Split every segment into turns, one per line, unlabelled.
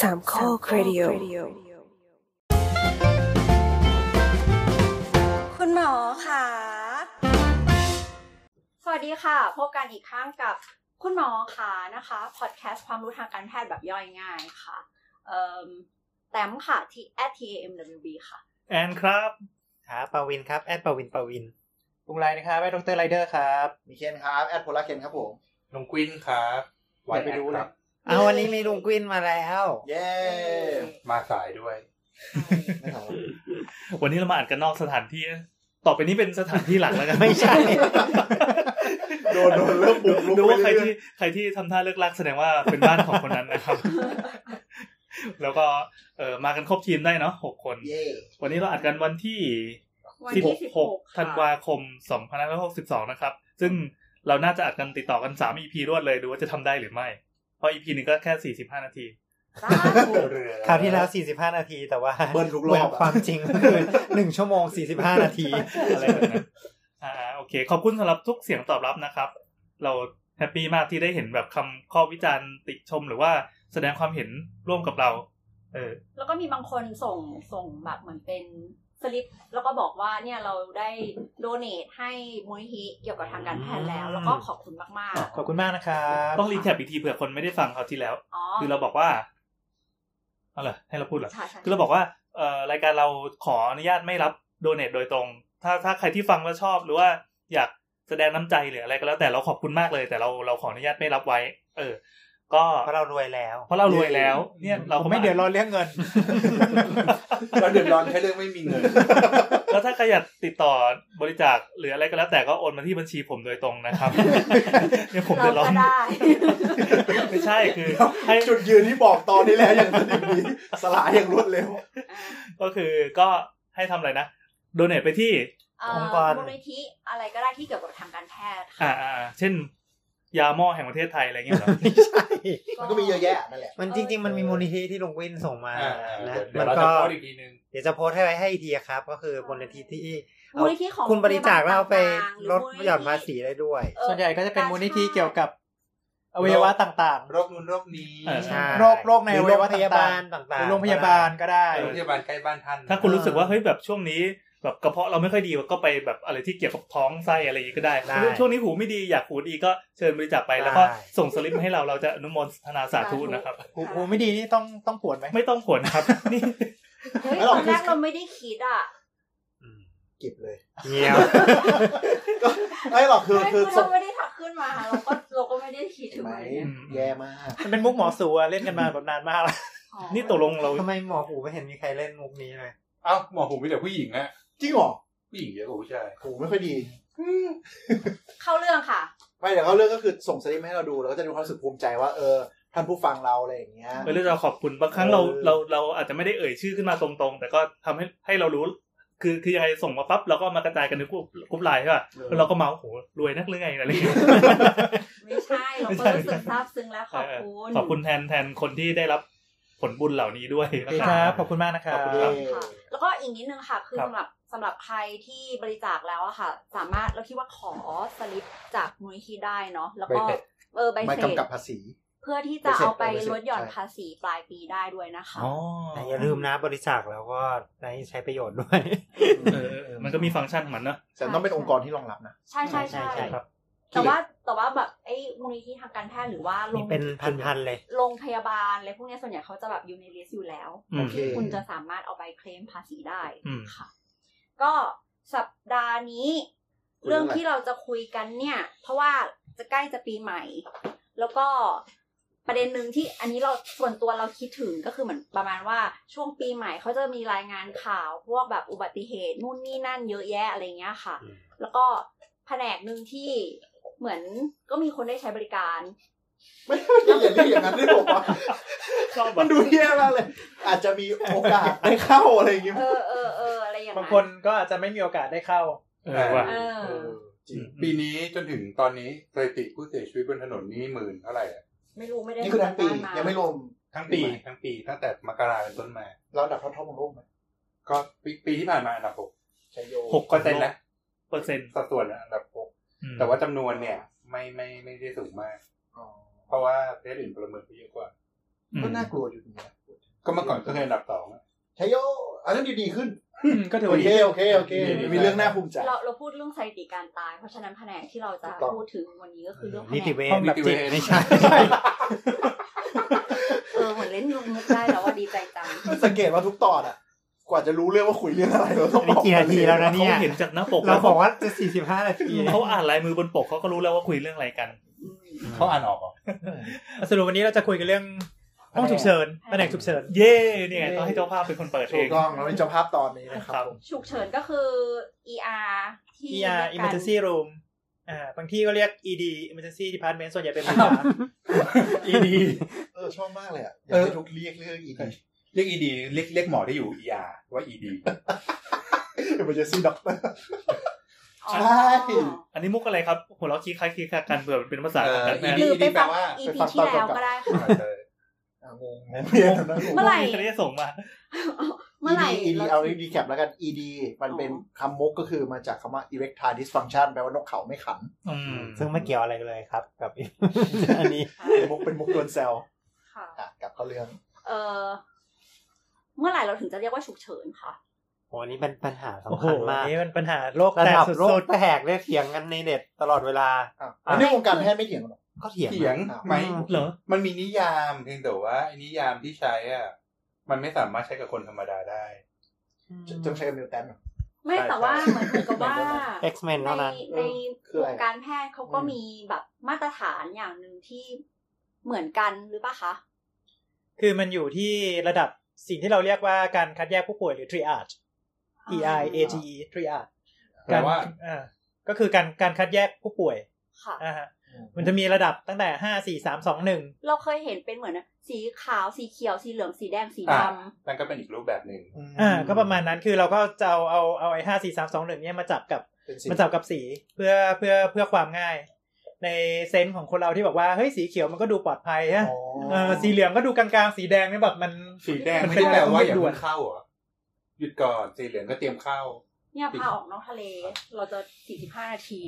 สามข้อครดิโอ
คุณหมอค่ะ
สวัสดีค่ะ พบกันอีกครั้งกับคุณหมอขานะคะพอดแคสต์ความรู้ทางการแพทย์แบบย่อยง่ายค่ะเอ่มแต้มค่ะที่ at tamwb ค่ะ
แอนครับ
ครับปาวินครับ แอดปาวินปาวิน
ลุงไรนะครับแอดดรไรเดอร์ครับ
มีเคนครับ แอดโพลาเคนครับผม
ลุงกวินครับ
อย่าไปรู้เลย
เอาวันนี้มีลุงกวินมาแล้ว
เย้
มาสาย ด้วย
ไม่ถาม
วันนี้เรามาอัดกันนอกสถานที่นะต่อไปนี้เป็นสถานที่หลักแล้วกัน
ไม่ใช่
โดนโดนเริ่มบุกลุก
ดู
ไป
ว่าใคร
เรื่อย
ที่ใครที่ทำท่าเลิกลักแสดงว่าเป็นบ้านของคนนั้น นะครับ แล้วก็เออมากันครบทีมได้เนาะหกคน
ๆเย้
วันนี้เราอัดกันวันที่
วัน
สิบ
ที่
หก
16
ธันวาคมสองพันห้าร้อยหกสิบสองนะครับ ซึ่งเราน่าจะอัดกันติดต่อกันสามอีพีรวดเลยดูว่าจะทำได้หรือไม่ เพราะอีพีนึงก็แค่สี่สิบห้านาที
สาธุ
คราวที่แล้ว 45 นาที แต่ว่า
เบิ้ลทุกร
แหว
อบ
ก
อะ
ความจริง ก็คือ1ชั่วโมง 45 นาที
อะไรแบบนั้นอ่าโอเค ขอบคุณสำหรับทุกเสียงตอบรับนะครับ เราแฮปปี้มากที่ได้เห็นแบบคำข้อวิจารณ์ติชมหรือว่าแสดงความเห็นร่วมกับเรา เออ
แล้วก็มีบางคนส่งส่งแบบเหมือนเป็นสลิป แล้วก็บอกว่าเนี่ยเราได้โดเนทให้มูลนิธิเกี่ยวกับทางการแพทย์แล้ว
อืม
แล้วก็ขอบคุณมาก
ขอบคุณมากนะครับ
ต้องรีแคปอีกทีเผื่อคนไม่ได้ฟังเขาวที่แล้ว
ๆอ๋อ
คือเราบอกว่าเอาเหรอให้เราพูดเหรอ
ใช่ใช่
คือเราบอกว่าเอ่อรายการเราขออนุญาตไม่รับโดเนทโดยตรง ถ้าถ้าใครที่ฟังแล้วชอบหรือว่าอยากแสดงน้ำใจหรืออะไรก็แล้ว แต่เราขอบคุณมากเลย แต่เราเราขออนุญาตไม่รับไว้ เออ ก็
เพราะเรารวยแล้ว
เพราะเรารวยแล้ว เนี่ยเรา
ผม
ก็า
ไม่เดือดร้อนเรื่องเงิน
เราเดือดร้อนแค่เรื่องไม่มีเงิน
แล้วถ้าใครอยากติดต่อบริจาคหรืออะไรก็แล้วแต่ก็โอนมาที่บัญชีผมโดยตรง นะครับ เนี่ยผมเดือดร้
เรา
อ
ก็
น
ได้
ไม่ใช่คือ ให้
จุดยืนที่บอกตอนนี้แล้วอย่างนั้นอย่างนี้สลายอย่างรวดเร็ว
ก็คือก็ให้ทำอะไรนะโดเนทไปที่
เอ่
องค์ก
อ
ร
มูลนิธิอะไรก็ได้ที่เกี่ยวกับทางการแพทย์
อ่า
ค่ะ
อ่าเช่น ยาหม้อแห่งประเทศไทยอะไรเงี้ยเหร อ
ไม่ใช่
มันก็มีเยอะแยะนั่นแหละ
มันจริง ๆ มันมีมูลนิธิที่ลุงวินส่งมา
อ่า
นะ
เดี๋ยวเดี๋ยว
มั
น เรา
ก็
จะพูดอีกทีนึง
เดี๋ยวจะโพสต์ให้ไว้ให้อีกทีครับ ก็คือมูลนิธิที่
มูลนิธิของ
คุณบริจาคแล้วเอาไปลด
โงพบล
หย่อนภาษีได้ด้วย
เอ่อ
ส่วนใหญ่ก็จะเป็นมูลนิธิเกี่ยวกับ
เอ
อ
อ
วัยวะต่าง
โรคนู้นโรคนี้
เออ
ใช่
ๆ โรคโรคในอวัยวะ
หรือโรงพยา
ต่า
บาง ล
ๆ
ต่า
ห
ง
รือ
ๆ
โรงพยาบาลก็ได้
โรงพยาบาลใกล้บ้านท่าน
ถ้าคุณรู้สึกว่าเฮ้ยแบบช่วงนี้แบบกระเพาะเราไม่ค่อยดีก็ไปแบบอะไรที่เกี่ยวกับท้องไส้อะไรอย่างงี้ก็ได้
ได้
ช่วงนี้หูไม่ดีอยากหูดีก็เชิญบริจาคไปแล้วก็
ได้
ส่งสลิปมาให้เราเราจะอนุโมทนาสาธุนะครับ
หูหูไม่ดีนี่ต้องต้องปวด ไหม
ไม่ต้องผล ครับนี่
เฮ้ย
แล้
ต
วเรา
อนแรกเราไม่ได้คิดอ่ะ
เก็บเลย
เงี้ยว
ไอ้ยหรอกคือ
ไม่
คือ
เราไม่ได้ถักขึ้นมาเราก็เราก็ไม่ได้คิด
เห็
ถึ
น
ง
ไหม
มัน
แย่มาก
มันเป็นมุกหมอสูอะเล่นกันมาแบบนานมากแล้ว
อ๋อ
นี่ตกลงเรา
ทำไมหมอหูไม่เห็นมีใครเล่นมุกนี้เลย
เอ้าหมอหูมีแต่ผู้หญิงอะ
จริงเหรอ
ผู้หญิงเยอะกว่าผู้ชาย
โหไม่ค่อยดี
เข้าเรื่องค่ะ
ไม่เดี๋ยวเขาเรื่องก็คือส่งสลิปมาให้เราดูเราก็จะดูความรู้สึกภูมิใจว่าเออท่านผู้ฟังเราอะไรอย่างเงี้ย
เออเรื่องเราขอบคุณบางครั้งเราเราเราอาจจะไม่ได้เอ่ยชื่อขึ้นมาตรงๆ แต่ก็ทำให้ให้เรารู้ คือคือยังไงส่งมาปั๊บเราก็มากระจายกันในกลุ่มกลุ่มไลน์ใช่ป่ะ
เออ
แล้วเราก็เมาส์โหรวยนักหรือไงอะไรอย่างเงี้ย
ไม่ใช่เราก็รู้สึกซาบซึ้งและขอบคุณ
ขอบคุณแทนแทนคนที่ได้รับผลบุญเหล่านี้ด้วยนะ
ดี
ค
ค
รั
รับ บ ขอบคุณมากนะครับ
ขอบคุณครั
เย้
บ
ค่ะแล้วก็อีกนิดนึงค่ะ คือ
ครับ
สำหรับสำหรับใครที่บริจาคแล้วอะค่ะ สามารถเราคิดว่าขอสลิปจากมูลนิธิได้เนาะแล้วก็เออใบ
ไม่
เสร็จ
กำกับภาษี
เพื่อที่จะเอาไป
ใบเสร็จ
ลดหย่อนภาษีปลายปีได้ด้วยนะคะ
แต่อย่าลืมนะบริจาคแล้วก็ได้ใช้ประโยชน์ด้วย
เออเออเออมันก็มีฟังก์ชันของมันเนอะ
แต่ต้องเป็นองค์กรที่รองรับนะ
ใช่ใช่ใช่
ใช่ใช่
ครับ
แต่ว่าแต่ว่าแบบไอ้มูลนิธิทางการแพทย์หรือว่าโร
มี
ง
เป็นพันๆเลย
โรงพยาบาลอะไรพวกเนี้ยส่วนใหญ่เขาจะแบบอยู่ในลิสต์อยู่แล้ว
อืม
โอเค
ที่คุณจะสามารถเอาไปเคลมภาษีได้
อืม
ค่ะ ก็สัปดาห์นี้
คุยเรื่
เรื่อ
องง
ที่เราจะคุยกันเนี่ย เพราะว่าจะใกล้จะปีใหม่ แล้วก็ประเด็นหนึ่งที่อันนี้เราส่วนตัวเราคิดถึงก็คือเหมือนประมาณว่าช่วงปีใหม่เขาจะมีรายงานข่าว พวกแบบอุบัติเหตุนู่นนี่นั่นเยอะแยะอะไรเงี้ยค่ะ แล้วก็แผนกหนึ่งที่เหมือนก็มีคนได้ใช้บริการ
ไม่ไม่อย่าเรียกอย่างนั้นได้บอกว่า
ชอบแบ
มั
บ
นดูเฮี้ยมากเลย อาจจะมีโอกาสได้เข้าอะไรอย่างเงี้ย
เออเออเอออะไรอย่าง
บา
นั้
ง
น
คนก็อาจจะไม่มีโอกาสได้เข้า
เออว่ะ
เออ
เออจริง
ปีนี้จนถึงตอนนี้สถิติผู้เสียชีวิตบนถนนนี่หมื่นเท่าไหร่อะ
ไม่รู้ไม่ได้
นี่คือทั้งปี
ทำบ้าน
ยังไม่รวม
ทั้งปีทั้งปีตั้งแต่มกราเป็นต้นมา
เราอันดับท็อปๆของโลกไหม
ก็ปีปีที่ผ่านมาอันดับหก
ชัยโย
หก
เปอร์เซ็นต์นะ
เปอร์เซ็นต์
สัดส่วนอันดับหก
อืม
แต่ว่าจำนวนเนี่ย ไม่ไม่ไม่ได้สูงมาก
อ๋อ
เพราะว่าประเทศอื่นประเมินไปเยอะกว่า
อืม
ก็น่ากลัวอยู่ตรงเนี้ย
ก็เมื่อก่อนก็เคยอันดับสองอะ
ชัยโยอันนั้นดีๆขึ้น
ก็ถือ
โอ
ว่า
เค
ดี
โอเคโอเค มีเรื่องน่าภูมิใจ
เราเราพูดเรื่องสถิติการตาย เพราะฉะนั้นแผนกที่เราจะ
ถูกต้อง
พูดถึงวันนี้ก็คือเรื่องแผ
นิ
นก
ติเวช
ห้องดับจิต
ไม่ใช่
เออเหมือนเล่นลุงมุกได้แล้วว่าดีใจจั ง
สังเกตว่าทุกตอนอ่ะ กว่าจะรู้เรื่องว่าคุยเรื่องอะไรเราต้อง
นี่กี่นาทีแล้วนะ
เขาเห็นจากหน้าปก
เรา
แล้ว
บอกว่าจะสี่สิบห้านาที
เขาอ่านลายมือบนปกเขาก็รู้แล้วว่าคุยเรื่องอะไรกัน
อืม
เขาอ่านออกเหรอ
สรุปวันนี้เราจะคุยกันเรื่องห้องฉุกเฉินแผนกฉุกเฉิน
เย่เนี่ยต้องให้เจ้าภาพเป็นคนเปิดเอ
ถู
ง
กต้องเราเป็นเจ้าภาพตอนนี้นะค
ค
รั
รั
บบ
ฉุกเฉินก็คือ ER ที่
ER
เรียกกัน
emergency room อ่าบางที่ก็เรียก ED emergency department ส่วนใหญ่ เป็นภาษา
อี ดี
เออชอบมากเลยอ่ะอยา
เอก อ
ให้ทุกเรียกเรื่องอีดี
เรียกอีดีเรียกเรียกหมอที่อยู่เออาว่าอีดี
เอเมอร์เจนซี่ด็อกเตอร์
อ๋อ
ใช่
อันนี้มุกอะไรครับหัวเราะคีคักคีคักกันเผื่อเป็นภาษาของกันแม่
หรือไปฟัง
ไป
EP
ฟัง
ที่
ตอน
แล้ว
ก่อน
ก็ได้ ค่ะ
งงงเรียนนะง
เมื่อไหร่
คณะส่งมา
เมื่อไหร่
อีดี
เรา
เอา
จะ
ดีแคปแล้วกัน ED มันเป็นคำมุกก็คือมาจากคำว่า erectile dysfunction แปลว่านกเขาไม่ขัน
อืม
ซึ่งไม่เกี่ยวอะไรเลยครับ กับ อันนี้
เป็นมุกเป็นมุกโดนแซว
ค่ะ
อ่ะกลับเข้าเรื่อง
เออเมื่อไหร่เราถึงจะเรียกว่าฉุกเฉินคะ
โหอันนี้เป็นปัญหา
โอ้
สำ
โห
คัญมาก
นี่มันปัญหาโลก
ระ
แตก
ดับ
สุ
โลก
ด
แตกเลยเถียงกันในเน็ตตลอดเวลา
อ่ะแล้วนี่วงการแพทย์ไม่เถียงกันหรอ
ก็เถียง
เถียงไหม
เหรอ
มันมีนิยามเพียงแต่ว่าไอ้นิยามที่ใช้อ่ะมันไม่สามารถใช้กับคนธรรมดาได้
จะจะใช้กับนิวแตนเหรอ
ไม่
ใช่
แต่ว่าเหมือนกับว่า
เอ็กซ์แมน
ใน
เท่านั้น
ใน
คือ
ว
อะไร
ง
อะ
การแพทย์เขาก็มีแบบมาตรฐานอย่างหนึ่งที่เหมือนกันหรือเปะคะ
ๆคือมันอยู่ที่ระดับสิ่งที่เราเรียกว่าการคัดแยกผู้ป่วยหรือ triage T I A G E triage
แปลว่า
กรอ่าก็คือการการคัดแยกผู้ป่วย
ค่ะ
อ่าฮะมันจะมีระดับตั้งแต่ห้าสี่สามสองหนึ่ง
เราเคยเห็นเป็นเหมือนสีขาวสีเขียวสีเหลืองสีแดงสีด
อ่ะ นั่นก็เป็นอีกรูปแบบหนึ่ง
อ่าก็ประมาณนั้นคือเราก็จะเอาเอาเอาไอ้ห้าสี่สามสองหนึ่งเนี่ยมาจับกับ
เป็นสิ่ง
มันจับกับสีเพื่อเพื่อเพื่อความง่าย ในเซนส์ของคนเราที่บอกว่าเฮ้ยสีเขียวมันก็ดูปลอดภัยฮะ
อ๋อ
เออสีเหลืองก็ดูกลางๆ สีแดงนี่แบบมัน
สีแดง
มัน
ไม่
เป็น
ได้แปลว่า
อะไรที่
อ
ด่
ย่าเพิ่
วน
งเข้าเหรอหยุดก่อนสีเหลืองก็เตรียมเข้า
ำเนี่ยพาออกนอกทะเล เราจะ 45 นาที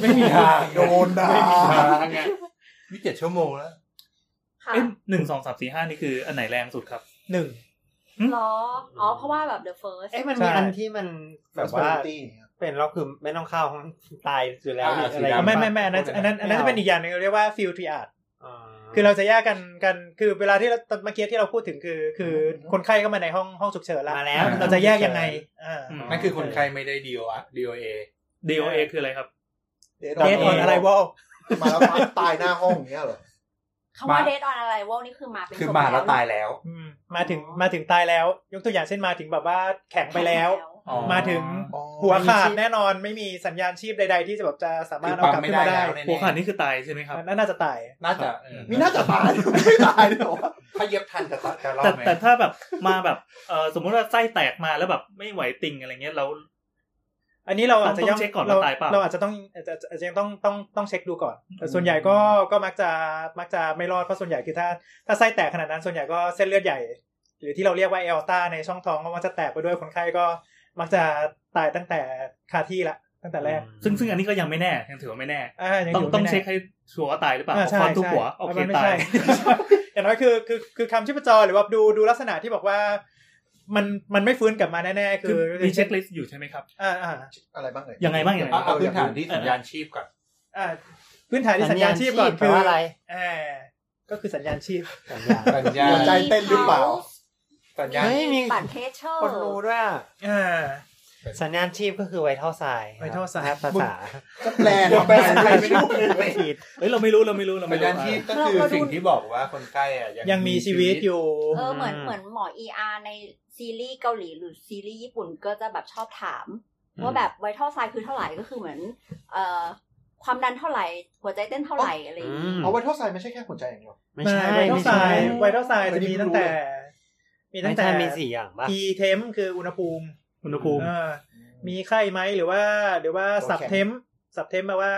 ไม่มีทาง
โดนด่า
ไม่มีทางไงนี่เจ็ดชั่วโมงแล้ว
ค่ะ
เอ้ยหนึ่งสองสามสี่ห้านี่คืออันไหนแรงสุดครับ
หนึ่ง
เหรออ๋อเพราะว่าแบบ the first
เอ้ยมัน
ใช่
มีอันที่มันแบบว่า
personality อย่างเงี้ย
เป็นเราคือไม่ต้องเข้าห้องตายอยู่แล้ว
อ่า
นี่อะไร
สีดำ
ไม่ไม่ไม่อันนั้น
พูดเลย
อัน
นะ
นั้นอันนั้นจะเป็นอีกอย่างหนึ่งเรียกว่าฟิลทริอาด
อ่า
คือเราจะแยกกันกันคือเวลาที่เราเมื่อกี้ที่เราพูดถึงคือ คือคนไข้เข้ามาในห้องห้องฉุกเฉินแล้ว
มาแล้ว
เราจะแยกยังไงอ่า
อืม
นั่นคือคนไข้ไม่ได้ DOA DOA
DOA
เออ
คืออะไรครับ
เดทออนอะไรวอล
มาแล้วมาตายหน้าห้องอย่างเงี้ยเหรอ
คำว่า
มา
dead on arrival นี่คือมาเป็น
คือ
ศพ
มาแล้วตายแล้ว
มาถึงมาถึงตายแล้ว ยกตัวอย่างเช่นมาถึงแบบว่าแข็งไปแล้ว
อ๋อ
มาถึง
อ๋อ
หัวขาดแน่นอนไม่มีสัญญาณชีพใด ๆ ที่จะแบบจะสามารถเอากลับขึ้นมาได้
คือปั๊มไม่ได้แล้วเนี่ย
หัวขาดนี่คือตายใช่ไหมครับ
นั่นน่าจะตาย
น่าจะเออ
มีหน้าจะตายด้วยไม่ตายด้วยเหรอ
ถ้าเย็บทันจะตายจะรอ
แต่
ดไหม
แต่ถ้าแบบมาแบบเออสมมติว่าไส้แตกมาแล้วแบบไม่ไหวติงอะไรเงี้ยเรา
อันนี้เราอาจจะ
ต้อง
ยัง
เช็คก่อนว่า
เรา
ตายเปล่า
เราอาจจะต้องอาจจะอาจจะยังต้องต้องต้องเช็คดูก่อนแต่ส่วนใหญ่ก็ก็มักจะมักจะไม่รอดเพราะส่วนใหญ่คือถ้าถ้าไส้แตกขนาดนั้นส่วนใหญ่ก็เส้นเลือดใหญ่ หรือที่เราเรียกว่าเอลต้าในช่องท้องก็มักจะแตกไปด้วยคนไข้ก็มักจะตายตั้งแต่คาที่ละตั้งแต่แรก
ซึ่งซึ่งอันนี้ก็ยังไม่แน่ยังถือว่าไม่แน่
อ่ายัง
ต้อง
ยู่
ต้อง
ไม่แน่
เช็คให้ชัวร์ว่าตายหรือเปล่า
อ่าใช่
คอนทุก
ใช่
หัวโอเค
มันไม่
ตา
ใช่
ย
อย่างน้อยคือคือคือคำชีพจรหรือว่าดูดูลักษณะที่บอกว่า มันมันไม่ฟื้นกลับมาแน่ๆ
คื
คือ อ
มีเช็คลิสต์อยู่ใช่ไหมครับ
อ่าอ่า
อะไรบ้างเอ่ย
ยังไงบ้างอย่างไร
เอาเอาพื้นฐานที่สัญญาณชีพก่อน
อ่าพื้นฐานที่สัญญาณชีพก่อน
แป
คื
ล
อ
ว่าอะไร
เอ่อก็คือสัญญาณชีพ
สัญญาณ
สัญญา
หัวใจ
ณ
เต้นหรือเปล่า
สัญญาณ
เฮ้ยมี
บัตรเพชเชอร์
คนรู้ด้วยอะ
อ่า
สัญญาณชีพก็คือไวเท่าสาย
vital sign
ภาษา
ก็แปลงแปลงไปไม่รู้เลย
ฉีด
เฮ้ยเราไม่รู้เราไม่รู้เรา
สั
ไม่
ญ
รู้
ญาณชีพก็คือสิ่งที่บอกว่าคนไข้อ่ะ
ยังมีชีวิตอยู่
เออเหมือนเหมือนหมอ ER ในซีรีส์เกาหลีหรือซีรีส์ญี่ปุ่นก็จะแบบชอบถาม ว่าแบบไวท์ไซคือเท่าไหร่ก็คือเหมือน เอ่อความดันเท่าไหร่ หัวใจเต้นเท่าไหร่อะไรอย่างงี้
เอาไว้เท่าไซไม่ใช่แค่หัวใจอย่างเดียว
ไม่ใช่
ไวท์
ไม่
ไซ
ใช่
ไวท์ไซจะมีตั้งแต่ มี
ไม่
ตั้งแต่
ใช่มีสี่อย่างป่ะ
พีเทมคืออุณหภูมิ
อุณหภูมิ
เออมีไข้ไหมหรือว่าหรือว่า
ตัว
สั
แข็ง
บเทมสับเทมแปลว่า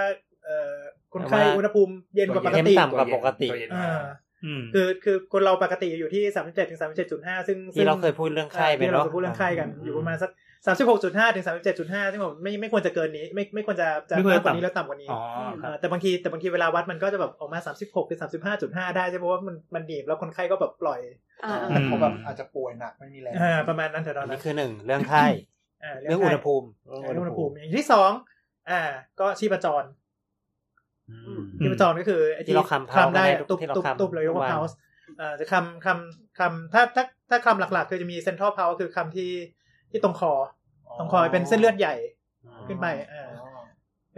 เอ่อคนไข้
แปลว่า
อุณหภูมิเย็นกว่าปก
เทม
ติ
ต่ำกว่าปกติ
ตัวเย็น
อ่า
อืม
คือคือคนเราปกติอยู่ที่สามสิบเจ็ดถึงสามสิบเจ็ดจุดห้าซึ่ง
ที่เราเคยพูดเรื่องไข้ไป
ที่เรา
เนาะ
เคยพูดเรื่องไข้กันอยู่ประมาณสัก สามสิบหกจุดห้าถึงสามสิบเจ็ดจุดห้าซึ่งผมไม่ไม่ควรจะเกินนี้ ไม่ไม่ควรจะจะ
ไม่ควร
มาก
จะ
กว่านี้
ต่ำ
แล้วต่ำกว่านี้
อ๋อค
เอ
รับ
อแต่บางทีแต่บางทีเวลาวัดมันก็จะแบบออกมาสามสิบหกเป็นสามสิบห้าจุดห้าได้ใช่เพราะว่ามันมันดีบแล้วคนไข้ก็แบบปล่อย
อ่า
อืม
เขาแบบอาจจะป่วยหนักไม่มีแรง
เออประมาณนั้นเถอะตอน
อัน
นั้
นี้
น
คือหนึ่งเรื่องไข้
า
เรื่องอุณหภูมิ
เรื่องอุณหภูมิอย่างที่สองอ่า ก็ชีพจร
อืม
ชีพจรก็คือไอ้
ที่
ที่
เราคำเผา
ได้
ได้
อะตุบ
ที่เรา
ตุบ
คำ
ตุบเลย
ทุกวั
ว่าน เฮาส์เอ่อจะคำคำคำถ้าถ้าถ้าคำหลักๆ คือจะมีเซนทรัลเพาคือคำที่ที่ตรงคอตรงคอเป็นเส้นเลือดใหญ่ ขึ้นไปเออ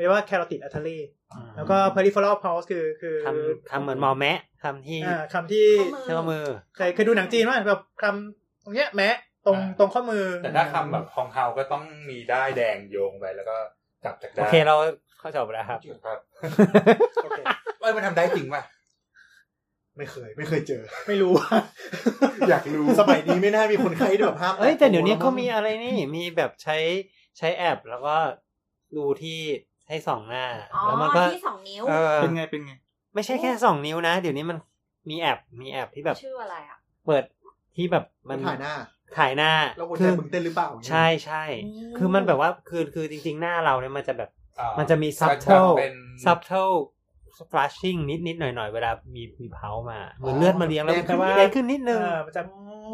เรียกว่าแคโรติดอัทเทอรี
อืม
แล้วก็เพอริฟ e ร a ลเพาส์คือคือ
คำคำเหมือนหมอแมะคำที่
อ่าคำที่
เชื่อมือ
เคยเคยดูหนังจีนว่าแบบคำตรงเนี้ยแมะตรง
อ่า
ตรงข้อมือ
แต่ถ้าคำแบบของเฮาก็ต้องมีได้ายแดงโยงไปแล้วก็จับจาก
โอ
ได้าย
เคเราเข้าจบแล้วครับ
ครับ
โอเค
เอ้ยมันทำได้จริงป่ะ
ไม่เคย ไม่เคยเจอ
ไม่ รู้
อยากรู้
สมัยนี้ไม่น่ามีคนไข้ที่แบบห้าม
เอ้ยแต่เดี๋ยวนี้เขามีอะไรนี่มีแบบใช้ใช้แอป แล้วก็ดูที่ให้ส่องหน้า
อ๋อ
แล้วมันก็
ที่สองนิ้ว
เออ
เป็นไงเป็นไง
ไม่ใช่แค่สองนิ้วนะ เดี๋ยวนี้มันมีแอปมีแอปที่แบบ
ชื่ออะไรอ่ะ
เปิดที่แบบ
มั
มัน น
ถ่ายหน้า
ถ่ายหน้า
แล้วหัวใจ
คือ
มึงเต้นหรือเปล่าอย่างเงี้ย
ใช่ใช่คือมันแบบว่าคือคือจริง ๆ หน้าเราเนี่ยมันจะแบบ
อ่า
มันจะมี
ก็
subtle
เป็น
subtle flushing นิดนิดๆหน่อยหน่อยๆ เวลามีมีเพามาเหมือนเลือดมาเลี้ยงแล้วมัน
แต่ว่า
แรงขึ้นนิดนึง
อ่ามันจะ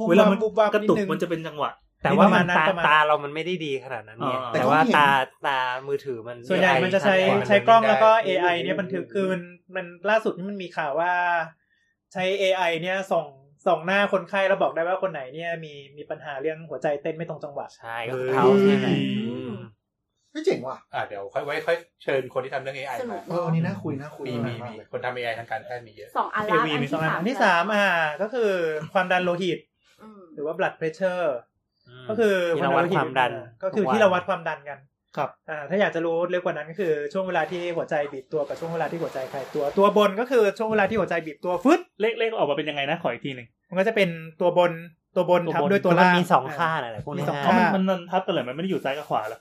เวลามัน
บุบวับ
กระตุก
ดง
มันจะเป็นจังหวะ
แต่ว่า
ประ
มัน
มาณนั้น
ตา
ประมาณ
ตาเรามันไม่ได้ดีขนาดนั้นไง
อ๋อ
แต่ว่าตาตามือถือมัน
ส่วนใหญ่
AI
มันจะใช้
ชัดกว่า
ใช้กล้อง
มันไม่
แล้
ได้
วก็ AI เนี่ยบันทึกคือมันมันล่าสุดนี่มันมีข่าวว่า ใช้ AI เนี่ยส่องส่องหน้าคนไข้แล้วบอกได้ว่าคนไหนเนี่ยมีมีปัญหาเรื่องหัวใจเต้นไม่ตรงจังหวะ
ใช่ก็คือเท้าเนี่ยแหละอืม
ไม่เจ๋งว่ะ
อ่าเดี๋ยวค่อยไว้ค่อยเชิญคนที่ทำเรื่อง AI
สนุ
มาก
เออวันนี้น่าคุยน่าคุย
มีมี
าก
มี
เลย
คนทำ AI ทางการแพทย์มีเยอะ
สองอัน
เอ
ละ
วี
อัน
มี
ที่
สองอัน
สาม
อันที่สามอ่าก็คือความดันโลหิต
อืม
หรือว่า blood pressure
ม
ก็คือ
ที่เราวัดความดัน
ก็คือที่เราวัดความดันกัน
ครับ
อ่าถ้าอยากจะรู้เร็วกว่านั้นก็คือช่วงเวลาที่หัวใจบีบตัวกับช่วงเวลาที่หัวใจคลายตัวตัวบนก็คือช่วงเวลาที่หัวใจบีบตัวฟึด
เลขเลขออกมาเป็นยังไงนะขออีกทีหนึ่ง
มันก็จะเป็นตัวบนตัวบน
ตัวบน
ทับด้วยตัว
มัน
ล่าง
มีสอง
า
ค่าอะไรพวก
มี
นี้
สอง
นะ
ค่า
มันมันมันทับกันเลยมันไม่ได้อยู่ซ้ายกับขวาเหรอ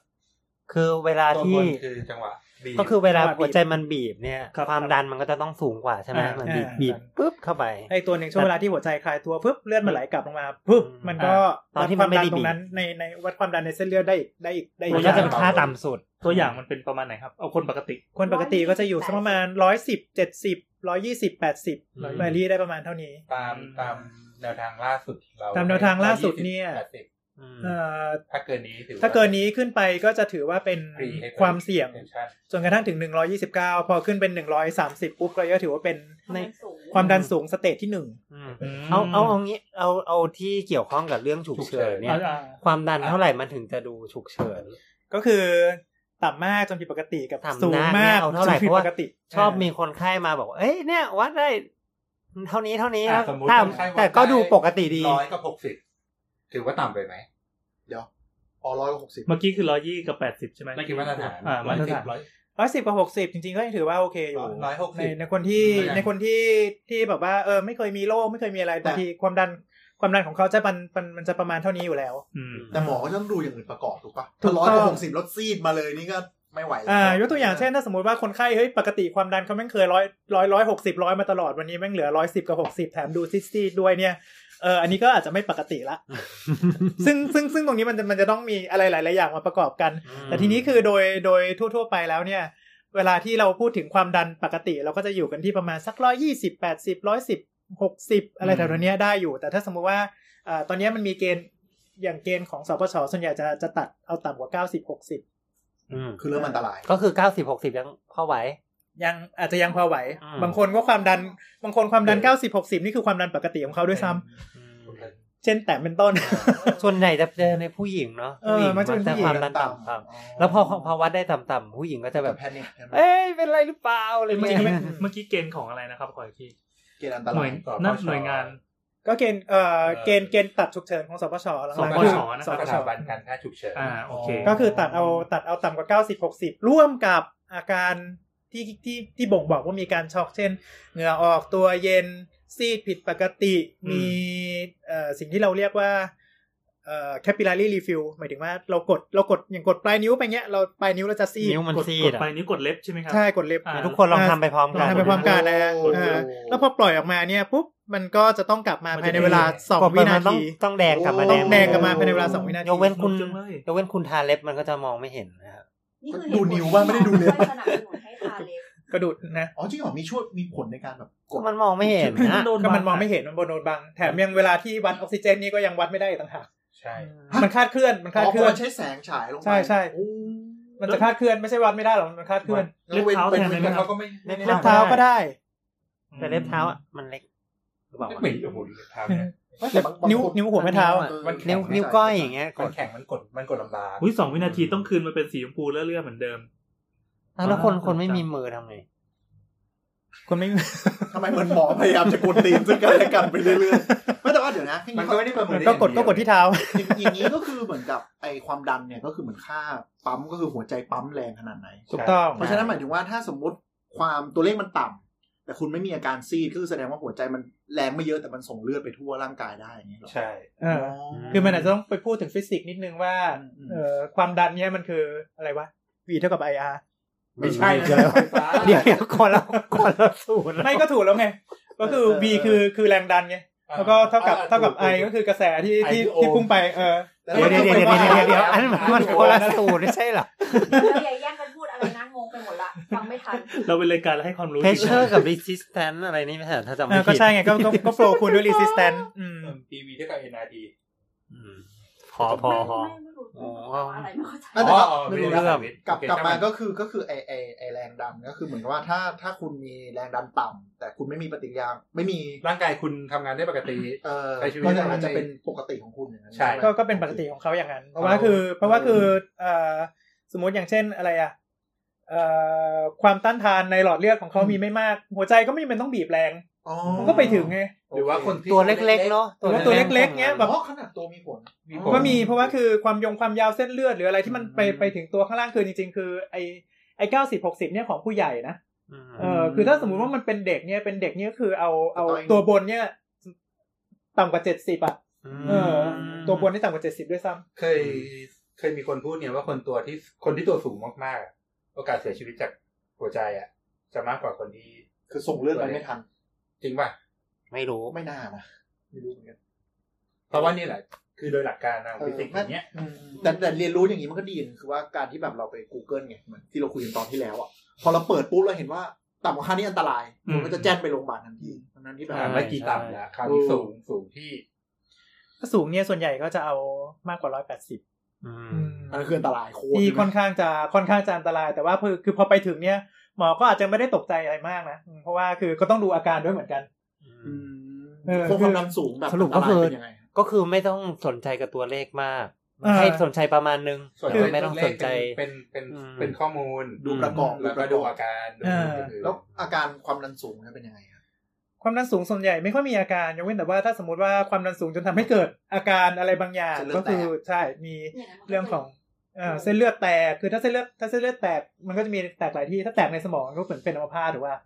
คือเวลา
ตัวบ
ที่
นคือจังหวะบีบ
ก็คือเวลา
จังหวะบีบ
หัวใจมันบีบเนี่ย
ครับ
ความดันมันก็จะต้องสูงกว่าใช่ไหม
อ่ามั
มันบีบ
อ่า
บีบปุ๊บเข้าไป
ไอตัวหนึ่งช่วงเวลาที่หัวใจคลายตัวปุ๊บเลือดมันไหลกลับลงมาปุ๊บ
อืม
มันก็
ตอนที่
วั
มั
ดค
นไม่
วามดันต
ได้
รงนั้น
บีบ
ในในวัดความดันในเส้นเลือดได้อีกได้อีกได้อี
มัน
ก
ก็จะเป็นค่าต่ำสุด
ตัวอย่างมันเป็นประมาณไหนครับ เอาคนปกติ
คนปกติก็จะอยู่สักประมาณร้อยสิบเจ็ดสิบร้อยยี่สิบแปดสิบ
อืม
ไรี่ได้ประมาณเท่านี้
ตามตามแนวทางล่าสุดเรา
ตามแนวทางล่าสุดเนี่ย
80
อืม
เอ่อ
ถ้าเกินนี้ถือว่
ถ้าเกินนี้ขึ้นไปก็จะถือว่าเป็น
Pre-hypertension
ความเสี่ยง จนกระทั่งถึง 129 พอขึ้นเป็น 130 ปุ๊บก็ถือว่าเป็น
ในสูง
ความดันสูงสเตจที่หนึ่ง
อืม
อืม
เอาเอาเอางี้เอาเอาที่เกี่ยวข้องกับเรื่องฉุกเฉินเนี่ย
อ่า
ความดันเท่าไหร่มันถึงจะดูฉุกเฉิน
ก็คือต่ำมากจนผิดปกติกับ
ต่ำมาก
สูงมาก
เนี่ยเอาเท่าไหร่
จนผิด
เพ
ป
ราะว่า
กติ
ชอบมีคนไข้มาบอกว่าเอ้ยเนี่ยวัดได้ เท่านี้เท่านี้
อ่ะ
แล้ว
สมมุติ
ถ้า
คนไข้วัด
แต่ก็
ได้
ดูปกติดี
ร้อยกับหกสิบถือว่าต่ำไปไหม
เดี๋ยวอ๋อร้อยหกสิบ
เมื่อกี้คือร้อยยี่กับแปดสิบใช่ไหม
นั่นคือมาตรฐาน
อ่ามาตรฐาน
ร้อย
ร้อยสิบกับหกสิบจริงๆก็ยังถือว่าโอเคอยู่
ร้อย160
ในในคนที่
ไม่ได้
ในคนที่ที่แบบว่าเออไม่เคยมีโรคไม่เคยมีอะไรแต่ทีความดันความดันของเขาจะมันมันมันจะประมาณเท่านี้อยู่แล้ว
อืม
แต่หมอก็ต้องดูอย่างอื่นประกอบถูกปะ
ถูก
ถ้า
ต้อ
ร้อง ยหกสิบแล้วซีดมาเลยนี่ก็ไม่ไหวแล้
อ่ายกตัวอย่างเช่นถ้าสมมติว่าคนไข้เฮ้ยปกติความดันเขาแม่งเคยร้อยร้อยร้อยหกสิบร้อยมาตลอดวันนี้แม่งเหลือร้อยสิบกับหกสิบแถมดูซิสซีดด้วยเนี่ยเอออันนี้ก็อาจจะไม่ปกติ ละ ซึ่งซึ่งซึ่งตรงนี้มันจะมันจะต้องมีอะไรหลายๆอย่างมาประกอบกัน แต่ทีนี้คือโดยโดยทั่ว ๆ ไปแล้วเนี่ย เวลาที่เราพูดถึงความดันปกติ เราก็จะอยู่กันที่ประมาณสักร้อยยี่สิบแปดสิบร้อยสิบหกสิบอะไร
อืม
แถวๆเนี้ยได้อยู่ แต่ถ้าสมมุติว่าอ่าตอนเนี้ยมันมีเกณฑ์อย่างเกณฑ์ของสปชส่วนใหญ่จะจะตัดเอาต่ำกว่าเก้าสิบหกสิบ
อืม
คือเริ่มอันตราย
ก็คือเก้าสิบหกสิบยังพอไหว
ยังอาจจะยังพอไหว
อืม
บางคนก็ความดันบางคนความดันเก้าสิบหกสิบนี่คือความดันปกติของเขาด้วยซ้ำเช่นแต่เป็น ต้น
ส่วนใหญ่จะเจอในผู้หญิงเนาะ
เออ
ผู้หญิ
มันจะเป็นผู้หญิง
ความดันต่ำครับแล้วพอพอวัดได้ต่ำๆผู้หญิงก็จะแบบ
แพนิค
เอ้ยเป็นไรหรือเปล่าอะไร
เมื่อ
เงี้
กี้
ย
เมื่อกี้เกณฑ์ของอะไรนะครับขออีกที
เกณฑ์อันต
หน่
รา
วย
ย
ต่อ
นั่น
ปช
หน่วยงาน
ก็เกณฑ์เอ่อ
เออ
เกณฑ์เกณฑ์ตัดฉุกเฉินของสปชหลั
ส
ง
ป
ๆ
ช
คือ
นะค
ส
รับ
ป
ส
ช
ถาบันการแพทย์ฉุกเฉิน
อ่าโอเค
ก็คือตัดเอาตัดเอาต่ำกว่า 90 60 ร่วมกับอาการที่ที่ที่บ่งบอกว่ามีการช็อกเช่น เหงื่อออกตัวเย็นซีดผิดปกติ
อืม
มีเอ่อสิ่งที่เราเรียกว่าเอ่อ capillary refill หมายถึงว่าเรากดเรากดอย่างกดปลายนิ้วไปเงี้ยเราปลายนิ้วเราจะซีด
นิ้วมัน
กด
ซี
ก
ด
ด
อะ
ไปนิ้วกดเล็บใช่ไหมครั
ใช่กดเล็บ
อ่า
ทุกคนลองทำไปพร้อม
ลอ
กั
ง
น
ทำไปพร้อมกันนะฮะ
โอ้โห
อ่าแล้วพอปล่อยออกมาเนี่ยปุ๊บ มันก็จะต้องกลับมา
มันจะ
ภายในเวลาสองวินา
ต้
ที
ต้องแดงกลับมา
โอ้
แด
ต้อง งแดงกลับมาภายในเวลาสองวินาที
ยกเว้นคุณ
จังเลย
ยกเว้นคุณทาเล็บมันก็จะมองไม่เห็นนะครับ
นี่คือ
ดูนิ้วบ้างไม่ได้ดูเล็บ
ช่วยสนับสนุนให้ทาเล็บ
กระดุดนะ
อ๋อจริงเหรอมีช่วยมีผลในการแบบกด
มันมองไม่เห็นนะ
โดน
ก็
บัง
มันมองไม่เห็นมันบนโดนบัง แถมยังเวลาที่วัดออกซิเจนนี่ก็ยังวัดไม่ได้อีกต่างหาก
ใช่
มันคลาดเคลื่อนมันคลาด
อ๋อ
เค
เพ
ลื่
ราะ
อน
มันใช้แสงฉายลงไป
ใช่ใช่
โอ้
มันจะคลาดเคลื่อนไม่ใช่วัดไม่ได้หรอกมันคลาดเคลื่อน
เล็บเท้าแทนเลยไหมครับ
แล้วเขาก็ไม่
เล็บ
เล็บเท้าก็ได้
แต่เล็บเท้าอ่ะมันเล็กหรือเปล่า
ไม่
วะ
เหม็นอยู่หุ่นเล็บเท้าเนี่ย
ไม่แต่บางบาง
นิ้ว
คน
นิ้วหัวแม่เท้า
อ่ะ
เออ
มันแข็ง
นิ้วนิ้วก้อยอย่างเงี้ยก
มัน
ด
แข็งมันกดมันกดลำบาก
อุ้ยสองวินาทีต้องคืนมันเป็นสีชมพูเลื่อยๆเหมือนเดิม
อ้าวแล้วคนคนไม่มีมือทำไง
คนไม่
ทำไมมันหมอพยายามจะกดตีนซึ่งกันและกันไปเรื่อยๆไม่แต่ว่าเดี๋ยวนะ
มันก็ไม่ได้ประเมิน
ก็กดก็กดที่เท้า
อย่างนี้ก็คือเหมือนกับไอความดันเนี่ยก็คือเหมือนค่าปั๊มก็คือหัวใจปั๊มแรงขนาดไหน
ถูกต้อง
เพราะฉะนั้นหมายถึงว่าถ้าสมมติความตัวเลขมันต่ำแต่คุณไม่มีอาการซีดก็คือแสดงว่าหัวใจมันแรงไม่เยอะแต่มันส่งเลือดไปทั่วร่างกายได้อย่างนี้ยเหรอ
ใช่
เออ
อ
คือมันอาจจะต้องไปพูดถึงฟิสิกส์นิดนึงว่า
อืมอืม
เอ่อความดันเนี่ยมันคืออะไรวะ V เท่ากับ IR
ไม่ใช่
เดี๋ยวเดี๋ยวเดี๋ยวคนละคนละสูตร
ไม่ก็ถูกแล้วไง ก็คือ V คือคือแรงดันไง แล้วก็เท่ากับ
อ่า
เท่ากับ
ถูก
I
ถูก
ก็คือกระแสที่ที่
I คือ O
ที่พุ่งไปเออ
แต่
เดี๋ยว
รา
เดี๋ยว
ก็
เดี๋ยว
ไม่
เดี๋ยว
ว่า
เดี๋ยวเดี๋ยวอันนั้นมันคนละสูตรไม่ใช่เหรอ
แล้วอย่าแย่งกันพูดอะไรนะงงไปหมดละฟังไม่ทัน
เราเป็นรายการให้ความรู้
pressure กับ resistance อะไรนี่ไม่ใช่เหรอถ้าจำไม่
อ่าก็
ผิด
ใช่ไงก็ก็ก็โฟล์คูณด้วย resistance อืม
ทีวีเท่ากับ NRD
อืมพอพอพอ
ไม่ไม่ไม่รู้ว่าอะไรไม่เข้าใจ
ไม่แต่ว่า
อ๋อ
ไม่รู้
ไม่รู้
เรื่อง
เรื่อง
กลับกลับมาก็คือก็คือไอไอไอแรงดันก็คือเหมือนกับว่าถ้าถ้าคุณมีแรงดันต่ำแต่คุณไม่มีปฏิกิริยาไม่มี
ร่างกายคุณทำงานได้ปกติ
เอ่อ
ใช้ชีวิต
ก็จะอาจจะเป็นปกติของคุณอย่างนั้น
ใช่
ไหม
ก็ก็เป็นปกติของเขาอย่างนั้น เพราะว่าคือ เพราะว่าคือเอ่อสมมติอย่างเช่นอะไรอ่ะเอ่อความต้านทานในหลอดเลือดของเขามีไม่มาก หัวใจก็ไม่จำเป็นต้องบีบแรง
อ๋อ
มันก็ไปถึงไง
หรือว่าคนที่
ตัวเล็กๆเนาะ
หรือว่าตัวเล็กๆเนี้ยแบบ
อ๋อขนาดตัวมีผล
มีผ
อ้
ล
ก็มีเพราะว่าคือความยงความยาวเส้นเลือดหรืออะไรที่มันไป
อืม
ไปถึงตัวข้างล่างคือจริง ๆ คือไอไอเก้าสิบหกสิบเนี่ยของผู้ใหญ่นะ
อืม
เออคือถ้าสมมุติว่ามันเป็นเด็กเนี่ยเป็นเด็กเนี่ยก็คือเอาเอา
ตัวเอง
ตัวบนเนี่ยต่ำกว่าเจ็ดสิบอ่ะเอออตัวบนนี่ต่ำกว่าเจ็ดสิบด้วยซ้
เคยเคยมีคนพูดเนี่ยว่าคนตัวที่คนที่ตัวสูงมากๆอะโอกาสเสียชีวิตจากหัวใจอ่ะ จะมากกว่าคนที่
คือส่งเลือดไปไม่ทัน
จริงป่ะ
ไม่รู้
ไม่น่านะไม่รู้เหมือนกัน
เพราะว่านี่แหละ คือโดยหลักการทางฟิสิกส์อย่างเนี้ย
อืมแต่แต่เรียนรู้อย่างนี้มันก็ดีนะคือว่าการที่แบบเราไป Google ไงเหมือนที่เราคุยกันตอนที่แล้วอ่ะพอเราเปิดปุ๊บเราเห็นว่าต่ำกว่าค่านี้อันตราย
อืม
มันก็จะแจ้งไปโรงพยาบาลทันทีทั้งนั้นที่แบบ
ใช่
อ่าเมื่อกี้ต่ำแล้วคราวนี้สูงสูงที่
ำถ้าสูงเนี่ยส่วนใหญ่ก็จะเอามากกว่าร้อยแปดสิบ
อืม
อันนั้นคืออันตรายโคตร
ที่ค่อนข้างจะค่อนข้างจะอันตราย แต่ว่าคือคือพอไปถึงเนี่ยหมอก็อาจจะไม่ได้ตกใจอะไรมากนะอืมเพราะว่าคือก็ต้องดูอาการด้วยเหมือนกัน
อืม
เออ
พวกความดันสูงแบบ
สรุปก็คือ
อันตายเป็นยังไง
ก็คือไม่ต้องสนใจกับตัวเลขมาก
เออ
ให้สนใจประมาณนึง
ส่วน
แต่ว่าไม่ต้อง
เล
ส
ข
นใจ
เป็นเป็น
อืม
เป็นข้อมูล
ดูประกอบ
แล้วก็
ประ
ดู
บ
อาการดู
อ่า
อย่างอื่น
แล้วอาการความดันสูงเนี่ยเป็นยังไงครับ
ความดันสูงส่วนใหญ่ไม่ค่อยมีอาการยกเว้นแต่ว่าถ้าสมมติว่าความดันสูงจนทำให้เกิดอาการอะไรบางอย่างก็คือใช่มีเรื่องของเอ่อเส้นเลือดแตกคือถ้าเส้นเลือดถ้าเส้นเลือดแตกมันก็จะมีแตกหลายที่ถ้าแตกในสมองก็เหมือนเป็นอัมพาตถูกป่ะ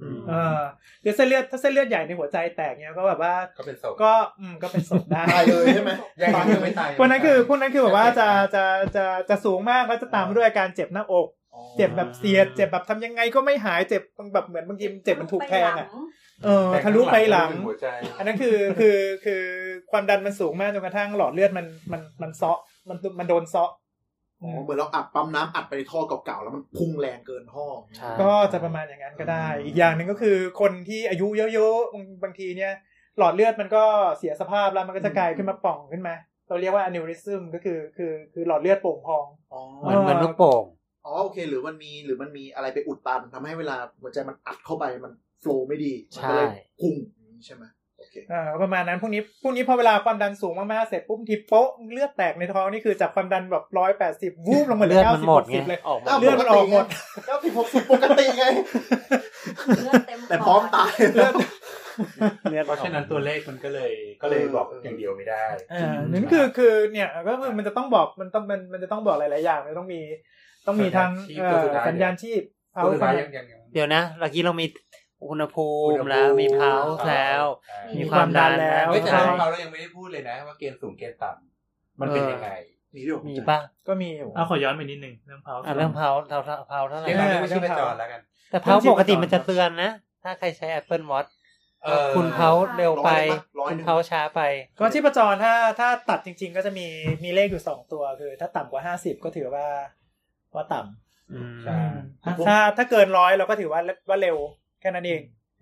อืม
เออหรือเส้นเลือดถ้าเส้นเลือดใหญ่ในหัวใจแตกเนี้ยก็แบบว่า
ก็เป็นศพ
ก็อืมก็เป็นศพได้
ตายเลยใช่ไหม
ยังยังไม่ตาย
พวกนั้นคือพวกนั้นคือแบบว่าจะจะจะจะสูงมากแล้วจะตามมาด้วยอาการเจ็บหน้าอก
อ๋อ
เจ็บแบบเสียดเจ็บแบบทำยังไงก็ไม่หายเจ็บแบบเหมือนบางทีเจ็บมันถูกแทงอ่ะเออทะลุไปหลัง
แต่ข้าหัวใจ
อันนั้นคือคือคือความดันมันสูงมากจนกระทั่งหลอดเลือดมันมันมันเซาะมันมันโดนเซาะ
อ๋อเหมือนเราอัดปั๊มน้ำอัดไปในท่อเก่าๆแล้วมันพุ่งแรงเกินท่อ
ใช่
ก็จะประมาณอย่างนั้นก็ได้ อีกอย่างหนึ่งก็คือคนที่อายุเยอะๆบางบางทีเนี่ย หลอดเลือดมันก็เสียสภาพแล้วมันก็จะกลายขึ้นมาป่องขึ้นมา เราเรียกว่าอนิวริซึมก็คือคือคือหลอดเลือดโป่งพอง
อ๋อ
เหมือนเหมือนลูกโป่ง
อ๋อโอเค หรือมันมีหรือมันมีอะไรไปอุดตันทำให้เวลาหัวใจมันอัดเข้าไปมันโฟล์ไม่ดีมันก็
ใช่
เลยพุ่งอย่างนี้ใช่ไหม
เอ่อประมาณนั้นพวกนี้พวกนี้พอเวลาความดันสูงมากๆเสร็จปุ๊บทีโป๊ะเลือดแตกในท้องนี่คือจากความดันแบบร้อยแปดสิบ180วูบลงมาเหลื
เลื
อ
อด
เก้า
มั
สิ
น
บ
หม
ห
ด
ก
ไง
สิบเลย
ออกมา
เลือดมันออกหมด
เก้าสิบหกสิบปกติไง แต่พร้อมตาย
เลือด
เพราะฉะนั้นตัวเลขมันก็เลยก็เลยบอกอย่างเดียวไม่ได้
อ่านั่นคือคือเนี่ยก็คือมันจะต้องบอกมันต้องมันมันจะต้องบอกหลาย ๆ อย่างมันต้องมีต้องมีทั้งเอ่อ
สั
สั
ญ
ญ
ญา
ญา
ณ
ณชี
ชีพ
พ
ตัวสุดท้าย
เ
ยังยังยัง
เดี๋ยวนะเมื่อกี้เรามีอุณหภู
อุณหภู
มิแล้วมีเพาส์แล้ว
อ่
มีความดันแล้ว
เฮ้ยแต่
ใช่
เพาเรายังไม่ได้พูดเลยนะ ว่าเกณฑ์สูงเกณฑ์ต่ำมันเป็นยังไง
มีด้วยเหรอ
มีป่ะ
ก็มีอยู่
เอาขอย้อนไปนิดนึงเรื่องเพา
อ่ะเรื่องเพาส์เพาส์เพาส์เท่าไหร่
เรียกเราเรียกว่าชีพจรแล้วกัน
แต่เพาส์ปกติมันจะเตือนนะ ถ้าใครใช้ Apple Watch
เ เออ
คุณเผาเร็วไป
ร้อย
คุ
ห
ณ
นึ่ง
เผาช้าไป
ก็ที่ประจรถ้าถ้าตัดจริง ๆ ก็จะมีมีเลขอยู่สองตัวคือ ถ้าต่ำกว่าห้าสิบก็ถือว่าว่าต่
อืม
ใช่
ำถ้าถ้าถ้าเกินร้อยเราก็ถือว่าว่าเร็วแค่นั้นเอง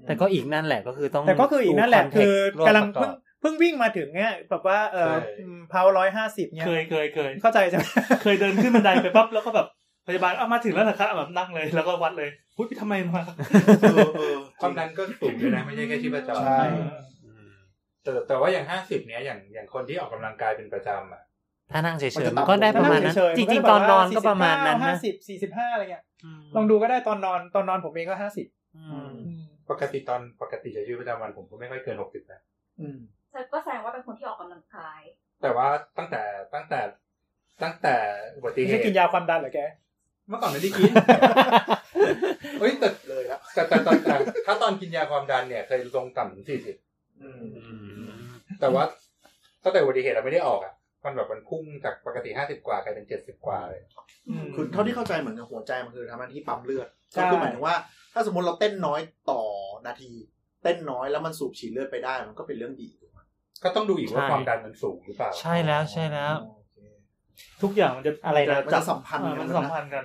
แต่ก็อีกนั่นแหละก็คือต้อง
แต่ก็คืออีกนั่นแหละ
ดู
คือ
context ร่วม
กำลัง
ป
เพิ่
ระอ
ง
บ
เพิ่งวิ่งมาถึงเนี่ยแบบว่าเออ
ใช่
เผาร้อยห้าสิบเนี่ย
เคยเคยเคย
เข้าใจใช่ไหม
เคยเดินขึ้นบันไดไปปั๊บแล้วก็แบบพยาบาลเอามาถึงแล้วนะครับแบบนั่งเลยแล้วก็วัดเลยพูดไปทำไมมา
เออเออ
ความดันก็สูงด้วยนะไม่ใช่แค่ชีพจร
ใช่
อืม
แต่แต่ว่าอย่างห้าสิบเนี้ยอย่างอย่างคนที่ออกกำลังกายเป็นประจำอ่ะ
ถ้านั่งเฉยๆมันก็ได้ประมาณนั้
ถ้ง
น
เฉยๆ
จริง
มั
ๆ ต
ก็ได้
อนนอนก็ประมาณนั้น
ห้า
นะ
สิบสี่สิบห้าอะไรเงี้ย
อืม
ลองดูก็ได้ตอนนอนตอนนอนผมเองก็ห้าสิบ
อืม
ปกติตอนปกติใช้ชีวิตประจำวันผมก็ไม่ค่อยเกินหกสิบนะ
ก็แสดงว่าเป็นคนที่ออกกำลังกาย
แต่ว่าตั้งแต่ตั้งแต่ตั้งแต่อุบัติ
ไม่
เห
ใช่
ตุ
กินยาความดันเหรอแก
เมื่อก่อนไม่ได้กิน เฮ้ยแต่
เลยแล้ว
แต่แต่ตอนแต่ถ้าตอนกินยาความดันเนี่ยเคยลงต่ำถึงสี่สิบแต่ว่าตั้งแต่อุบัติเหตุเราไม่ได้ออกอ่ะมันแบบมันพุ่งจากปกติห้าสิบกว่ากลายเป็นเจ็ดสิบกว่าเลย
คือเท่าที่เข้าใจเหมือนกับหัวใจมันคือทำหน้าที่ปั๊มเลือด
ใช่
ก็คือหมายถึงว่า ถ้าสมมติเราเต้นน้อยต่อนาที เต้นน้อยแล้วมันสูบฉีดเลือดไปได้มันก็เป็นเรื่องดีถูกไหม
ก็ต้องดูอีกว่าความดันมันสูงหรือเปล่า
ใช่แล้วใช่แล้ว
ทุกอย่างมันจะ
อะไรนะ
มันจะสัมพันธ์
อ่า
กั
มัน น
นะ
สัมพันธ์กัน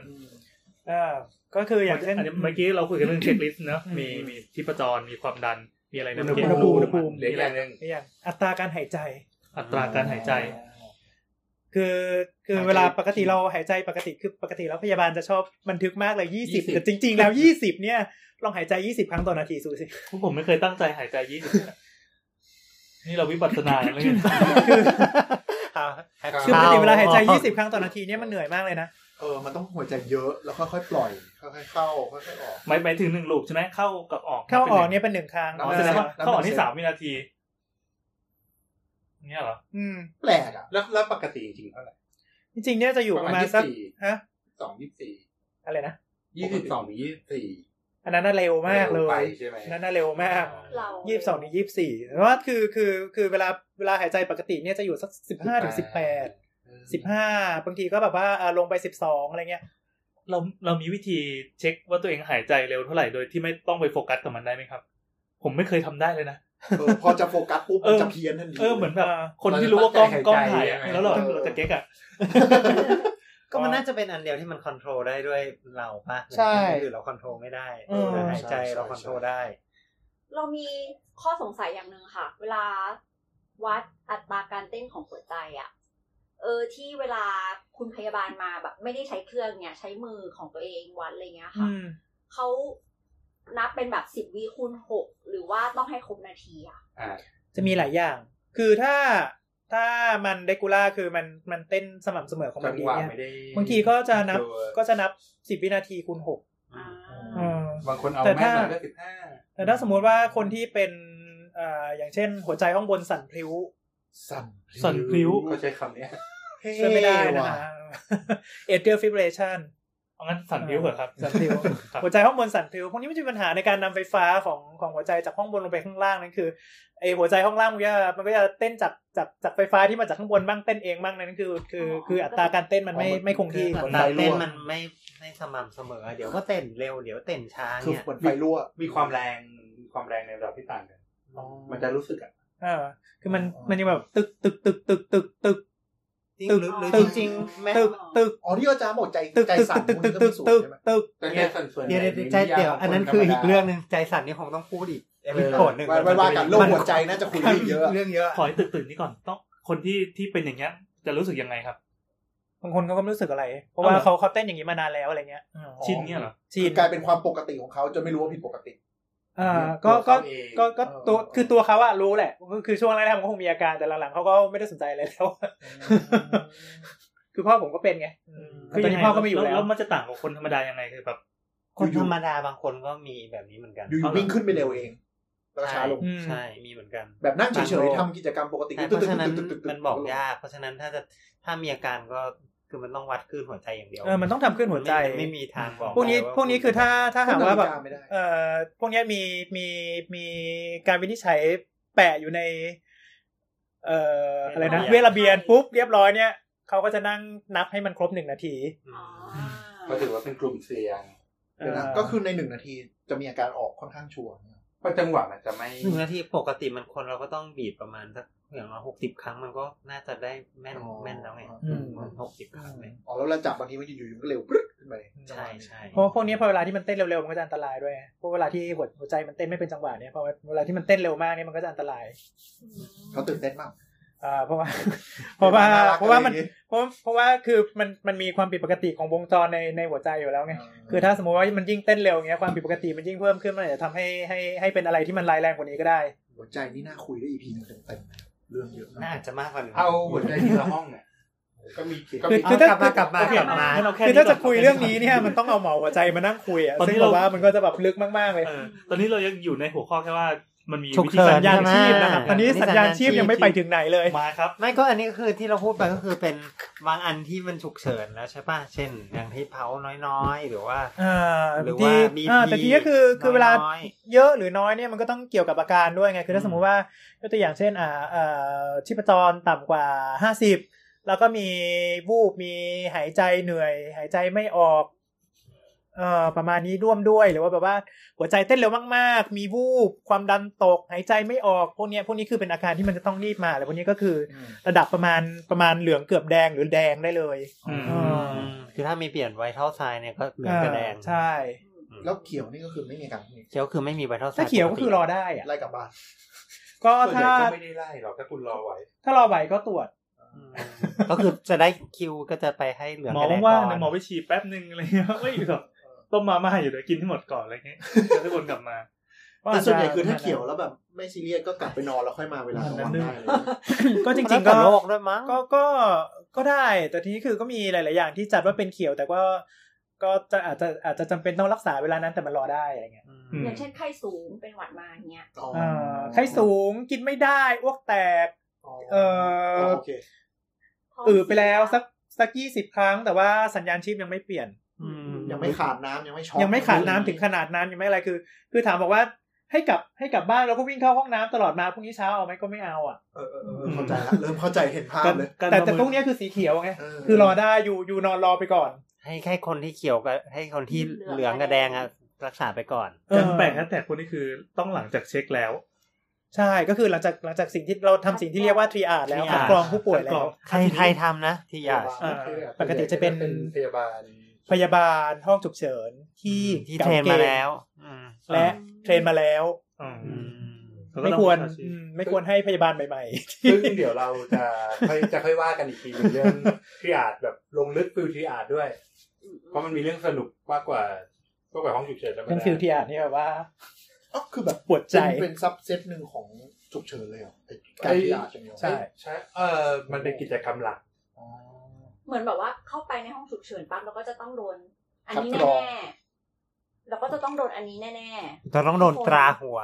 อ่าก็คืออย่างเช่น
อันนี้เมื่อกี้เราคุยกันเรื่องเช็คลิสต์เนอะ
อืม
มีมีที่ประจรมีความดันมีอะไรนะ
อุ
เมื่อกี้
ณหภูมิอุณหภูมิ
เหลืออีกอย่างหนึ่ง
อย่างอัตราการหายใจ
อัตราการหายใจ
คือคือ
หายใจ
เวลาปกติเราหายใจปกติคือปกติแล้วพยาบาลจะชอบบันทึกมากเลยยี่สิบแต่จริง ๆ แล้วยี่สิบเนี่ย ลองหายใจยี่สิบครั้งต่อนาทีสูสิ
พวกผมไม่เคยตั้งใจหายใจยี่สิบนี่เราวิปัสสนาเลย
คือปกติเวลาหายใจ
เบา
20 ครั้งต่อนาทีเนี่ยมันเหนื่อยมากเลยนะ
เออมันต้องหัวใจเยอะแล้วค่อยๆปล่อยค่อยๆเข้าค่อยๆออก
หมายหมายถึงหนึ่งลูปใช่ไหมเข้ากับออก
เข้าออกเนี่ยเป็นหนึ่งครั้ง
อ๋อ
แสดงว่าเข้าออกที่สามวินาทีเนี่ยเหรอ
อืม
แปลกอ่ะ
แล้วแล้วปกติจริงๆเท่าไหร่
จริงๆเนี่ยจะอยู่ประมาณ
ยี่
สัก
สี่
ฮะ
สองยี่สี่
อะไรนะ
ยี่สิบสองยี่สี่
อันนั้นน่ะเร็วมากเล
ไป
ย
ใช่ไหม
อันนั้นน่ะเร็วมาก
เรา
ยี่สิบสองถึงยี่สิบสี่แต่ว่าคือคือคือเวลาเวลาหายใจปกติเนี่ยจะอยู่สักสิบห้าถึงสิบแปดสิบห้าบางทีก็แบบว่าอ่าลงไปสิบสองอะไรเงี้ย
เราเรามีวิธีเช็คว่าตัวเองหายใจเร็วเท่าไหร่โดยที่ไม่ต้องไปโฟกัสกับมันได้ไหมครับ ผมไม่เคยทำได้เลยนะ
เออพอจะโฟกัสปุ๊บมันจะเพี้ยนทันที
เออเหมือนแบบ
เออ
คนที่รู้ว่ากล้อง
เราจะ
กล้องถ่ายอะ
หายใจยังไง
แล้วเรา
เออ
เราจะเก๊กอะ
ก็มันน่าจะเป็นอันเดียวที่มันคอนโทรลได้ด้วยเราปะ
ใช่
หรือเราคอนโทรลไม่ได้
เออ
แต่หายใจเราคอนโทรลได้
เรามีข้อสงสัยอย่างหนึ่งค่ะ เวลาวัดอัตราการเต้นของหัวใจอะ่ะเออที่เวลาคุณพยาบาลมาแบบ ไม่ได้ใช้เครื่องเนี่ย ใช้มือของตัวเองวัดอะไรเงี้ยค่ะ
อืม
เขานับเป็นแบบสิบวิคูณหกหรือว่าต้องให้ครบนาทีอะ
อ่า
จะมีหลายอย่าง คือถ้าถ้ามันเดกูล่าคือมันมันเต้นสม่ำเสมอของมั
จั
น
ง
ดี
หวะ
เนี่ย
ไม่ได้
บางทีก็จะนับ
เยอ
ก็จะนับสิบวินาทีคูณหก
อ่า
เออ
บางคนเอา
แต่
แม่
ถ้า
มาได้สิบห้า
แต่ถ้าสมมุติว่าคนที่เป็นเอ่ออย่างเช่น หัวใจข้างบนสั่นพลิ้ว
สั่น
สั่นพลิ้ว
ก็ใช้คำเนี้ย
ช่วยไม่ได้นะคะ atrial fibrillation
เอางั้นสั่นพลิ้วเหรอครับ
สั่นพลิ้ว
ครับ
หัวใจข้างบนสั่นพลิ้วพวกนี้มันจะมีปัญหาในการนำไฟฟ้าของของหัวใจจากข้างบนลงไปข้างล่างนั่นคือไอหัวใจข้างล่างมันก็มันก็จะเต้นจากจากจากไฟฟ้าที่มาจากข้างบนบ้างเต้นเองบ้างนั่นคือคือคืออัตราการเต้นมันไม่ไม่คง
คื
ที่
ออัตราเต้นมันไม่ไม่สม่ำเสมอ เดี๋ยวก็เต้นเร็วเดี๋ยวเต้นช้า
คือ
เนี่ย
เหมือนไฟรั่ว
มีความแรงมีความแรงในระดับที่ต่างกัน มันจะรู้สึกอ่ะ
เออคือมันมันยังแบบตึกตึกตึกตึกตึกตึก
จริง
ตึก
หรือหรือ
ตึ
จ
ก
ริงๆแม้
ตึกตึก
อ๋อที่อาจารย์บอกใจ
ตึก
ใจ
ตึก
สั่น
ตึก
พว
ตึก
นี้ก็
ตึ
มี
ก
ส่วน
ตึกตึก
ใช่ไหม
แต่เนี่ยส่วนส่วน
เดี๋ยว
ใหญ่
เดี๋ยวใจเดี๋ยวอันนั้นคืออีกเรื่องหนึ่งใจสั่นนี่คงต้องพูดอีกเอพิโซดหนึ่ง
ไว้ไว้ว่ากันโรคหัวใจน่าจะคุยได้เยอะ
เรื่องเยอะ
ขอให้ตื่นๆนี่ก่อนต้องคนที่ที่เป็นอย่างเงี้ย จะรู้สึกยังไงครับ
บางคนเขาก็ไม่รู้สึกอะไร เพราะว่า
เอาเหรอ
เขาเขาเต้นอย่างนี้มานานแล้วอะไรเงี้ยอืม
ชินเงี้ยเหรอ
ชิ
คื
น
อกลายเป็นความปกติของเขาจนไม่รู้ว่าผิดปกติ
อ่าก็ก็
เอง
ก็ก็
เออ
ตัวคือตัวเขาอะรู้แหละคือคือช่วงแรกๆมันก็คงมีอาการแต่หลังๆเขาก็ไม่ได้สนใจอะไรแล้ว คือพ่อผมก็เป็นไง คือตอนนี้
ยังไง
พ่อก็ไม่อยู่แล้ว
แล้วมันจะต่างกับคนธรรมดายังไงคือแบบ
คนธรรมดาบางคนก็มีแบบนี้เหมือนกัน
อยู่
เอา
ๆ
เหรอ
วิ่งขึ้นไปเร็วเองแล้วก็
ใช่
ช้าลง
ใช่มีเหมือนกัน
แบบนั่งเฉย
บางโลก
ๆทำกิจกรรมปกติ
แต่เพ
ตึ๊ด
ราะฉะนั้น
ตึ๊ดตึ๊ดตึ๊ดตึ๊ด
มันบอกยาก เพราะฉะนั้นถ้าจะถ้ามีอาการก็คือมันต้องวัดคลื่นหัวใจอย่างเดียว
เออมันต้องทำขึ้นหัวใจ
ไม่ไม่มีทางบอก
พวกนี้
ได้า
พวกนี้คือถ้าถ้าหากว่าแบบ
นฬิไม่ได้
เอ่อพวกเนี้ยมีมีมีการวินิจฉัยแปะอยู่ใน เอ่ออะไรนะเวลาเบียนปุ๊บเรียบร้อยเนี่ยเขาก็จะนั่งนับให้มันครบหนึ่งนาที
อื
อ๋อ
ม
อ่า
ก็ถือว่าเป็นกลุ่มเสี่ยง
เดี๋ยวนะก็คือในหนึ่งนาทีจะมีอาการออกค่อนข้างชัวร์เพ
ก็จังหวะมันจะไม่
หนึ่งนาทีปกติมันคนเราก็ต้องบีบประมาณสักอย่างน้อยหกสิบครั้งมันก็น่าจะได้แม่น
อ๋อ
แม่นแล้วไง
อืม
หกสิบครั้งเลย
อ๋อแล้วเราจับบางทีมันอยู่ๆมันก็เร็วปึ๊ดขึ้นไป
ใช่ใช่
เพราะว่าพวกนี้พอเวลาที่มันเต้นเร็วๆมันก็จะอันตรายด้วยเพราะเวลาที่หัวหัวใจมันเต้นไม่เป็นจังหวะเนี่ยพอเวลาที่มันเต้นเร็วมากเนี่ยมันก็จะอันตราย
เขาตื่นเต้นมาก
อ่าเพรา ะว่า เพราะว่า
น่ก
เพราะว่ามัน
อไอย่งงี้
เพราะเพราะว่าคือมันมันมีความผิดปกติของวงจรในในหัวใจอยู่แล้วไงคือถ้าสมมติว่ามันยิ่งเต้นเร็วเงี้ยความผิดปกติมันยิ่งเพิ่มขึ้นมันอาจจะทำให้ให้ให้เป็นอะไรที่มันร้ายแรงกว่านี้ก็ได้
หัวใจนี่น่าคุยได้อีพีนึงเต็มๆนะครับเรื่องเยอะ
น่าม
าก
จะมากกว่าหนึ่ง
เอาหัวใจทีละห้องเนี่ยก็มีก็
คื
มี
อคื
เอา
อถ้า
กลับมากลับมา
โอเค
กลับมา
งั้นเแ
คือถ้าจะ
ดีกว่
คุยเรื่องนี้เนี่ยมันต้องเอาหมอหัวใจมานั่งคุยอ่ะ
ตอนนี้
ซึ่งแบบ
เรา
ว่ามันก็จะแบบลึกมากๆเลย
เออตอนนี้เรายังอยู่ในหัวข้อแค่ว่ามันมี
ฉุก
วิธี
เฉิน
สัญญาณ
ใช่
ชีพ
ไหม
นะครับ
ตอนนี้สัญญาณชีพยังไม่ไปถึงไหนเลย
มาครับ
ไม่ก็อันนี้ก็คือที่เราพูดไปก็คือเป็นบางอันที่มันฉุกเฉินแล้วใช่ป่ะ เช่น อย่างที่เผาน้อยๆ หรือว่า
อ่า
หรือ
ที
ว่า
อ่าแต่ทีก็คือคือเวลา
น้อย
เยอะหรือน้อยเนี่ยมันก็ต้องเกี่ยวกับอาการด้วยไงคือถ้าสมมุติว่ายกตัวอย่างเช่นอ่าเอ่อชีพจรต่ำกว่า 50 แล้วก็มีวูบมีหายใจเหนื่อย หายใจไม่ออกเอ่อประมาณนี้ร่วมด้วยหรือว่าแบบว่าหัวใจเต้นเร็วมาก ๆ มีวูบความดันตก หายใจไม่ออกพวกเนี้ยพวกนี้คือเป็นอาการที่มันจะต้องรีบมาแต่พวกนี้ก็คือระดับประมาณประมาณเหลืองเกือบแดงหรือแดงได้เลย
อืม
อืมคือถ้ามีเปลี่ยนไวท์เท่าทรายเนี่ยก็เหลืองกับแดง
อ่าใช่
แล้วเขียวนี่ก็คือไม่มีอาการพวกนี้
เขียวคือไม่มีไวท์เท่าทราย
ถ้าเขียวก็คือรอได้อะ
ไล่กลับบ้าน
ก็
ส่วนใหญ่
ถ้า
ก็ไม่ได้ไล่หรอกถ้าคุณรอไหว
ถ้ารอไหวก็ตรวจ
อืมก็คือจะได้คิวก็จะไปให้เหลือง
หมอ
กับแดง
ว่า
ก่
งๆ
อ
นะ
น
หมอไปฉี่แป๊บนึงอะไรเงี้ยไม่อยู่หรอกต้มมาม่าอยู่เดี๋ยวกินให้หมดก่อนอะไรเงี้ยแล้วทุกคนกลับมา
แต่ส่วนใหญ่คือถ้าเขียวแล้วแบบไม่ซีเรียสก็กลับไปนอนแล้วค่อยมาเวลากลางวันได้เลย
ก็จ
มัน
ริงๆ
แล้วแต่
ก็
โรคด้วยมั้ง
ก็ก็ก็ได้ แต่ทีนี้คือก็มีหลาย ๆ อย่างที่จัดว่าเป็นเขียว แต่ก็ก็จะอาจจะอาจจะจำเป็นต้องรักษาเวลานั้นแต่มันรอได้อะไรเงี้ย
อืม
อย่างเช่นไข้สูงเป็นหวัดมาอย่างเงี้ย
อ่าไข้สูงกินไม่ได้อ้วกแตก เอ่อ
โอเค
อืดไปแล้วสักสักยี่สิบครั้ง แต่ว่าสัญญาณชีพยังไม่เปลี่ยน
ยังไม่ขาดน้ำยังไม่ช็อต
ยังไม่ขาดน้ำถึงขนาดนั้นยังไม่อะไรคือ คือถามบอกว่าให้กลับให้กลับบ้านแล้วก็วิ่งเข้าห้องน้ำตลอดมาพรุ่งนี้เช้าเอาไหมก็ไม่เอาอ่ะ
เออเออเออเข้าใจละเริ่มเข้าใจเห็นภาพเลย
การ
แต่
ประ
แต่
เมิน
พวกเนี้ยคือสีเขียวไง
เ
คือรอได้อยู่อยู่นอนรอไปก่อน
ให้แค่คนที่เขียวกับให้คนที่เหลืองกับแดงอะรักษาไปก่อน
การแปลกแฮชแท็กคนนี้คือต้องหลังจากเช็คแล้ว
ใช่ ก็คือหลังจากหลังจากสิ่งที่เราทำสิ่งที่เรียกว่าทรีอาแล้ว
triage
คัดกรองผู้ป่วยแล้
คัดกรอ
ว
ง
ใครใครทำนะที่ยา
อ่าป
ป
ก
ก
ติ
ติ
จะ
จะ
เป็
เป็น นพยาบาล
พยาบาลห้องฉุกเฉินที่
ที่
ก่
เทรนมา
ณฑ์
แล้วอืม
และเทรนมาแล้ว
อืม
อืม
เขาก็
ไม่
ต้อง
ควร
อาชีพ
อืมไม่ควรให้พยาบาลใหม่
ซึ่งเดี๋ยวเราจะค่อยจะค่อยว่ากันอีกทีหนึ่งเรื่องที่อาจแบบลงลึกฟิลที่อาจด้วย เพราะมันมีเรื่องสนุกมากกว่ามากกว่าห้องฉุกเฉินธรร
ๆ
ม
เป็น
ดา
ฟิลที่อาจนี่แบบว่า
ก็คือแบบ
ปวดใจ
เป็นเป็นซับเซตหนึ่งของฉุกเฉินเลยเหรอไอ้การที่อาจจะมี
ใช่
ใช่ใช่เออมันเป็นกิจกรรมหลัก
อ๋อ
เหมือนแบบว่าเข้าไปในห้องฉุกเฉินปั๊บเราก็จะต้องโดน อันนี้
รับรอง
แน่ๆเราก็จะต้องโดนอันนี้แน่
จะต้องโดนตราหัว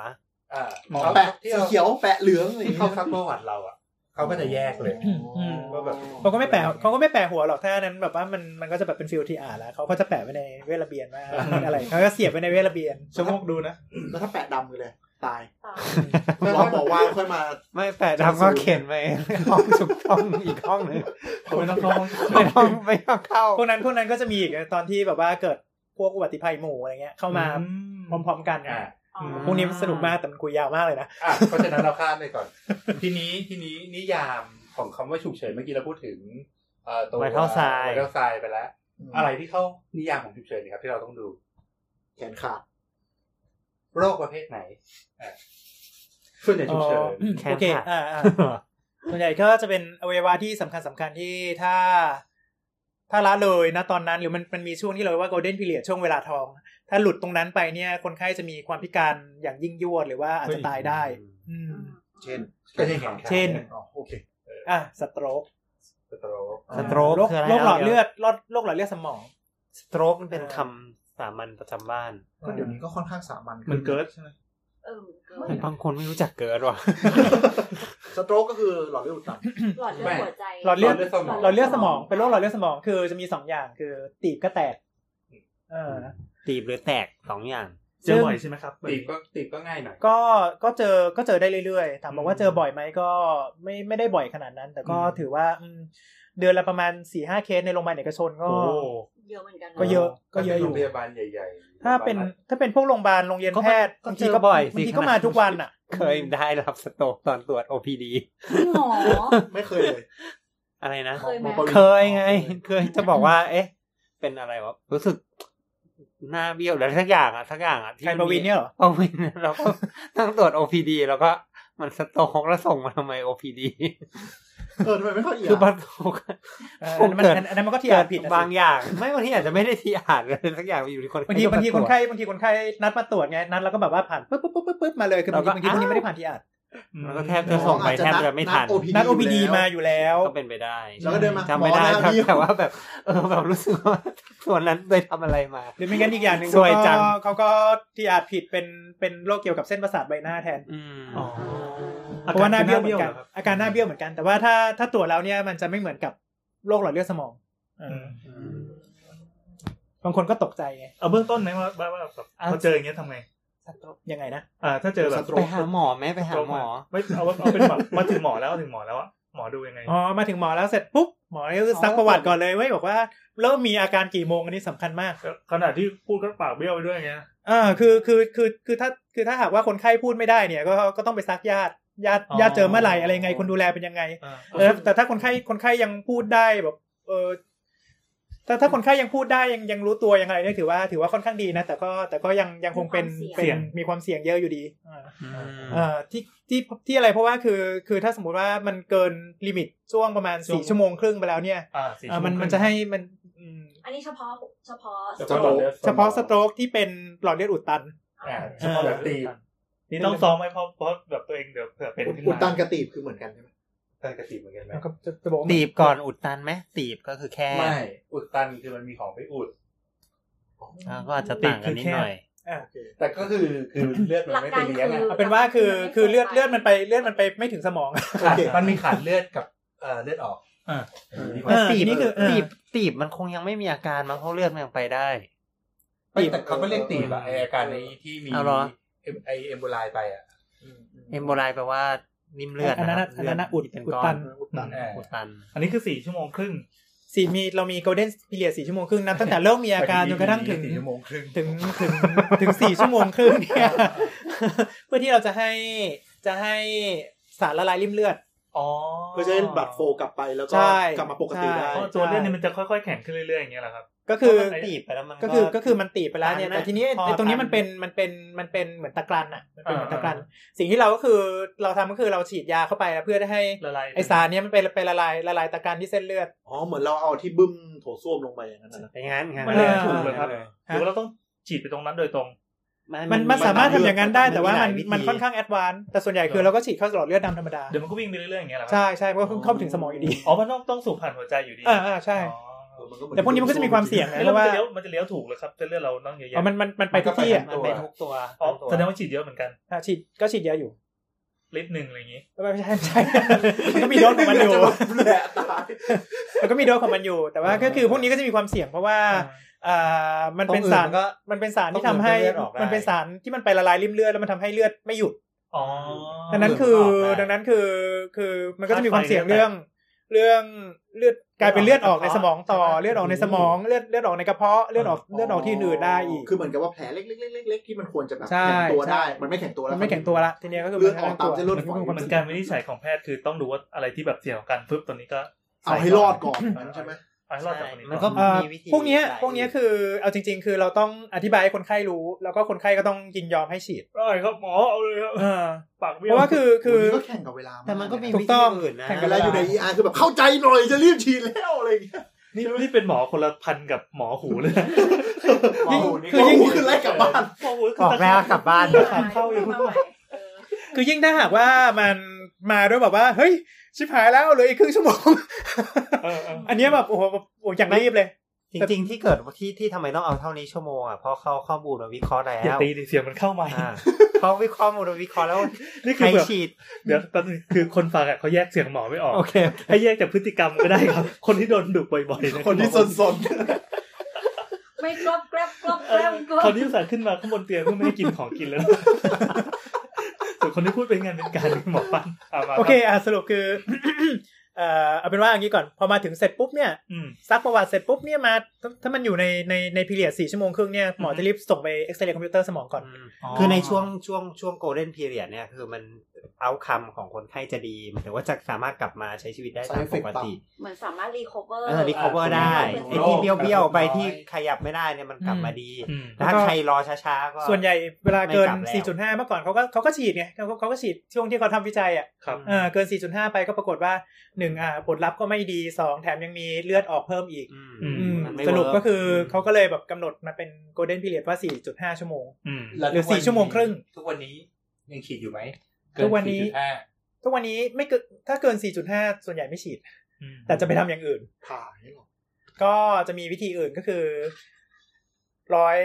อ่า
หมอ
เขา
แปะ
ที่
สีเขียวแปะเหลืองอะไรอย่ง
ที่
งี้ย
เขาซักประวัติเราอ่ะเขาก็จะแยกเลย
อืม
ว่าแบบ
เขาก็ไม่แปะเขาก็ไม่แปะหัวหรอกถ้าอันนั้นแบบว่ามันมันก็จะแบบเป็นฟิลที่อาจแล้วเขาก็จะแปะไว้ในเวลระเบียนว่าอะไรเขาก็เสียบไว้ในเวลระเบียนชะโงกดูนะ
แล้วถ้าแปะดำกันเลย ตาย
ๆตาม
รอหมอว่างค่อยมา
ไม่แปะดำก็เข็นไปห้องถูกต้องอีกห้องหนึ่ง
ไม่ต้องเข้าห้องฉุกเฉิ
ไม่
น
ต้องไม่ต้องเข้า
พวกนั้นพวกนั้นก็จะมีอีกตอนที่แบบว่าเกิดพวกอุบัติภัยหมู่อะไรเงี้ยเข้ามา
อื
พร้อมๆกัน
อ่า
อ๋อ
พวกนี้มันสนุกมากแต่มันคุยยาวมากเลยนะ
อ่ะเพราะฉะนั้นเราข้ามไปก่อน ทีนี้ทีนี้นิยามของคำว่าฉุกเฉินเมื่อกี้เราพูดถึงเอ่อตัว
Vital sign
ไวท์เท่าไซไปแล้ว อะไรที่เข้านิยามของฉุกเฉินเนี่ยครับที่เราต้องดู
แขนขาด
โรคประเภทไหนอ่ะส่วนใหญ่ฉุกเฉิน
แขน
โอเค
หัก
อ่าอ่าส่วนใหญ่ก็จะเป็นอวัยวะที่สำคัญสำคัญที่ถ้า ถ้าละเลยนะตอนนั้นหรือมันมันมีช่วงที่เราเรียกว่า golden period ช่วงเวลาทอง ถ้าหลุดตรงนั้นไปเนี่ย คนไข้จะมีความพิการอย่างยิ่งยวดหรือว่าอาจจะตายได้ อืม
เช่น
ก็เช่นแขนขา
เช่น
อ๋อโอเค
อ่ะสโตรก
สโตรก
สโตรก
โรค
คืออะไร
โรคหลอด
นะ
เลือดโรคโรคหลอดเลือดสมอง
สโตรกมันเป็นคำสามัญประจำบ้าน
ก็เดี๋ยวนี้ก็ค่อนข้างสามัญ
มันเกิดใช่ไหม
เออ
แต่บางคนไม่รู้จักเกิดว่ะ
สโตรกก็คือหลอดเลือดอุดตัน
หลอดเลือดหัวใจ
หลอดเลือด
สมอง
หลอดเลือดสมองเป็นโรคหลอดเลือดสมองคือจะมีสองอย่างคือตีบก็แตกเออ
ตีบหรือแตกสองอย่าง
เจอบ่อยใช่ไหมครับ
ตีบก็ตีบก็ง่ายหน่อย
ก็ก็เจอก็เจอได้เรื่อยๆ ถามบอกว่าเจอบ่อยไหมก็ไม่ไม่ได้บ่อยขนาดนั้น แต่ก็ถือว่าอืม เดือนละประมาณสี่ห้าเคสในโรงพยาบาลเอกชนก็
โอ้
เยอะเหมือนกันน
ก็เยอะก็เยอะอ
โร
ยู่
งพยาบาลใหญ่ๆ
ถ้าเป็นถ้าเป็นพวกโรงพยาบาลโรงเรียนแพทย์
ก็
บาง
เจ
ที
อ
ก็
บ่อยสิ
บางที
ขนาด
ก็มาทุกวันอ่ะ
เคยได้รับสโตรกตอนตรวจ OPD
จริงเหรอ
ไม่เคยเลย
อะไรนะ
เคยไหม
เคยไง เคยจะบอกว่า เอ๊ะ เป็นอะไรวะ รู้สึกหน้าเบี้ยวแล้วสักอย่างอ่ะสักอย่างอ่ะที่
ไกลประวินเนี่ยเหรอ
ประวินแล้วก็ตั้งตรวจ OPD แล้วก็มันสโตรกแล้วส่งมาทำไม OPD
เออทำไมไม่ค่อยเอีย
คือ
ด
ประสบ
เออ
ผม
อันนั้นมัน
เกิด
อันนั้นมันก็ที่
เกิ
อ่า
ด
นผิดอะ
บางอย่าง ไม่บางทีอาจจะไม่ได้ทีอ่านเลยสักอย่างอยู่ที่คน
บางที
ก็
บางที
ต
ค
รวน จ
ไข้บางทีคนไข้นัดมาตรวจไงนัดแล้วก็แบบว่าผ่านปุ๊บปุ๊บปุ๊บปุ๊บปุ๊บมาเลยคือบางทีบางทีพ
แล้วก็
วกนี้
อ้าว
ไม่ได้ผ่านที่อ่าน
แล้วก็แทบจะส่งไปแทบจะไม่ทัน
นัด OPD มาอยู่แล้ว
ก็เป็นไปได้
แล้วก็เดินมา
จำไม่ได้
หอ
ครับ
นะ
แต่ว่าแบบ เออแบบรู้สึกว่าส่วนนั้นไปทำอะไรมา
หรือไม่งั้นอีกอย่างหนึ่ง
ซวยจัง
เขาก็เขาก็ที่อาจผิดเป็นเป็นโรคเกี่ยวกับเส้นประสาทใบหน้าแทน
อืม
อ๋อ
เพราะว่าหน้าเบี้ยวเหมือนกัน
หรครับ
อาการหน้าเบี้ยวเหมือนกันแต่ว่าถ้าถ้าตรวจแล้วเนี่ยมันจะไม่เหมือนกับโรคหลอดเลือดสมองเอออบางคนก็ตกใจไง
เอาเบื้องต้นไหมว่าว่าว่าแบบพอเจออย่างเงี้ยทำไง
ยังไงนะ
อ่า ถ้าเจอแบบ
ไปหาหมอไหมไปหาหมอ
ไม่เอาว่าเอาเป็นแบบมาถึงหมอแล้วถึงหมอแล้วอะหมอดูยังไง
อ๋อ มาถึงหมอแล้วเสร็จปุ๊บ หมอก็คือซักประวัติก่อนเลยเว้ยบอกว่าเริ่มมีอาการกี่โมงอันนี้สำคัญมาก
ขณะที่พูดก็ปากเบี้ยวไปด้วยไง
อ่าคือคือคือคือถ้าคือถ้าหากว่าคนไข้พูดไม่ได้เนี่ยก็ก็ต้องไปซักญาติญาติญาติเจอเมื่อไหร่อะไรไงคนดูแลเป็นยังไง
อ่า
เออแต่ถ้าคนไข้คนไข้ยังพูดได้แบบเออแต่ถ้าคนไข้ยังพูดได้ยังยังรู้ตัวยังไงเนี่ยถือว่าถือว่าค่อนข้างดีนะ แต่ก็แต่ก็ยังยังคงเป็นเป็นมีความเสี่ยงเยอะอยู่ดีอ่า เอ่อที่ที่ที่อะไรเพราะว่าคือคือถ้าสมมุติว่ามันเกินลิมิตช่วงประมาณสี่ชั่วโมงครึ่งไปแล้วเนี่ย
อ่าสี่
เอ่อ
ชั่วโง
มัน
ครึ่ง
มันจะให้มันอืม
อันนี้เฉพาะเฉพาะ
เฉพาะหลอดลือด
เฉพาะสโตรกที่เป็นหลอดเลือดอุดตัน
อ่าเฉพาะแบบตีบ
นี่ต้องซ้อมไหมเพราะเพราะแบบตัวเองเดี๋ยวเผื่อเป็นขึ้น
อุด
มา
ตันกระตีบคือเหมือนกันใช่ไหม
ตันกระติบเหมือนกันไหม
แล้วก็จะจะบอกว่า
ตีบก่อนอุดตันไหมตีบก็คือแค่
ไม่ อุดตันคือมันมีของไปอุด
อ่าก็อาจจะต่างกันนิดหน่อย
แต่ก็คือคือเลือดมันไม่ไปเลี้ยง
หลักกา
อะ
ร
เอาเป็นว่าคือคือเลือดเลือดมันไปเลือดมันไปไม่ถึงสมอง
ขาดมันมีขาดเลือดกับเอ่อเลือดออก
อ่า
เออดีกว่า
แต่
เออ
ตีบ
นี่คือเออ
ตีบตีบมันคงยังไม่มีอาการมั้งเพราะเลือดมันยังไปได้
แต่เขาก็เรียกตีบอะไออาการในที่มี
เอาเหรอ
เอ็มไอเอ็มโบไลไปอะ
เอมโบไลแปลว่านิ่มเลือด
อันนั้นน่ะ
ครับ
อันนั้นน่ะ
เลื
อุด
ที่เป็น
อุด
ก้อ
ตั
น
น
อุดตัน
เออ
อุดตัน
อันนี้คือสี่ชั่วโมงครึ่ง
สี่มีเรามีโกลเด้นพิเรียสี่ชั่วโมงครึ่งนับตั้งแต่เริ่มมีอาการจนกระทั่งถึง
สี่ชั่วโมงครึ่ง
ถึงถึงถึงสี่ชั่วโมงครึ่งเนี่ย เพื่อที่เราจะให้จะให้สารละลายริ่มเลือด
อ๋อ
เพื่อจะให้บัตรโฟกลับไปแล้วก็
ใช่
กลับมาปกติได้
ใช่
ตัวเลือดเนี่ยมันจะค่อยๆแข็งขึ้นเรื่อยๆอย่างเงี้ยเหรอครับ
ก็คือ
มันตีบไปแล้วมัน
ก็คือก็คือมันตีบไปแล้วเนี่ย
ตันนะ
แต่ทีนี้
พอ
ไอ้ตรงนี้
ตัน
มันเป็นมันเป็นมันเป็นเหมือนตะกรันอ่ะมันเป็นเหมือนตะกรัน
อ่
สิ่งที่เราก็คือเราทำก็คือเราฉีดยาเข้าไปเพื่อให้
ละลาย
ไอสารเนี้ยมันไปไปละลายละลายตะกรันที่เส้นเลือด
อ๋อ เหมือนเราเอาที่บึ้มโถส้วมลงไปอย่างนั้นนะ
ไปงั้นงั้น
มันเลย
เออ
ถูกเลยครับ
เออ
หรือว่าเราต้องฉีดไปตรงนั้นโดยตรง
มันมันสามารถทำอย่างนั้นได้แต่ว่ามัน
หลยวิธี
มันค่อนข้างแอดวานซ์แต่ส่วนใหญ่
เออ
คือเราก็ฉีดเข้าหลอดเลือดดำธรรมดา
เดี๋ยวมันก็วิ่งไปเรื่อยๆอย่างเงี้ยเหรอครั
ใช่ใช่เพราะว่าเข้าไปถึงสมองอยู่ดี
อ๋อมันต้องต้องสูบผ่านหัวใจอยู่ดี
อ่าอ่าใช่
อ๋อ
แต่พวกนี้มันก็จะมีความเสี่ยงนะ
แล้ว
เพราะ
มันจะ
ว่า
เลี้ยวมันจะเลี้ยวถูกเลยครับเส้นเลือดเราต้องเยอะ
อ๋อ
แยะ
มันมันมันไปทุกที่อ่ะ
มันไปทุกตัว
อ๋อ
ทุกตัว
แสดงว่าฉีดเยอะเหมือนกัน
อ่ะฉีดก็ฉีดยาอยู่
ลิตรหนึ่งอะไรอย่างงี้
ไม่ไม่ใช่ ไม่ใช่มันก็มีโดสของมัน อยู่
แหละตาย
มันก็มีโดสของมันอยู่ แต่ว่าก็คือพวกนี้ก็จะมีความเสี่ยงเพราะว่าอ่ามันเป็นสาร
ก็
มันเป็นสารที่
ต้
ทำ
อง
ให้
เลือดออกได้
มันเป็นสารที่มันไปละลายริมเลือดแล้วมันทำให้เลือดไม่หยุด
อ๋อ
ดังนั้นคือ
เลือดออกได้
ดังนั้นคือคือมันก็จะมีความเสี่ยง
ไฟเลือด
เรื่อง เรื่องเลือดกลายเป็นเลือดออกในสมองต่อเลือดออกในสมองเลือดเลือดออกในกระเพาะเลือดออกเลือดออกที่อื่นได้อีก
คือเหมือนกับว่าแผลเล็กๆๆๆที่มันควรจะแบบ
ใช่
แข็งตัว
ใช่
ได้ มันไม่แข็งตัวแล้
มั
วน
ไม่แข็งตัวละทีเนี้ยก็คือ
เลือดออกตาม
มัน
เส้นเลือดฝอย
เหมือนการวินิจฉัยของแพทย์คือต้องดูว่าอะไรที่แบบเสี่ยงของกันปุ๊บตัวนี้ก็
เอาให้รอดก่อนนั้นใช่ไหม
เอาให้รอดจากตัวนี้
มัน
ก่
ก็
อน
เอ่อ
มีวิธี
พวกเนี้ย
หลาย
พวกเนี้ยคือเอาจริง ๆ คือเราต้องอธิบายให้คนไข้รู้ แล้วก็คนไข้ก็ต้องยินยอมให้ฉีด
ได้ครับหมอเอาเลยครับปาก
เพราะว่าคือคือ
วันนี้ก็แข่งกับเวลา
แต่มันก็มี
ถู
วิ
กต้
ธี
อง
อื่นนะ
แข่งกั
เวน ลาอยู่ใน ER คือแบบเข้าใจหน่อยจะรีบฉีดแล้วอะไรอย่างเงี้ย
นี่นี่เป็นหมอคนละพันกับหมอหูเลย
หมอหูนี่ก็หมอหูคือไล่กลับบ้าน
หมอหู
ออกแล้วกลับบ้าน
เข้าอยู่
มาใหม่เออ
คือยิ่งถ้าหากว่ามันมาด้วยแบบว่า เฮ้ย ชิบหายแล้วเหลืออีกครึ่งชั่วโมง
เออเออ
อันเนี้ยแบบโอ้โหแบบโอ้โหอย่างรีบเลย
จริงๆที่เกิดที่ที่ทำไมต้องเอาเท่านี้ชั่วโมงอ่ะเพราะเขาข้อมูลมาวิเคราะห์แล้
อย่าว ตีดิเสียงมันเข้าใหม่
อ่าเขาวิเคราะห์ข้อมูลมาวิเคราะห์ แล้ว
นี่คื
ใคร
อแบบ
ฉีด
เดี๋ยวแป๊บนึงคือคนฟังอ่ะเขาแยกเสียงหมอไม่ออก
โอเค
ให้แยกจากพฤติกรรมก็ได้ครับ คนที่โดนดุบ่อยๆเย
คนที่สน
ไม่กรอบแกรบกรอบ
เอ
แกร
อบ
กรอบ
คนที่สั่งขึ้นมาข้างบนเตียงเพื่อไม่ให้กินของกิน แล้วส่วนคนที่พูดเป็นงานเป็นการหมอปันมารับ
โอเคอ่ะสรุปคือ เอ่อเอาเป็นว่าอย่างนี้ก่อนพอมาถึงเสร็จปุ๊บเนี่ย
อืม
ซักประวัติเสร็จปุ๊บเนี่ยมาถ้าถ้ามันอยู่ในในในพีเรียดสี่ชั่วโมงครึ่งเนี่ยหมอ
อืม
จะรีบส่งไปเอ็กซเรย์คอมพิวเตอร์สมองก่อน
คือในช่วงช่วงช่วงโกลเด้นพีเรียดเนี่ยคือมันเอาคำของคนไข้จะดีหมายถึงว่าจะสามารถกลับมาใช้ชีวิตได้ตาม
Side
ป
effect
กติ
เหมือนสามารถรีคอเวอร์
เออรีคอเวอร์ได้ไอ้ที่เบี้ยวเบี้ยวๆไปที่ขยับไม่ได้เนี่ยมันกลับมาดี
อืม
แต่ถ้าใครรอช้าๆก็
ส่วนใหญ่เวลาเกิน
ไม่กลับแล้ว
4.5 เมื่อก่อนเขาก็เขาก็ฉีดไงเขาก็เขาก็ฉีดช่วงที่เขาทำวิจัยอ่ะ
ครับ
เออเกิน 4.5 ไปก็ปรากฏว่าหนึ่งอ่าผลลัพธ์ก็ไม่ดีสองแถมยังมีเลือดออกเพิ่มอีก
อืม
อื
อืม
มันไม่
สรุปก็คือ
เวิร์ก
เขาก็เลยแบบกำหนดมาเป็นโกลเด้นพีเรียดว่า 4.5 ชั่วโมง
อืม
แล้
หรือ
ทุกน
4ชั่วโมงครึ่ง
ทุกวันนี้ยังฉีดอยู่ไหม
ทุกวันนี้
เ4.5
ทุกวันนี้ไม่เกินถ้าเกิน 4.5 ส่วนใหญ่ไม่ฉีด แต่จะไปทำอย่างอื่น
ผ่าอย่างนี้หรอ
ก็จะมีวิธีอื่นก็คือร้อย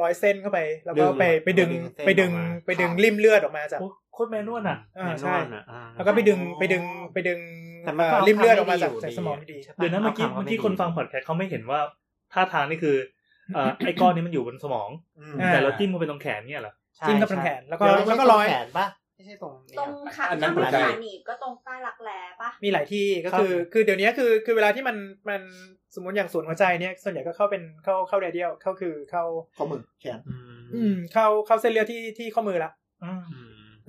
ร้อยเส้นเข้าไป แล้วก็ไปไปดึงไปดึงไปดึงริมเลือดออกมาจาก
โอ้โคตรแมนนวลอ่ะ
อ่า
แน่น
ใช่
อนอ่ะอ่า
แล้วก็ไปดึงไปดึงไปดึง
แต่มันก็เอา
เอ่อริมเลือดออกมา
คำไม่
จาก
ดีอยู่
จากสมองที่ดี
ดี
เดี๋ยวนะ
เอา
เมื่อกี้
คำว่า
เมื่อกี้
ไม่ดี
คนฟังพอดแคสต์เขาไม่เห็นว่าท่าทางนี่คือเอ่อ ไอ้ก้อนนี้มันอยู่บนสมอง
อืม
า
แต่เราจิ้มมันเป็นตรงแขนเนี่ยเหรอ
ใช่
จิ้มกับตรงแขนแล้วก็
เดี๋ยไม่
แล้วก็
ใช่ตง
ร้อย
แขนปะไม่ใช่ตรงเนี่ย
ตรงขา
อันนั้
ข้าน ง
หัวใจ
ขาหนีบก็ตรงใต้รักแร้ปะ
มีหลายที่ก็คือ คือเดี๋ยวนี้คือคือเวลาที่มันมันสมมติอย่างศูนย์หัวใจเนี่ยส่วนใหญ่ก็เข้าเป็นเข้าเข้าเรเดียลเข้าคือเข้า
ข้อมือแขน
อืมเข้าเข้าเส้นเลือดที่ที่ข้อมือละ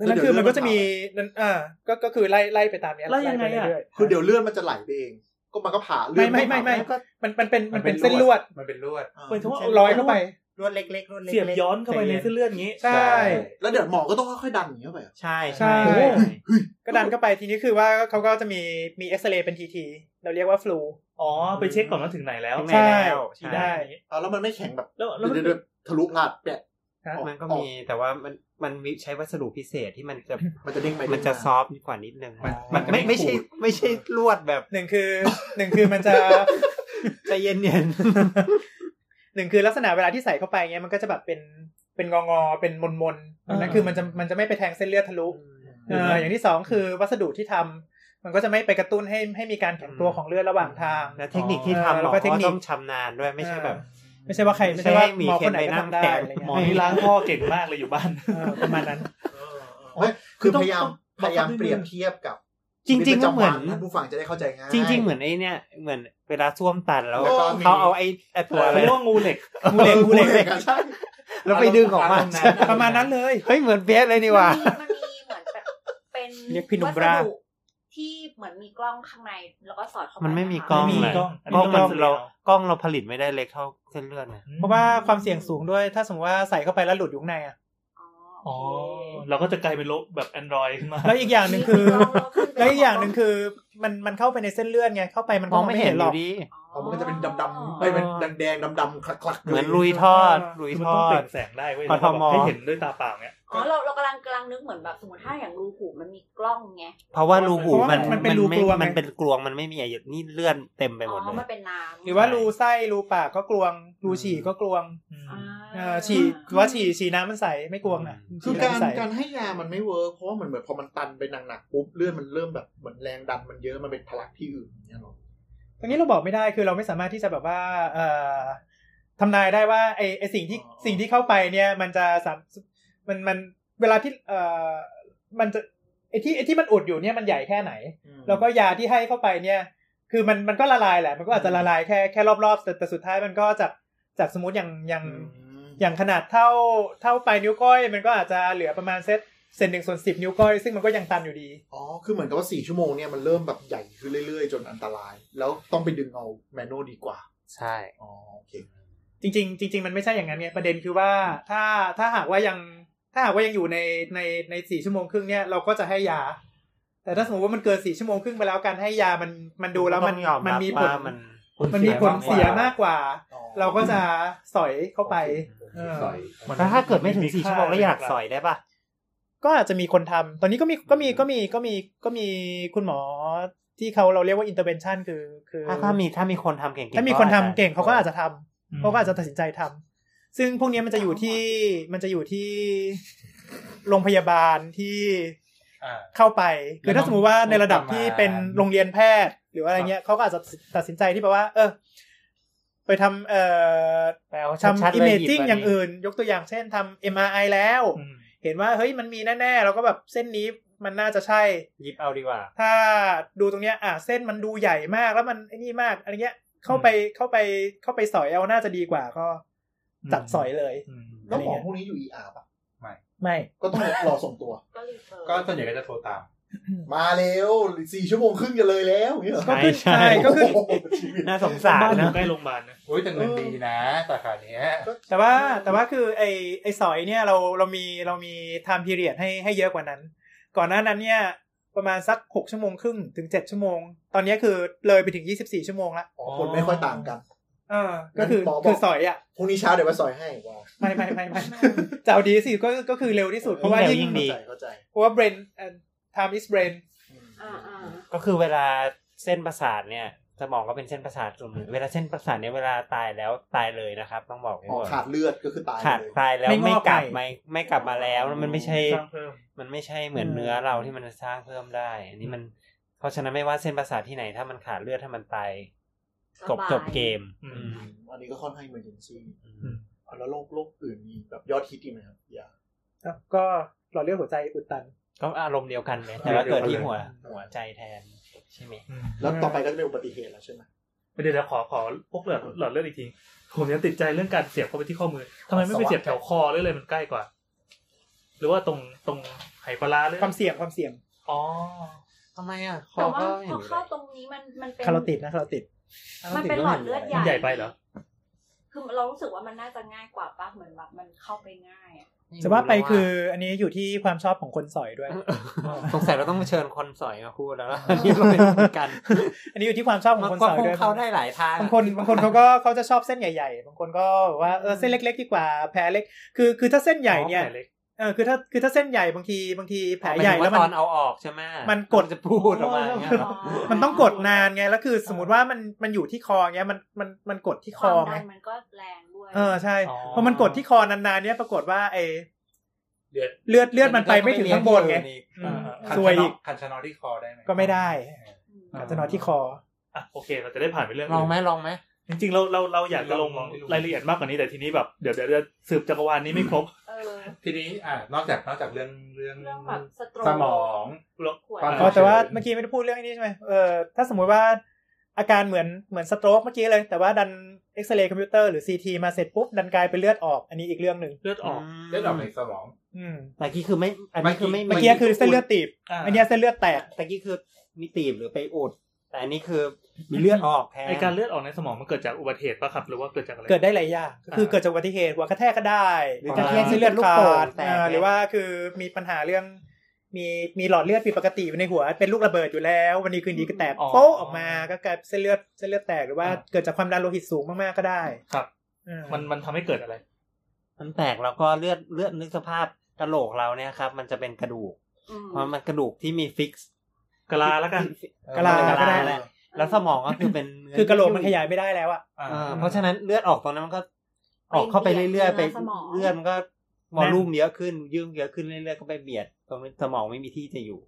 คื
ดั
อง
นั่
เดี๋
น
ยว
คือมันก็
เลือดมัน
จะมีนั่นอ่าก็ก็คือไล่ไล่ไปตามเนี้ย
ไล่ยังไงอะ
ปเรื่ยๆ
คือเดี๋ยวเลือดมันจะไหลไปเอง ก็มันก็ผ่าเลื
ไม่
ด
ไม่ไม่ไม่
ก็
มันมันเป็นมันเป็นเส้นลวด
มันเป็นลวด
อ่า
เป็นเพราะว่า
ร้อยเข้าไป
รวดเล็กๆรวดเล็กๆ
เสียบย้อนเข้าไปในเส้นเลือดอย่างงี้
ใช่
แล้วเดี๋ยวหมอก็ต้องค่อยๆดันอย่างนี้ยไปเหรอ
ใช่
ใช่
ใช่
ก็ดันเข้าไปทีนี้คือว่าเขาก็จะมีมีเอ็กซเรย์เป็นทีทีเราเรียกว่าฟลู
อ๋อ ไปเช็คก่อนว่าถึงไหนแล้ว
ข้างใน
ใช่
แล้ว
ฉีด
ใช่
ได้
เอาแล้วมันไม่แข็งแบบ
แล้วแล้วมัน
เดือดๆทะลุพลาดแปะ
ฮะ
ออ
มันก็
ออ
มีแต่ว่ามันมันมีใช้วัสดุพิเศษที่มันจะ
มันจะเด้งไป
มันจะซ
อ
อฟต์กว่านิดนึง
มัน
มัน
มัน
ไม่
จะไม่
ไม่ใช่
ขูด
ไม่ใช่ลวด แบบ
หนึ่งคือหนึ่งคือมันจะ
ใจเย็น
หนึ่งคือลักษณะเวลาที่ใส่เข้าไปเงี้ยมันก็จะแบบเป็นเป็นงองอๆเป็นมนมนๆ
อ่า
นั่นคือมันจะมันจะไม่ไปแทงเส้นเลือดทะลุ
ๆ
เอออย่างที่สองคือวัสดุที่ทำมันก็จะไม่ไปกระตุ้นให้ให้มีการแข็งตัวของเลือดระหว่างทาง
และเทคนิคที่ทำ
แล้
เรา
วก็
ก็
เทคนิค
ต้องชำนาญด้วยไม่ใช่แบบ
ไม่ใช่ว่าใครไม่ใช่ว่าหมอคนไหนก็ทำได้อะไร
หม
หม
อ
อ
เงี้ย
นี่
นี่
ล้า
ล้าง ง
ท่
ท่
อ
อ
เก่
เก่
ง
งมากเลยอยู่บ้าน
เออประมาณนั้น
ไม่คือ
ต้อง
พยายาม
ต้
พ
อง
ยายาม
ต้อง
เปรียบเทียบกับ
จริงๆก็เหมือน
ชีวิตประจำวันท่านผู้ฟังจะได้เข้าใจง่าย
จริง ๆ เหมือนไอ้เนี่ยเหมือนเวลาส้วมตันแล้ว
แล้วก็
เขาเอาไอ้ไอ้ตัวอะไร
เขาเรียกว่างูเหล็ก
มูเหล็กมูเหล็ก
เด็กอะใช่
แล้วไปดึงออกมา
อารมณ์นั้น
ประมาณนั้นเลย
เฮ้ยเหมือนเบสเลยนี่หว่า
มันมีเหมือนแบบเป็น
เรียกพี่หนุ่มบรา
วัสดุที่เหมือนมีกล้องข้างในแล้วก็สอดเข้าไป
มันไม่มี
ะคะ
กล้อง
ไม่มี
เลย
กล้องอันนี้
กล้องมัน
ต้องเป็น
เรา
เสียง
กล้องเราผลิตไม่ได้เล็กเท่าเส้นเลือดนะ
เพราะว่าความเสี่ยงสูงด้วย ถ้าสมมติว่าใส่เข้าไปแล้วหลุดอยู่ข้างในอ่ะ
อ๋อ
อ๋อ
โอเค
เราก็จะกลายเป็นโรคแบบแอนดรอยขึ้นมา
แล้วอีกอย่างหนึ่งคือ
มีกล้เรา ขึ้นไป
แล้วอีกอย่างหนึ่งคือ มันมันเข้าไปในเส้นเลือดไง เข้าไปมัน
ม
ก็
อ
ม
ง
อง
ไม่
ไม่
เห็
เห็
น
น
อ
หรอก
ยู่ดี
อ๋อมันจะเป็นดำๆไม่เป็นแดงๆดำๆคลักๆ
เหมือนลุยทอด
เออ
ลุย
คือมันต้อเป
ทองด
ล่งแสงได้เว้ย
พอทอมอ
ให้เห็นด้วยตาเปล่าเนี่ย
อ๋อเราเรากำลังกำลังนึกเหมือนแบบสมมติถ้าอย่างรูหูมันมีกล้องไง
เพราะว่ารูหู
เพราะว่ามัน
มันมัน
เป็นรู
ไม่
กลวงไง
มันเป็นกลวงมันไม่มีอะไรนี่เลื่อนเต็มไป
อ๋
หมดเล
อย มันเป็นน้ำ
หรือว่ารูไส้รูปากก็กลวง รูฉี่ก็กลวง
อ่า
เออฉี่ว่าฉี่ฉี่น้ำมันใสไม่กลวงนะ
คือ
ฉี่
กา
น้ำ
ร
มันใส
การให้ยามันไม่เวิร์กเพราะว่ามันเหมือนพอมันตันไปหนักๆปุ๊บเลือดมันเริ่มแบบเหมือนแรงดันมันเยอะมันเป็นพลักที่อื่นอย่างเงี้ยหรอ
ตรงนี้เราบอกไม่ได้คือเราไม่สามารถที่จะแบบว่าเอ่อทำนายได้ว่าไอไอสิ่งที่
อ๋อ
สิ่งที่เข้าไปเนี่ย มันจะสามมันมันเวลาที่เอ่อมันจะไอที่ไอที่มันอุดอยู่เนี่ยมันใหญ่แค่ไหน
อืม
แล้วก็ยาที่ให้เข้าไปเนี่ย คือมันมันก็ละลายแหละ มันก็อาจจะละลายแค่แค่รอบๆแต่แต่สุดท้ายมันก็จากจากสมมติอย่างอย่างอย่างขนาดเท่าเท่าปลายนิ้วก้อย มันก็อาจจะเหลือประมาณเซตเซนหนึ่งส่วนสิบนิ้วก้อย ซึ่งมันก็ยังตันอยู่ดี
อ๋อ คือเหมือนกับว่าสี่ชั่วโมงเนี่ยมันเริ่มแบบใหญ่ขึ้นเรื่อยๆ จนอันตราย แล้วต้องไปดึงเอาแมนนวลดีกว่า
ใช่
อ๋อ โอเค
จริงๆจริงๆมันไม่ใช่อย่างนั้นไงประเด็นคือว่าถ้าถ้าหากว่ายังถ้าหากว่ายังอยู่ในในในสี่ชั่วโมงครึ่งเนี่ยเราก็จะให้ยา แต่ถ้าสมมติว่ามันเกินสี่ชั่วโมงครึ่งไปแล้วการให้ยามันมันดูแล้วมัน
ต้องยอรับ
มันมีผล
ว่ามัน
มันมีผลเสียมากกว่า
อ๋อ
เราก็จะสอยเข้าไปเออ
สอย
แต่ถ้าเกิดไม่ถึง
มี
สี่
ค่า
ชั่วโมงแล้วอยากสอยได้ปะ
ก็อาจจะมีคนทำ ตอนนี้ก็มีก็มีก็มีก็มีก็มีคุณหมอที่เขาเราเรียกว่า intervention คือคือ
ถ้าถ้ามีถ้ามีคนทำเก่งๆ
ถ้ามีคนทำ
ก็อาจจะ
เก่งเขาก็อาจจะทำ
อืม
เขาก็อาจจะตัดสินใจทำซึ่งพวกเนี้ยมันจะอยู่ที่มันจะอยู่ที่โรงพยาบาลที่เข้าไป คือถ้าสมมติว่าในระดับที่เป็นโรงเรียนแพทย์ หรือว่าอะไรเงี้ยเขาก็อาจจะตัดสินใจที่แบบว่า เออ ไปทำเอ่อ
แปลว่า
ทำ
ชัดๆเลย
imaging
หบ
อย่างอื่น ยกตัวอย่างเช่นทำ MRI แล้ว
อืม
เห็นว่าเฮ้ยมันมีแน่ๆเราก็แบบเส้นนี้ มันน่าจะใช่
หยิบเอาดีกว่า
ถ้าดูตรงเนี้ยอ่ะเส้นมันดูใหญ่มากแล้วมันไอ้นี่มากอะไรเงี้ยเข้าไปเข้าไปเข้าไปสอยเอาน่าจะดีกว่าก็จัดสอยเลย
อืม
แล้วของพวกนี้อยู่ ER ป่ะ
ไม่
ก็ต้องรอส่งตัว
ก็รีเทิร์น
ก็ส่วนใหญ่ก็จะโทรตาม
มาเร็วสี่ชั่วโมงครึ่งกันเลยแล้วอย่างเงี้ยเหรอ
ใช่
ก็ขึ้น
ใช่
ใช่ก็ขึ้น
โอ้โหชีวิต
น่าสงสาร
บ้านอ
นะ
ยู่ใกล้โรงพยาบาลนะ
อุ้ยแต่เงินดีนะสาขาเนี้ย
แต่ว่าแต่ว่าคือไอไอสอยเนี่ยเราเรามีเรามีไทม์พีเรียดให้ให้เยอะกว่านั้น ก่อนหน้านั้นเนี่ยประมาณสักหกชั่วโมงครึ่งถึงเจ็ดชั่วโมง ตอนเนี้ยคือเลยไปถึงยี่สิบสี่ชั่วโมงละ
อ๋อคนไม่ค่อยต่างกัน
เออก็คือ
งั้นหมอบอก
คือสอยอ่ะ
พรุ่งนี้เช้าเดี๋ยวมาซอยให้ว่า
ไม่ไม่ไม่ ไม่จะเอาดีที่สุดก็ก็คือเร็วที่สุดเพราะว่า
า
ยิ่ง
ยิ่งดี
เข้าใจเข้าใจ
เพราะว่าเบรนไทม์อิสเบรน
อ่าอ่า
ก็คือเวลาเส้นประสาทเนี่ยสมองก็เป็นเส้นประสาทส่วนหนึ่งเวลาเส้นประสาทเนี่ยเวลาตายแล้วตายเลยนะครับ ต้องบอกไว้
อ๋อ
ก่อน
ขาดเลือดก็คือตาย
ขาด
เลย
ตายแล้ว
ไม่
ไม่
งอก
กลับ
ไป
ไม่ไม่กลับมาแล้วแล้วมันไม่ใช่
สร้างเพิ่ม
มันไม่ใช่เหมือน
อืม
เนื้อเราที่มันจะสร้างเพิ่มได้ อันนี้มัน เพราะฉะนั้นไม่ว่าเส้นประสาทที่ไหนถ้ามันขาดเลือดถ้ามันตายจบจบเกม
อืม
อืม
อันนี้ก็ค่อนข้าง emergency
อืม
เอาแล้วโรคโรคอื่นมีแบบยอดฮิตอีกไหมครับยา
ก็หลอดเลือดหัวใจอุดตัน
ก็อารมณ์เดียวกันเลยแต่ว่าเกิดที่หัวหัวใจแทนใช่ไหม
อืม
แล้วต่อไปก็จะเป็นอุบัติเหตุแล้วใช่ไหม
เดี๋ยวเดี๋ยวขอขอพวกหลอดหลอดเลือดอีกที ผมยังติดใจเรื่องการเสียบเข้าไปที่ข้อมือทำไมไม่ไปเสียบแถวคอเลยเลยมันใกล้กว่า หรือว่าตรงตรงไหปลาร้าเลย
ความเสี่ยงความเสี่ยง
อ๋อ
ทำไมอ่ะ
แต่ว่าพอน
ห็ยู่
เข้า
ลย
ตรงนี้มันมันเป็น
คาราติดนะคาราติด
มันเป็นหลอดเลือดใหญ่
มันใหญ่ไปเหรอ
คือเรารู้สึกว่ามันน่าจะง่ายกว่าปะเหมือนแบบมันเข้าไปง่ายอะ
จะว่าไปคืออันนี้อยู่ที่ความชอบของคนสอยด้วย
สงสัยเราต้องเชิญคนสอยมาพูดแล้วล่ะ อันนี้เราไม่รู้กัน
อันนี้อยู่ที่ความชอบของ
มัน
คน
ก็
สอย
คง
ด้วย
เข้าได้หลายทาง
บางคนบางคนเขาก็เขาจะชอบเส้นใหญ่ๆ บางคนก็แบบว่าเออเส้นเล็ก ๆ ดีกว่าแผลเล็ก คือคือถ้าเส้นใหญ่เนี่ย
อ๋อแผลล็ก
เออคือถ้าคือถ้าเส้นใหญ่บางทีบางทีแผล
หมาย
ใหญ่
ถึง
แล้ว
ว่า
มั
ตอน นเอาออกใช่ไหม
มันกด
จะพูดออกมาอย่างเงี้ยเหรอ
มันต้องกดนานไงแล้วคือสมมติว่ามันมันอยู่ที่คอเงี้ยมันมันมันกดที่
ค
ความ อ
ดั
ไง
นมันก็แรงด้วย
เออใช่
อ๋อ
พอมันกดที่คอนานๆเนี่ยปรากฏว่าไอ
เดือด
เลือดเลือดมันไปไม่ถึงข้างบนไง อืม
คัน
ซวย
ชะน
อี
อก คันชะนอที่คอได้ไหม
ก็ไม่ได้
อืม
อาจจะนอนที่คอ
อ่ะโอเค เราจะได้ผ่านไปเรื่อง
ลองไหมลองไหม
จริงๆเราเราเราอยากจะลงรายละเอียดมากกว่านี้แต่ทีนี้แบบเดี๋ยวเดี๋ยวจะสืบจักรวาลนี้ไม่ครบ
เออ
ทีนี้อ่านอกจากนอกจากเรื่องเรื่อง
เรื่องแบบสโตรก
สมอง
หัว
ความ
อ๋อ
เฉย
แต่ว่าเมื่อกี้ไม่ได้พูดเรื่องไอ้นี้ใช่ไหมเออถ้าสมมุติว่าอาการเหมือนเหมือนสโตรกเมื่อกี้เลย แต่ว่าดันเอ็กซเรย์คอมพิวเตอร์หรือซีทีมาเสร็จปุ๊บ ดันกลายเป็นเลือดออก อันนี้อีกเรื่องหนึ่ง
เลือดออก
เลือดออกในสมอง
อืม
ตะกี้คือไม่อันนี้คือไม่
เมื่อกี้คือเส้นเลือดตีบ
ะ
อันเนี้ยเส้นเลือดแตก
ตะกี้คือมีตีบหรือไปอุด แต่อันนี้คือมีเลือดออกแทน
ไอการเลือดออกในสมองมันเกิดจากอุบัติเหตุปะครับหรือว่าเกิดจากอะไร
เกิดได้หลายอย่างก็คือเกิดจากอุบัติเหตุหัวกระแทกก็ได้
หรือก กา
ะ
รร
แท
เลือก ด
เส้น
เลื
เลื
อ
อ
ด
ด
ลูก
ขา
โป่ง
ด
แตก
อ่าหรือว่าคือมีปัญหาเรื่อง มีมีหลอดเลือดผิดปกติอยู่ในหัว เป็นลูกระเบิดอยู่แล้ว วันนี้คืนดีก็แตก
อ๋อ
โป๊ะออกมาก็กลายเป็นเส้นเลือดเส้นเลือดแตกหรือว่า
อ่า
เกิดจากความดันโลหิตสูงมากๆก็ได้
ครับ
อืม
มันมันทำให้เกิดอะไร
มันแตกแล้วก็เลือดเลือดนึกสภาพกระโหลกเราเนี่ยครับมันจะเป็นกระดูก
อืม
เพราะมันกระดูกที่มีฟิกซ์
กะลาแล้วกัน
กะลา
เออก
ก็
ระ
ได้
ลาแหละแล้วสมองก็คือเป็นเนื้
คือกระโหลกมันขยายไม่ได้แล้วอะ
เออเพราะฉะนั้นเลือดออกตรงนั้นมันก็ออกเข้าไปเรื่อยๆไปเลือดมันก็วอลลุ่มเยอะขึ้นยืมเยอะขึ้นเรื่อยๆก็ไปเบียด ตรงนี้สมองไม่มีที่จะอยู่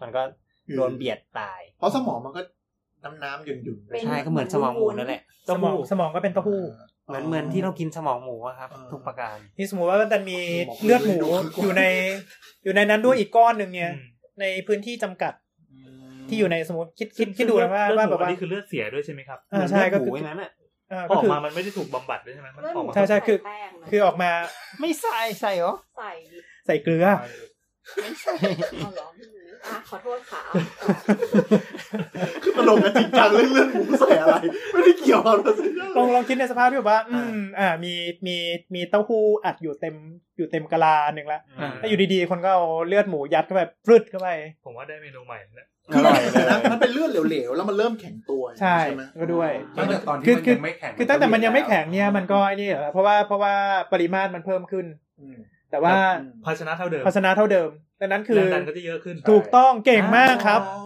มันก็โดนเบียดตาย
เพราะสมองมันก็น้ำน้ำๆหยุ่นหยุ่นๆ
เป็น
ใช่ก็เหมือนสมองหมูนั่นแหละ
สมองสมองก็เป็นเต้าหู้
เหมือนเหมือนที่เรากินสมองหมูอะครับ ทุกประการ
นี่สมมติว่ามันมีเลือดหมูอยู่ในอยู่ในนั้นด้วยอีกก้อนหนึ่งเนี่ย ในพื้นที่จำกัดที่อยู่ในสมมติคิดคิดคิดดูนะว่า
เลือ
ว่า
ห
แบ
มู
บว่า
อันนี่คือเลือดเสียด้วยใช่ไหมครับ
เออใช่ก็คือ
เลือดหมูอย่างนั้นอะ
เออ
อ
ก็
อก
คือ
มามันไม่ได้ถูกบำบัดด้วยใช่ไหมมัน
เลือด
ออก
หมู
มา
ใช่ใช่คือ
แป้งนะ
คือออกมา
ไม่ใส่ใส่เหรอ
ใส่ดิ
ใส่เกลือ
ไม่ใช่เอาเหรอไม่รู้อ่ะขอโทษค่ะ
คือมันลงกันจริงจังเรื่องเรื่องหมูใส่อะไร ไม่ได้เกี่ยวกับเราสิ
ลองลองคิดในสภาพที่แบบว่า อืมอ่ามีมีมีเต้าหู้อัดอยู่เต็มอยู่เต็มกะลาหนึ่งละ
อ่า
แล้วอยู่ดีๆ คนก็เอาเลือดหมูยัดเข้าไปพรึดเข้าไป
ผมว่าได้เมนูใหม่นะ
อร่อยเล
เดี๋ย
ยว
นะมันเป็นเลือดเหลวๆแล้วมันเริ่มแข็งตัว
ใช่
ไหม
ก็ด้วย
ตั้งแต่ตอน
คื
ที่
อ
มัน
คือ
ยังไม่แข็ง
คือตั้งแต่มันยังไม่แข็งเนี่ยมันก็ไอ้นี่เหรอเพราะว่าเพราะว่าปริมาตรมันเพิ่มขึ้น
อืม
แต่ว่า
ภาชนะเท่าเดิม
ภาชนะเท่าเดิม ดังนั้นคือ
แรงดันก็จะเยอะขึ้น
ถูกต้องเก่งมากครับ
อ๋อ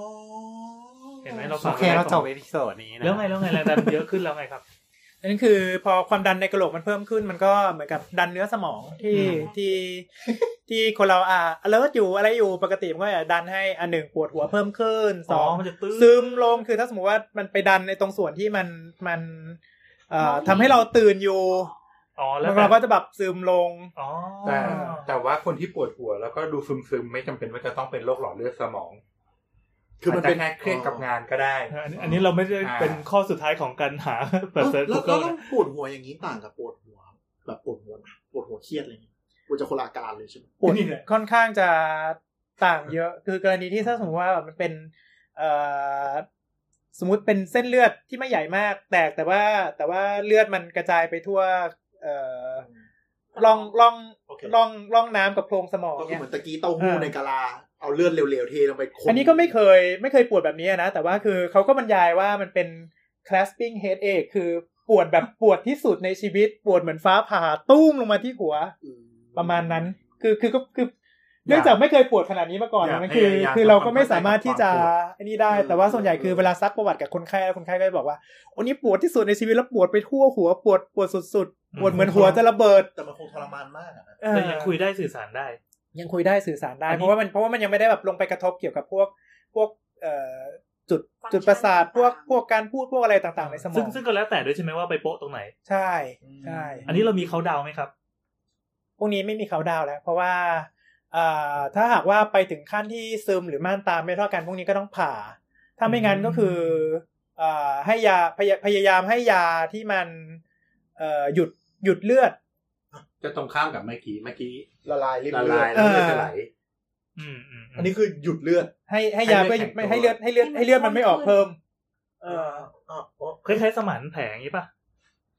เห็นไหมเรา
โอ
ฟัง
เคเราจบเอพิโซดนี้นะ
แล้วไงแล้วไงแรงดันเยอะขึ้นแล้วไงครับ
อันนั้นคือพอความดันในกระโหลกมันเพิ่มขึ้น มันก็เหมือนกับดันเนื้อสมองที่ที่ที่คนเราอ่ะเลิศอยู่อะไรอยู่ปกติมันก็จะดันให้อันหนึ่งปวดหัวเพิ่มขึ้นส
อ๋
อ
อง มันจะตื้อ
ซึมลงคือถ้าสมมติว่ามันไปดันในตรงส่วนที่มันมันเอ่อทำให้เราตื่นอยู่
อ๋อ แล้
แล้ว ว
แต่
เราก็จะแบบซึมลง
อ๋อ
แต่แต่ว่าคนที่ปวดหัวแล้วก็ดูซึมๆ ไม่จำเป็นว่าจะต้องเป็นโรคหลอดเลือดสมอง คือมันเป็นแค่เครียดกับงานก็ได้
อันนี้อันนี้เราไม่ได้
อ่า
เป็นข้อสุดท้ายของการหาเปิ
แล้
ด
ว
เซิร์ช
แล้ว
กูเกิล
แล้วปวดหัวอย่างนี้ต่างกับปวดหัว แบบปวดหัวนะปวดหัวเครียดอะไรเงี้ยปวดจะคนละอาการเลยใช่ไหม
ปวด
นี่แหละ
ค่อนข้างจะต่างเยอะ คือกรณีที่ถ้าสมมติว่ามันเป็นเอ่อสมมติเป็นเส้นเลือดที่ไม่ใหญ่มาก แตกแต่ว่าแต่ว่าเลือดมันกระจายไปทั่วเอ่อร่องร่อง
โอเค
ร่องร่องน้ำกับโพรงสมอง
ก็คือ
เนี่ย
เหมือนตะกี้เต้าหู้ในกะลา เอาเลือดเร็วๆเทลงไปคน
อันนี้ก็ไม่เคยไม่เคยปวดแบบนี้นะ แต่ว่าคือเขาก็บรรยายว่ามันเป็น clasping headache คือปวดแบบปวดที่สุดในชีวิต ปวดเหมือนฟ้าผ่าตุ้มลงมาที่หัว
อืม
ประมาณนั้น คือ คือ ก็คือ เนื่องจากไม่เคยปวดขนาดนี้มาก่อน
อยาก
มัน
ให้
คือ
อยาก
คือ
ทำ
เรา
ความ
ก็ไม่สามารถที่จะ
เข้าใจความปวด
ไอ้นี่ได้ แต่ว่าส่วนใหญ่คือเวลาซักประวัติกับคนไข้แล้วคนไข้ก็จะบอกว่า โอ้นี่ปวดที่สุดในชีวิตแล้วปวดไปทั่วหัว ปวด ปวดสุดๆ ปวดเหมือนหัวจะระเบิด
แต่มันคงทรมานมากอะนะ
เออ
แต่ยังคุยได้สื่อสารได้
ยังคุยได้สื่อสารได้
อันนี้
เพราะว่ามัน เพราะว่ามันยังไม่ได้แบบลงไปกระทบเกี่ยวกับพวก พวก เอ่อ จุด
ฟังก์ชัน
จุดประสาท
ต่างๆ
พวก พวกการพูด พวกอะไรต่างๆในสม
ซึ่
อง ง
ซึ่งก็แล้วแต่ด้วยใช่ไหมว่าไปโปะตรงไหน
ใช่ ใช่
อันนี้เรามีเขาดาวไหมครับ
พวกนี้ไม่มีเขาดาวน์แล้ว เพราะว่าเอ่อถ้าหากว่าไปถึงขั้นที่ซึมหรือม่านตาไม่เท่ากันพวกนี้ก็ต้องผ่า ถ้าไม่งั้นก็คือเอ่อให้ยาพยาพยายามให้ยาที่มันเอ่อหยุดหยุดเลือด
จะตรงข้ามกับเมื่อกี้เมื่อกี้
ละลายริบ
ละ
เลือ
ลา
ด
ยแล้วเลื
เอ
อด
อ
จะไหล
อืมอืม
อันนี้คือหยุดเลือด
ให้ให้ยา
ให้
เพื่อ
เลือดแข็งตัว
ไม่ให้เลือดให้เลือดให้เลือดมันไม่ออกเพิ่ม เออ
อ๋ออ๋อ
คล้ายๆสมานแผลอย่างนี้ป่ะ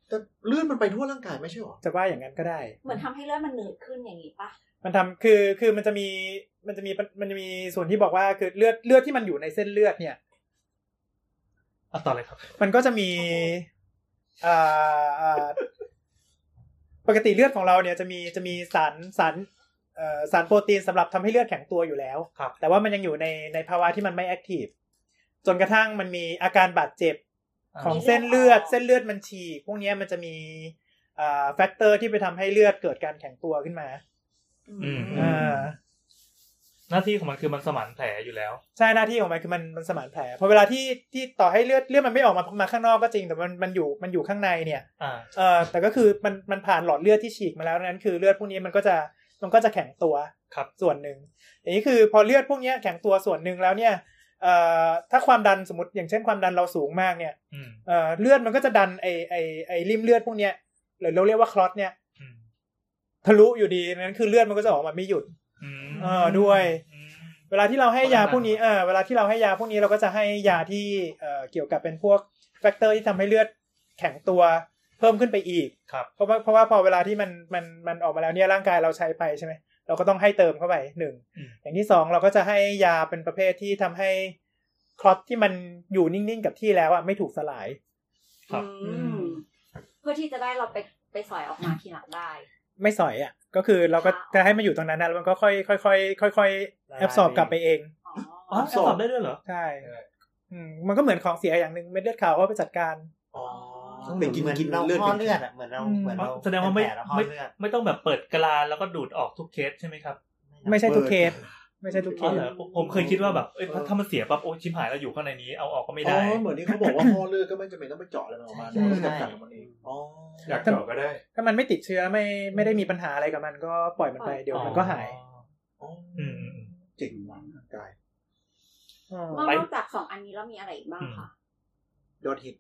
แต่เลือดมันไปทั่วร่างกายไม่ใช่หรอ
จะว่าอย่างนั้นก็ได้
เหมือนทำให้เลือดมันหนืดขึ้นอย่างนี้ปะ
มันทำคือคือมันจะมีมันจะมีมันจะมีส่วนที่บอกว่าคือเลือดเลือดที่มันอยู่ในเส้นเลือดเนี่ย
อ่ะต่อเลยครับ
มันก็จะมีอ่าอ่าปกติเลือดของเราเนี่ยจะมีจะมีสารสารเอ่อสารโปรตีนสำหรับทำให้เลือดแข็งตัวอยู่แล้ว
ครับ
แต่ว่ามันยังอยู่ในในภาวะที่มันไม่แอคทีฟจนกระทั่งมันมีอาการบาดเจ็บของเส้นเลือด เส้นเลือดมันฉีกพวกเนี้ยมันจะมีอ่าแฟกเตอร์ที่ไปทำให้เลือดเกิดการแข็งตัวขึ้นมา
อืม
อ่า
หน้าที่ของมันคือมันสมานแผลอยู่แล้ว
ใช่หน้าที่ของมันคือมันมันสมานแผลเพอเวลาที่ที่ต่อให้เลือดเลือดมันไม่ออกมามาข้างนอกก็จริงแต่มันมันอยู่มันอยู่ข้างในเนี่ย
อ่า
เออแต่ก็คือมันมันผ่านหลอดเลือดที่ฉีกมาแล้วดังนั้นคือเลือดพวกนี้มันก็จะมันก็จะแข็งตัว
ครับ
ส่วนหนึ่งอย่างนี้คือพอเลือดพวกเนี้ยแข็งตัวส่วนหนึ่งแล้วเนี่ยเอ่อถ้าความดันสมมติอย่างเช่นความดันเราสูงมากเนี่ย
อืม
เอ่อเลือดมันก็จะดันไอไอไอริมเลือดพวกเนี้ยหรือเราเรียกว่าคลอตเนี่ย
อืม
ทะลุอยู่ดีดังนั้นคือเลือดมันก็จะออกมาไม่หยุด
อืม
เออด้วย
อืม
เวลาที่เราให้ยา
เพราะฉะนั้น
พวกนี้เออเวลาที่เราให้ยาพวกนี้เราก็จะให้ยาที่เอ่อเกี่ยวกับเป็นพวกแฟกเตอร์ที่ทำให้เลือดแข็งตัวเพิ่มขึ้นไปอีก
ครับ
เพราะว่าเพราะว่าพอเวลาที่มันมันมันออกมาแล้วเนี่ยร่างกายเราใช้ไปใช่ไหมเราก็ต้องให้เติมเข้าไปหนึ่ง
อืม
อย่างที่สองเราก็จะให้ยาเป็นประเภทที่ทำให้คลอตที่มันอยู่นิ่งๆกับที่แล้วอะไม่ถูกสลาย
ครับ
อืมเพื่อที่จะได้เราไปไปสอยออกมาทีหลังได้
ไม่สอยอะก็คือเราก็จะให้มันอยู่ตรงนั้นนะแล้วมันก็ค่อยค่อยค่อยค่อยค่อย
ละลาย
แอบสอบกลับไปเอง
อ๋อ
อ๋อแอบสอบได้ด้วยเหรอ
ใช่อืมมันก็เหมือนของเสียอย่างหนึ่งเม็ดเลือดขาวก็ไปจัดการ
อ๋อ
ต้อง
แต่กิน
เหมือน
กิน
เรา
เลือด
ห่อ
เป็น
เลือดอะเหมือนเรา
อืม
เหมือนเรา
แสดงว่าไม่
เป็นแผลแล้วห่อ
ไม่
เลือด
ไม่ต้องแบบเปิดกะลาแล้วก็ดูดออกทุกเคสใช่ไหมครับ
ไม่ใช่ทุกเคส ไม่ใช่ทุกเค
อ๋อ
ส
เหรอผมผมเคยคิดว่าแบบเอ้ยถ้ามันเสียปั๊บโอ้ชิมหายแล้วอยู่ข้างในนี้เอาออกก็ไม่
อ๋
ได้
อเหมือนที่เขาบอกว่าพ่อเลือดก็ไม่จำเป็นต้องไปเจาะอะไรมันออกมาเราก็จัดการกับมันเองอ๋อ
อยากเจาะก็ได้
ถ้ามันไม่ติดเชื้อไม่ไม่ได้มีปัญหาอะไรกับมันก็ปล่อยมันไปเดี๋ยวมันก็หาย
อ๋อ
อืมอืม
เจ๋งว่ะร่างกาย
อืม
นอก
ไป
นอกจากสองอันนี้แล้วมีอะไรอีกบ้างคะ
ยอดฮิต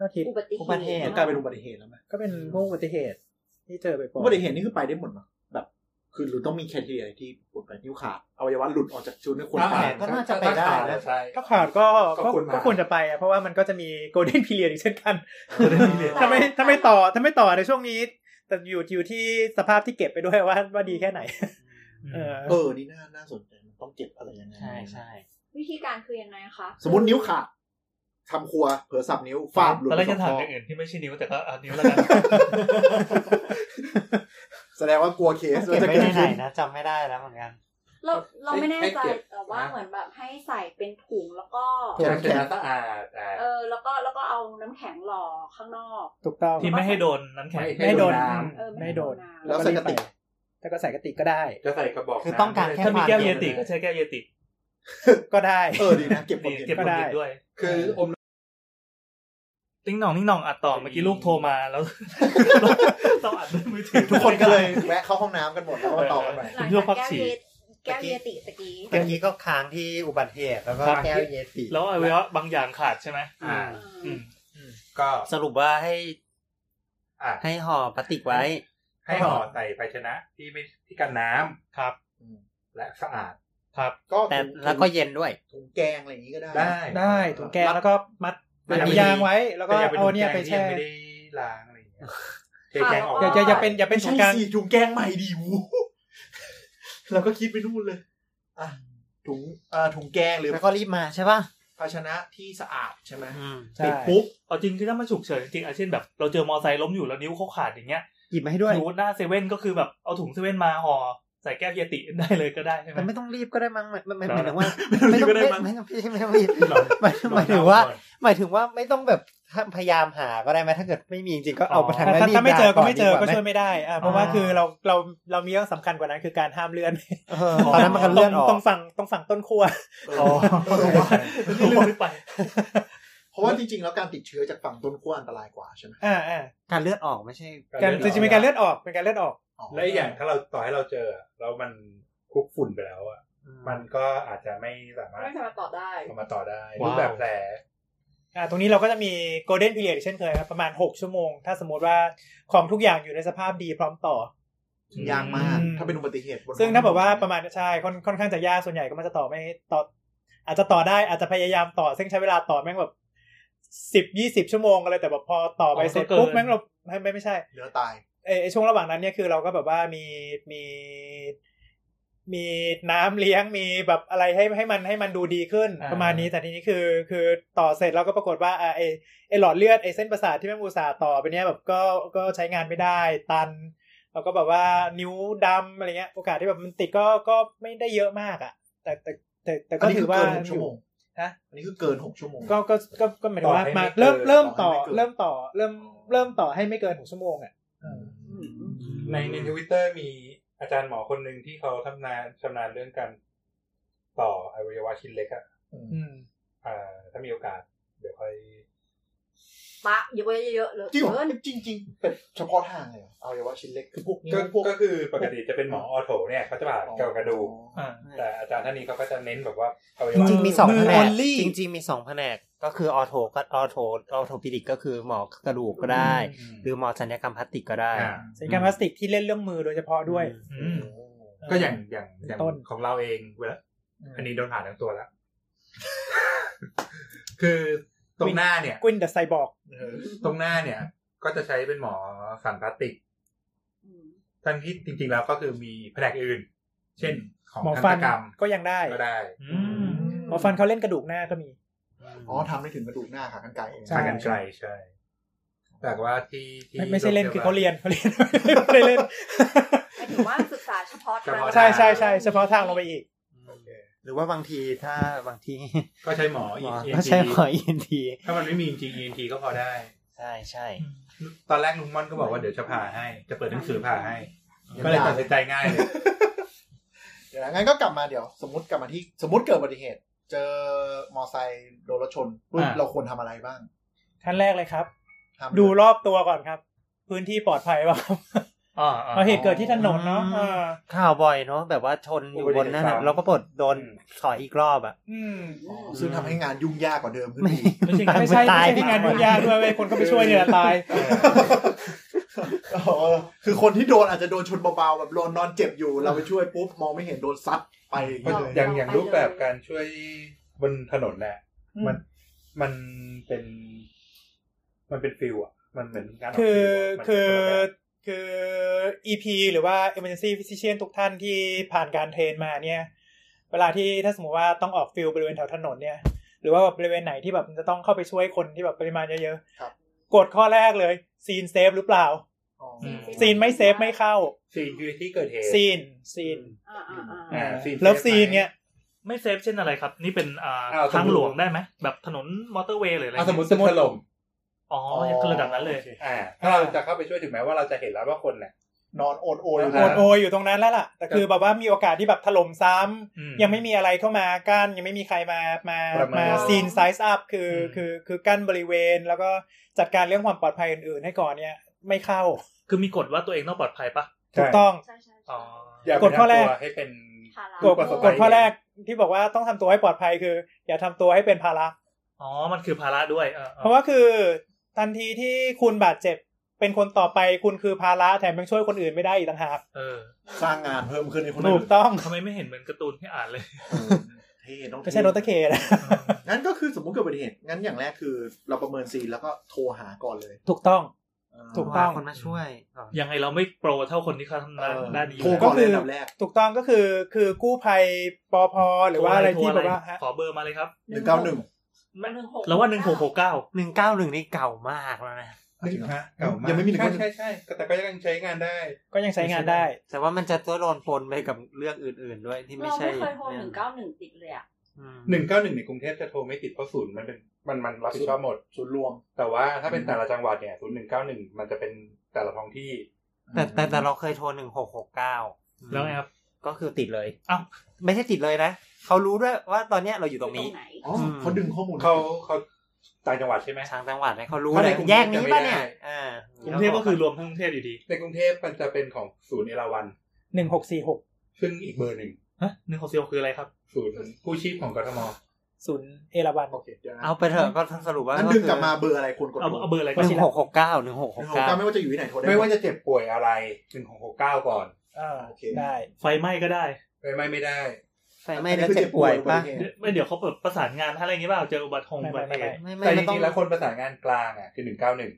ก็คิด
อุบัติ
อุบัติเห
เห
ตุ
ตุ
กลายเป็นอุบัติเหตุแล้วไหม
ก็เป็นพวกอุบัติเหตุที่เจอบ่อยๆ
อุบัติเหตุนี่คือไปได้หมดมั้ยแบบคือหรือต้องมีแคทเทียอะไรที่ปวดไปนิ้วขาดอวัยวะหลุดออกจากชุดนี่คน
อ่า
ตาย
ก็น่าจะไปได้นะ
ใช่
ถ้าขาดก็
ก็
ก็
ควรมา
ก็ควรจะไปอะเพราะว่ามันก็จะมีโกลเด้นพีเรียดอีกเช่นกัน
Golden Period
ถ้าไม่ถ้าไม่ต่อถ้าไม่ต่อในช่วงนี้ แต่อยู่อยู่ที่สภาพที่เก็บไปด้วยว่าว่าดีแค่ไหน เออ
เออ นี่น่า น่าสนใจ มันต้องเก็บอะไรยังไง
ใช่ใช่
วิธีการคือยังไงคะ
สมมตินิ้วขาดทำครัว เผลอสับนิ้ว ฟาดหลุด
ตอนแรกจะถาม
ส
อ
ข้อย่าง
อื่นที่ไม่ใช่นิ้วแต่ก็เอานิ้วแล้วกัน
แสดงว่ากลัวเคส
เก็บ
จะ
ไว้
เกิ
ใน
ด
ไหน
ขึ้น
นะจำไม่ได้แล้วเหมือนกัน
เราเราไม่แน่ใจ
ให้เก็บ
แต่ว่าเหมือนแบบให้ใส่เป็นถุงแล้วก็
ใช่เป็นสะอาดอ่า
เออแล้วก็แล้วก็เอาน้ำแข็งหล่อข้างนอก
ถูกต้อง
ที่ไม่ให้โดนน้ำแข็ง
ไม่
ไม่
ให้
โด
โด
น
นน้
เออ
ไม่โดน
ำ
แล้วใส่กระติก
ถ้าก็ใส่กระติกก็ได้
ำจะใส่กระบอก
คือต้องการแค่
น้ำ
ถ้ามีแก้วเยติ
ความเย็น
ก็ใช้แก้วเยติ
ก็ได้
เออ ดีนะ เก็บค
ดี
วามเย็น
เก็บค
ก็
วาม
ได้
เย็นด้วย
คืออม
จ ติ้งหน่องนิ่งหน่องอัดต่อเมื่อกี้ลูกโทรมาแล้ว เราอัดด้วยมือถือ
ทุกคนก็เลยแวะเข้าห้องน้ำกันหมดแล้วมาต่อกันใหม่
หลัง
เลือก
จาก
พัก
แก้ว
ฉี่
เยแก้วเยติตะกี้
เมื่อกี้ก็ค้างที่อุบัติเหตุแล้วก็
ครับ
แก้วเยติ
แล้วอวัยวะบางอย่างขาดใช่ไหม
อ่า
เออ
อืม
ก็
สรุปว่าให้
อ่ะ
ให้ห่อพลาสติกไว้
ให้ห่อใส่ภาชนะที่ไม่ที่กันน้ำ
ครับ
และสะอาด
ครับ
ก็
แต่
ถุง
แล้วก็เย็นด้วย
ถุงแกงอะไรอย่างนี้ก็ได้
ได้
ได้ถุงแกงแล้วก็มัด
มัน
มัด
มี
ยางไว้ แล้วก็
แต่ย่ป็
เอาเนี่ย
ถุง
ไป
กงที่
แช่
ยังไม่ได้ล้างอะไรอย่างเงี้ยเทแกงออก
อย่าอย่าอย่าเป็นอย่าเป็
ไม่
นถุ
ใช่
งแกง
สิถุงแกงใหม่ดิวู เราก็คิดไปนู่นเลยอ่ะถุงเอ่อถุงแกงหรือ
แล้วก็รีบมาใช่ป่ะ
ภาชนะที่สะอาดใช่ไหม
ใช่
ติดปุ๊บเอาจริงคือถ้ามันฉุกเฉินจริงๆอะเช่นแบบเราเจอมอไซค์ล้มอยู่แล้วนิ้วเขาขาดอย่างเงี้ย
หยิบมาให้ด้วย
อยู่หน้าเซเว่นก็คือแบบเอาถุงเซเว่นมาห่อใส่แก้วเยติได้เลยก็ได้ใช่ไหม
มันไม่ต้องรีบก็ได้มั้งหมายหมายหมายหมาย
ได้
ถึงว่าไม่ต้องไม่ไม่ต้องไม่ต้องรีบหมายหมายถึงว่า หมายถึงว่าไม่ต้องแบบพยายามหาก็ได้ไหมถ้าเกิดไม่มีจริงๆก็เอามาทาง
ถ้า
นั้น
ถ้า
รีบ
ถ้าไม่เจอก็ไม่เจอก็
ดีว่าห
ช่วยไม่ได้อ่าเพราะว่าคือเราเราเรามีเรื่องสำคัญกว่านั้นคือการห้ามเลื่อน
เออตอนนั้นมันก็เลื่อนออ
ต้
ก
องฝั่งต้องฝั่งต้นขั้ว
อ๋อ
ไม่ลืมนึกไป
เพราะว่าจริงๆ แล้วการติดเชื้อจากฝั่งต้นขั้วอันตรายกว่าใช่ไหม
อ่าอ่า
การเลือดออกไม่ใช่
การจริงๆเป็นการเลือดออกเป็นการเลือดออก
อ๋อ
และอีกอย่างถ้าเราต่อให้เราเจอแล้วมันคลุกฝุ่นไปแล้วอ่ะมันก็อาจจะไม่สามารถ
ไม่สามารถตอบได้
เอามาต่อได้
ว้าว
รูปแบบแผล
อ่าตรงนี้เราก็จะมีโกลเด้น e ีเ d เช่นเคยครับ ประมาณ 6 ชั่วโมง ถ้าสมมติว่าของทุกอย่างอยู่ในสภาพดีพร้อมต่อ
ยากมาก
อืม
ถ้าเป็นอุบัติเหตุบน
ซึ่งถ้าบอกว่าประมาณใช่ค่อนค่อนข้างจะยากส่วนใหญ่ก็มันจะต่อไม่ต่อ อาจจะต่อได้อาจจะพยายามต่อ ซึ่งใช้เวลาต่อแม่งแบบสิบยี่สิบชั่วโมงอะไรแต่แบบพอต่อไป
อ๋อ
เสร็จ
ก็เกิน
ปุ๊บแม่งเราไม่ไม่ไม่ใช่
เหลือตาย
เออไอช่วงระหว่างนั้นเนี่ยคือเราก็แบบว่ามีมีมีน้ำเลี้ยงมีแบบอะไรให้ให้มันให้มันดูดีขึ้น
อ่า
ประมาณนี้แต่ทีนี้คือคือต่อเสร็จเราก็ปรากฏว่าอ่ะไอไอหลอดเลือดไอเส้นประสาทที่แม่งอุตส่าห์ต่อไปเนี่ยแบบก็ก็ใช้งานไม่ได้ตัน เราก็แบบว่านิ้วดำอะไรเงี้ยโอกาสที่แบบมันติดก็ก็ไม่ได้เยอะมากอ่ะ แต่แต่แต่แต่
อั
ก็
นนี้
ถื
คือ อ
ว่า
เกินหกชั่วโมง
ฮะ
อันนี้คือเกินหกชั่วโมง
ก็ก็ก็ก็หมายถึงว่า
ต่อให้
มา
ไม่เกิน
เริ่มเริ่มต่อ
ต่อให้ไม่
เริ่ม
เกิน
ต่อเริ่มเริ่มต่อให้ไม่เกินหกชั่วโมงอ่ะ
ในในทวิตเตอร์มีอาจารย์หมอคนหนึ่งที่เขาทำนานชำนาญเรื่องการต่ออวัยวะชิ้นเล็กอะ
อืม
อ่าถ้ามีโอกาส เดี๋ยวค่อย
ปะเยอะๆเยอะๆเลย
จริงเหรอ
เกิน
จริงจริงๆเป็นเฉพาะทางเลยเหรอเอาเยาวะชิ้นเล็กคือพวกนี้
ก็
พวก
ก็คือปกติจะเป็นหมอออโถเนี่ยเขาจะผ่าเกี่ยวกับกระดูก
อ่า
แต่อาจารย์ท่านนี้เขาก็จะเน้นแบบว่าอวัย
จ
วะ
ริงๆมีสอง
มือ
แผนก
only
จริงๆมีสองแผนกก็คือออโถกับออโถออโถปิดิกก็คือหมอกระดูกก็ได้
อืม
หรือหมอสัญญกรรมพลาสติกก็ได้
อ่า
สินค้าพลาสติกที่เล่นเรื่องมือโดยเฉพาะด้วย
อืม
ก็อย่างอย่างอย่าง
ต้น
ของเราเองเวลาอันนี้โดนผ่าทั้งตัวแล้ว คือตรงหน้าเนี่ย
กวินเดอะไซบอร์ก
เออตรงหน้าเนี่ย ก็จะใช้เป็นหมอสันพลาสติก
อืม
ทั้งที่จริงๆแล้วก็คือมีแผนกอื่น เช่นของ
หมอ
ทัน
ฟั
ต
น
กรรม
ก็ยังได้
ก็ได้
อืม
หมอฟันเขาเล่นกระดูกหน้าก็มี
อ๋อทำได้ถึงกระดูกหน้าขากรรไกรเอง
ใช่
ทางกันไกลใช่ แต่ว่าที่ที่
ไม่ไม่ใช่เล่น
โรงพ
คือ
ยว
เขาเรียนเขาเรียนไม่ได้เล่น
หมายถึงว่าศึกษาเฉพาะทาง
เฉพาะ
ใช่ใช่ใช่เฉพาะทางลงไปอีก
โอเค
หรือว่าบางทีถ้าบางที
ก็ใช้หมอ
หม
อี
อก
เอ็น
ก็
ที
ใช้หมอ ENT
ถ้ามันไม่มีจริงเอ็นทีก็พอได้
ใช่ใช่
ตอนแรกลุงม่อนก็บอกว่าเดี๋ยวจะผ่าให้ จะเปิดหนังสือผ่าให้ ก็เลยตัดสินใจง่ายเลย
เดี๋ยวนะงั้นก็กลับมาเดี๋ยว สมมติกลับมาที่สมมติเกิดอุบัติเหตุ เจอมอไซค์โดนรถชนปุ๊บ
อ่า
เราควรทำอะไรบ้าง
ขั้นแรกเลยครับ
ห้ามเลื
ดู
อ
รอบตัวก่อนครับ พื้นที่ปลอดภัยป่ะครับ
อ่า
เอาเหตุเกิดที่ถนนเนาะเออ
ข่าวบ่อยเนาะแบบว่าชนอยู่บนนั่น
อุบัติเหตุ
อะ
ซ้ำ
เราก็ปลดโดนถอยอีกรอบอ่ะ
อืม
อ๋อซึ่งทำให้งานยุ่งยากกว่าเดิมขึ้น
ไม่
อีก
ไม่ใช่
ไม่
ไม่ใช่
ตาย
ไม่ใช่ที่งานยุ่งยากด้วยเว้ยคนก็ไปช่วยเนี่ยแหละตาย
เออคือคนที่โดนอาจจะโดนชนเบาๆแบบโดนนอนเจ็บอยู่ เราไปช่วยปุ๊บมองไม่เห็นโดนซัดไปอย่างเงี้ยเลย
อย่างอย่างรูปแบบการช่วยบนถนนแหละมันมันเป็น มันเป็นฟิลอะมันเหมือนงานก
คือ
ฟิ
คื
ล
อ
อะมันเป็นนละแบบ
คือ EP หรือว่า Emergency Physician ทุกท่านที่ผ่านการเทรนมาเนี่ย เวลาที่ถ้าสมมติว่าต้องออกฟิลบริเวณแถวถนนเนี่ย หรือว่าแบบบริเวณไหนที่แบบจะต้องเข้าไปช่วยคนที่แบบปริมาณเยอะ
ครับ
ๆกฎข้อแรกเลยซีนเซฟหรือเปล่า
อ๋อ
อืม
ซีนไม่เซฟไม่เข้า
ซีนคือที่เกิดเหตุ
ซีนซีน
อ่าๆๆ
อ่าซีน
เลิฟซีนเนี่ย
ไม่เซฟเช่นอะไรครับ นี่เป็นอ่า
อ้าว
ทาง
สมมุติ
หลวงได้ไหมแบบถนนมอเตอร์เวย์หรืออะไร
เอาสมมติ
ส
ส
ม
ม
มุ
ม
ติ
ติลม
อ๋ออย่างระดับนั้นเลย
อ่าถ้าเราจะเข้าไปช่วยถึงแม้ว่าเราจะเห็นแล้วว่าคนเนี่ย
นอนโอดโอยอยู่
โอ
นะ
ดโอยอยู่ตรงนั้นแล้วล่ะ แต่คือแบบว่ามีโอกาสที่แบบถล่มซ้ำ
อื
ยังไม่มีอะไรเข้ามากั้นยังไม่มีใครมามา
ประเมิน
มาซีนไซส์อัพคือ
อืม
คือคือกั้นบริเวณ แล้วก็จัดการเรื่องความปลอดภัยอื่นๆให้ก่อนเนี่ย ไม่เข้า
คือมีกฎว่าตัวเองต้องปลอดภัยปะ
ถูกต้อง
ใช่ใช่
อ๋อ
ใช่
อย่าไป
กดข้อแรก
ทำตัวให้เป็น
ภาระ
กฎ
ปล
ก
อดภัย
ฎข้อแรกที่บอกว่าต้องทำตัวให้ปลอดภัยคือ อย่าทำตัวให้เป็นภาระ
อ๋อ มันคือภาระด้วยเออเออ
เพราะว่าคือทันทีที่คุณบาดเจ็บ เป็นคนต่อไปคุณคือภาระแถมยังช่วยคนอื่นไม่ได้อีกต่างหาก
เออ
สร้างงานเพิ่มขึ้นในคน
ถูก
อื่น
ต้อง
ทำไมไม่เห็นเหมือนการ์ตูนที่อ่านเลย
เออเท่ต้องเท่
ไม่ใช่นตะเคนะ
งั้นก็คือสมมติเกิดอุบัติเหตุงั้นอย่างแรกคือ เราประเมินซีนแล้วก็โทรหาก่อนเลย
ถูกต้อง
เออ
ถูกต้อง
หาคนมาช่วยก่อน
ยังไงเราไม่โปรเท่าคนที่เขาทำ
เอ
ด้าน
อ
ด้านนี้อ
โทร
ยู่
ก่อน
แล้ว
เลยอันดับแรก
ถูกต้องก็คือคือกู้ภัยปอพหรือว่าอะไร
โท
ที่แบบว่า
ะไรขอเบอร์มาเลยครับ
หนึ่งเก้าหนึ่ง
หนึ่งหก
แล้วว่าหนึ่งหกหกเก้า
หนึ่งเก้าหนึ่งนี่เก่ามากแล้วนะ
ยังไม่มีหนึ่ง
ใช่
เก้าหนึ่ง
ใช่ใช่แต่ก็ยังใช้งานได้
ก็ยังใช้งานได้
แต่ว่ามันจะต้องโดนปนไปกับเรื่องอื่น ๆ ด้วยที่ไม่
เรา
ใช่
ไม่เคยโทรหนึ่งเก้าหนึ่งติดเลยอ่ะ
อืม
หนึ่งเก้าหนึ่งในกรุงเทพจะโทรไม่ติดเพราะศูนย์มันเป็นมันมันรับผิดชอบหมด
ศูนย์รวม
แต่ว่าถ้าเป็นแต่ละจังหวัดเนี่ยศูนย์หนึ่งเก้าหนึ่งมันจะเป็นแต่ละท้องที่
แต่แต่แต่เราเคยโทรหนึ่งหกหกเก้า
แล้วไงครับ
ก็คือติดเลย
อ้าว
ไม่ใช่ติดเลยนะ เขารู้ด้วยว่าตอนเนี้ยเราอยู่ตรงนี้
ไหน
อ๋อเขาดึงข้อมูล
เขาเขาต่างจังหวัดใช่ไหม
ทางจังหวัดเนี่ยเขารู้
ถ้า
เล
ใน
ย
กรุงเทพ
แยกนี้
จะ
ป่ะ
ไม่ได้
เนี่ยอ่าก
รุงเทพก็คือรวมทั้งกรุงเทพอยู่ดี
ในกรุงเทพมันจะเป็นของศูนย์เอราวัน
หนึ่งหกสี่หก
ซึ่งอีกเบอร์หนึ่ง
ฮะหนึ่งหกสี่หกคืออะไรครับ
ศูนย์ผู้ชีพของกทม
ศูนย์เอราวัณ
โอเคเดี๋ยวนะ
เอาไปเถอะก็สรุปว่า
งั้นดึงกลับมาเบอร์อะไรควรกด
เอาเอาเบอร์อะไร
ห
ก็
นึ่งหกหกเก้าหนึ่งหก
ห
ห
นึ่
ก
งหก
เก้า
เก้าไม่ว่าจะอยู่ที่ไหนโทรได้
ไม่ว่าจะเจ็บป่วยอะไรหนึ่งหกหกเก้าก่อน
อ่า
โอเค
ได้
ไฟไหม้ก็ได้
ไม่ไม่ไม่ได้
ไฟไหม้แล้วเจ็บป่วยป่ะ
เดี๋ยวไม่เดี๋ยวเขาเปิดประสานงานอะไรอย่างเงี้ยเปล่าเจออุบัติหงอุบัติเหตุ
ไม่ไม่
แต่จ
ไม่ต้อง
ริงๆแล้วคนประสานงานกลางอ่ะคือหนึ่งเก้าหนึ่ง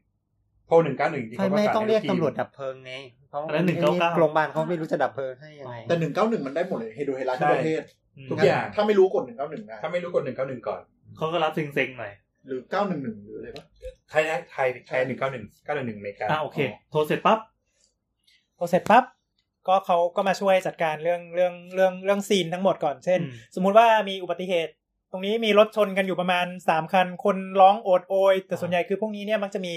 โทรหนึ่งเก้าหนึ่งที่
ไฟ
เขาประ
ไหม้
สาน
ต้อง
ให้
เรียก
ทีม
ตำรวจดับเพลิงไงเพราะ
อันนั้น199
โรงพยาบาลเขาไม่รู้จะดับเพลิงให้ยังไง
แต่หนึ่งเก้าหนึ่งมันได้หมดเลยเฮโดเฮลัสทุกประเทศ
อืม
ทุกอย่าง
ถ้าไม่รู้กดหนึ่งเก้าหนึ่งนะ
ถ้าไม่รู้กดหนึ่งเก้าหนึ่งก่อน
เขาก็รับเซ็งๆหน่อย
หรือเก้าหนึ่งหนึ่งหรืออะไรป่ะ
ไทยนะไทยไทยหนึ่งเก้าหนึ่งเก้าหนึ่งหนึ่งเมกา
อ่ะโอเค โทรเสร็จปั๊บ
พอเสร็จปั๊บก็เขาก็มาช่วยจัดการเรื่องเรื่องเรื่องเรื่องซีนทั้งหมดก่อนเช่น
อืม
สมมุติว่ามีอุบัติเหตุ ตรงนี้มีรถชนกันอยู่ประมาณ 3 คัน คนร้องโอดโอย แต่ส่วนใหญ่คือพวกนี้เนี่ยมักจะมี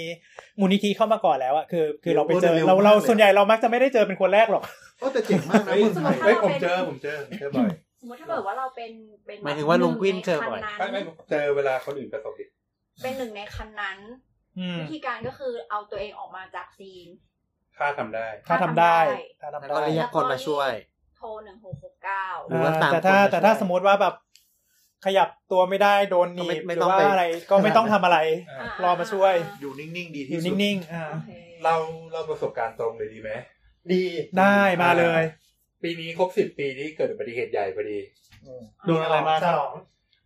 มูลนิธิเข้ามาก่อนแล้วอะคือ คือเราไปเจอเราเราส่วนใหญ่เรามักจะไม่ได้เจอเป็นคนแรกหรอก
โอ้แต่เจ๋งมากนะ
เฮ้ย
เมืองไทย
เฮ้ยผมเจอผมเจอผมเจอบ่อย
สมมติถ้าเกิดว่าเราเป็นเป็น
หมายถึงว่าลุงกวิ้นเจอบ่อย
ไม่ไม่ผมเจอเวลาคนอื่นประสบเหตุ
เป็นหนึ่งในคันนั้น
อืม
วิธีการก็คือเอาตัวเองออกมาจากซีน
ค่าทำได้
ถ้าทำได้ถ้าทำ
แล้
ได้
วก็เรียกคนมาช่วย
โทรหนึ่งหกหกเก้า
หรือว่าตาม
แต่ถ้า
คนมาช่วย
แต่ถ้าสมมติว่าแบบขยับตัวไม่ได้โดนหนี
ก็
บ
ไม่ไม่
หรื
ต้อ
อง ว่า
ไป
อะไรก็ไม่ต้องทำอะไร
อ่าร
อมาช่วย
อยู่นิ่งๆดี
อ
ที่
ยู่
สุด
นิ่งๆอ่า
โอเค
เราเราประสบการณ์ตรงเลยดีไหม
ดี
ได้มาเลย
ปีนี้ครบสิบปีที่เกิดอุบัติเหตุใหญ่พอดี
อืม
โดนอะไรมาครับ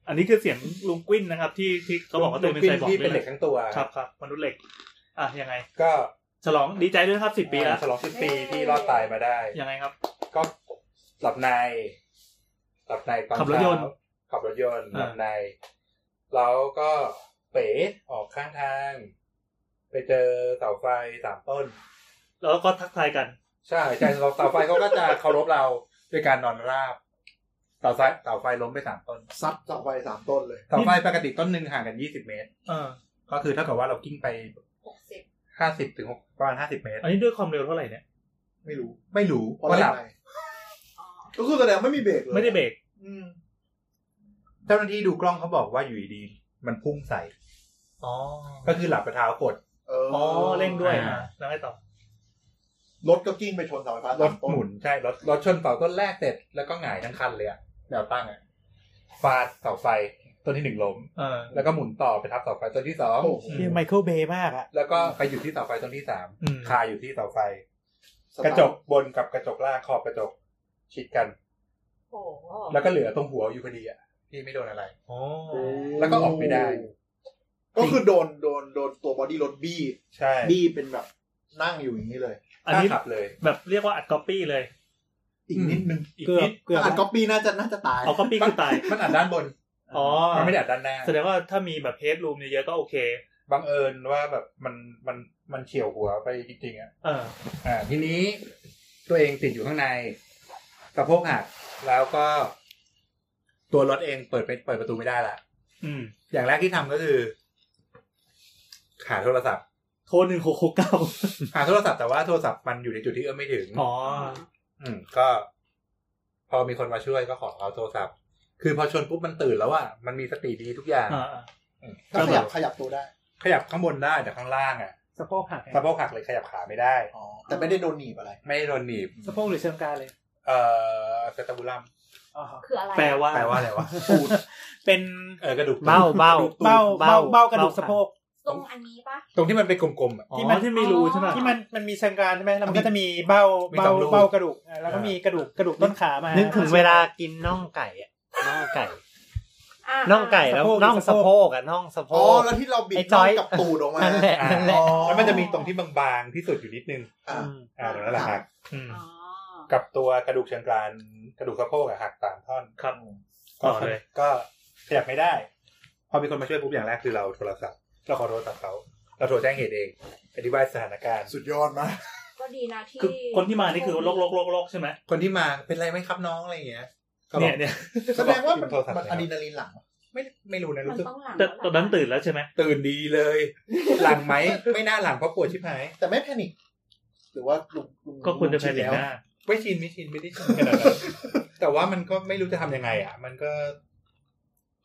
อันนี้คือเสียงลุงกวิ้นนะครับ ที่ที่เขาบอกว่าตัวเองเป็นไซบอร์
ที่
ก
เป็นเหล็กทั้งตัว
ครับครับมนุษย์เหล็ก อ่ะยังไง
ก็
ฉลองดีใจด้วยครับสิบ10 ปีแล้ว
ฉลองสิบปีที่รอดตายมาได้
ยังไงครับ
ก็หลับในหลับในตอน
ขับรถยนต์
เช้าขับรถยนต์
อ่า
หลับใน แล้วก็เป๋ออกข้างทาง ไปเจอเสาไฟสามต้น
แล้วก็ทักทายกัน
ใช่ใช่เสาไฟเขาก็จะเคารพเราด้วยการนอนราบเสาไฟเสาไฟล้มไปสามต้น
ซัดต่อไปสามต้นเลย
เสาไฟปกติต้นหนึ่งห่างกันยี่สิบเมตร
เออ
ก็คือเท่ากับว่าเรากิ้งไป
หกสิบ
ห้าสิบถึงหกประมาณห้าสิบเมตร
อันนี้ด้วยความเร็วเท่าไหร่เนี่ย
ไม่รู้
ไม่รู้
เพราะ
ว่าหลั
อะ
บ
ไรก็คือแสดงไม่มีเบรกเลย
ไม่ได้เบรก
อืม
เจ้าหน้าที่ดูกล้องเขาบอกว่าอยู่ดีๆมันพุ่งใส่
อ๋อ
ก็คือหลับไปเท้ากด
เออ
อ๋อเร่งด้วยอ่ะ
อ่า
แล้วไงต่อ
รถก็กิ้งไปชนเสาไฟฟ้าร สา
ถ
มต้น
หมุนใช่รถรถชนเสาต้นแรกเสร็จแล้วก็หงายทั้งคันเลยอะแนวตั้งอะฟาดเสาไฟต้นที่หนึ่งล้ม
เออ
แล้วก็หมุนต่อไปทับเสาไฟต้นที่สอง
โอ้โห
อืม
ที่ไมเคิลเบย์มากอะ
แล้วก็ไปอยู่ที่เสาไฟต้นที่สาม
อืม
คาอยู่ที่เสาไฟ
สตาท
กระจกบนกับกระจกล่างขอบกระจกชิดกัน
โอ้โห
แล้วก็เหลือตรงหัวอยู่พอดีอ่ะที่ไม่โดนอะไร
อ๋อ
โอ้
แล้วก็ออกไม่ได้
ก็คือโดนโดนโดนตัวบอดี้รถบี้
ใช่
บี้เป็นแบบนั่งอยู่อย่างนี้เลย
อัน
ถ้า
นี้
ขับเลย
แบบเรียกว่าอัดก๊อปปี้เลย
อีกนิดนึง
อีก
เกือ
นิ
บ
ด
เกือบ
อ่านก๊อปปี้น่าจะน่าจะตาย
เอาก๊อปปี้คือตาย
มันอัดด้านบน
อ๋อ
มันไม่ได้อัดด้านหน้า
แสดงว่าถ้ามีแบบเฮดรูมเยอะๆก็โอเค
บังเอิญว่าแบบมันมันมันเฉียวหัวไปจริงๆอ่ะ
เออ
อ่าทีนี้ตัวเองติดอยู่ข้างในสะโพกหักแล้วก็ ตัวรถเองเปิดไปเปิดประตูไม่ได้ละ
อืม
อย่างแรกที่ทำก็คือ หาโทรศัพท์
โท
โทรหนึ่งหกหกเก้า
หาโทรศัพท์แต่ว่าโทรศัพท์มันอยู่ในจุดที่เอื้อมไม่ถึง
อ๋อ
อืมก็ พอมีคนมาช่วยก็ขอเอาโทรศัพท์ คือพอชนปุ๊บมันตื่นแล้วอ่ะมันมีสติดีทุกอย่าง
อ่า
อืม
ก็ขยับขยับตัวได้
ขยับข้างบนได้แต่ข้างล่างอ่ะ
สะโพกหักไง
สะโพกหักเลยขยับขาไม่ได้
อ๋อแต่ไม่ได้โดนหนีบอะไร
ไม่ได้โดนหนีบ
สะโพกหรือเชิงกรานเลย
เอ่อสเตบูลัม
อ๋อ
คืออะไรอะ
แปลว่า
แปลว่าอะไรวะ
เป็น
เออกระดูก
เบ้าเบ้า
เบ้าเบ้าเบ้ากระดูกสะโพก
ตรงอันนี้ปะ
ตรงที่มันเป็นกลมๆอ่ะ
อ๋อที่
ที่มั
มัน นที่ไม่รู้ใช่ไหม
ที่มันมันมีเชิงกรานใช่ไหมแล้วมันก็จะมีเบ้า
มีส
เบ้า
องรูป
เบ้ากระดูกอ่ะแล้วก็
อ่ามี
มีกระดูกกระดูกต้นขามานึ
นึกถึงเวลากินน่องไก่อะน่องไก่
อ่ะ
น่องไก่แล้ว
สะโพก
น่องสะโพกอะน่องสะโพ
อ๋อก แล้วที่เราบิด
ไอ้จอย
กับตูดออกมา
นั่นแหละ
อ่า
นั่นแหละ
อ๋อ
แล้วมันจะมีตรงที่บางๆที่สุดอยู่นิดนึง
อ่า
อืม
อ่าตรงนั้นแหละหัก
อืม
อ๋อ
กับตัวกระดูกเชิงกรานกระดูกสะโพกอะหักสามท่อน
ครับ
ก็
ต่อเลย
ก็ขยับไม่ได้ พอมีคนมาช่วยปุ๊บอย่างแรกคือเราโทรศัพท์ เราขอโทรศัพท์เขา เราโทรแจ้งเหตุเอง อธิบายสถานการณ์
สุดยอดมาก
ก็ดีนะที่
คือคนที่มานี่คือโรคโรคโรคโรคใช่ไหม
คนที่มาเป็นไรไหมครับน้องอะไรอย่างเงี้ยก็บ
เนี่
อก
ยเนี่ย
แสดงว่ามัน
โทรศัพท์
มัน
ไป
อะดรี
แล้ว
นาลีนหลัง
ไม่ไม่รู้นะ
มั
รู้
น
สึก
ต้องหลัง
แต่
แล้ว
ตอนนั้นตื่นแล้วใช่ไหม
ตื่นดีเลย หลังไหมไม่น่าหลังเพราะปวดชิบหาย
แต่ไม่แพนิคหรือว่าลุงลุง
ก็ควรจะแพนิค
ล้ว
หน้า
ไม่ชินไม่ชินไม่ได้ชินขนาด นั้น แต่ว่ามันก็ไม่รู้จะทำยังไง อ่ะ มันก็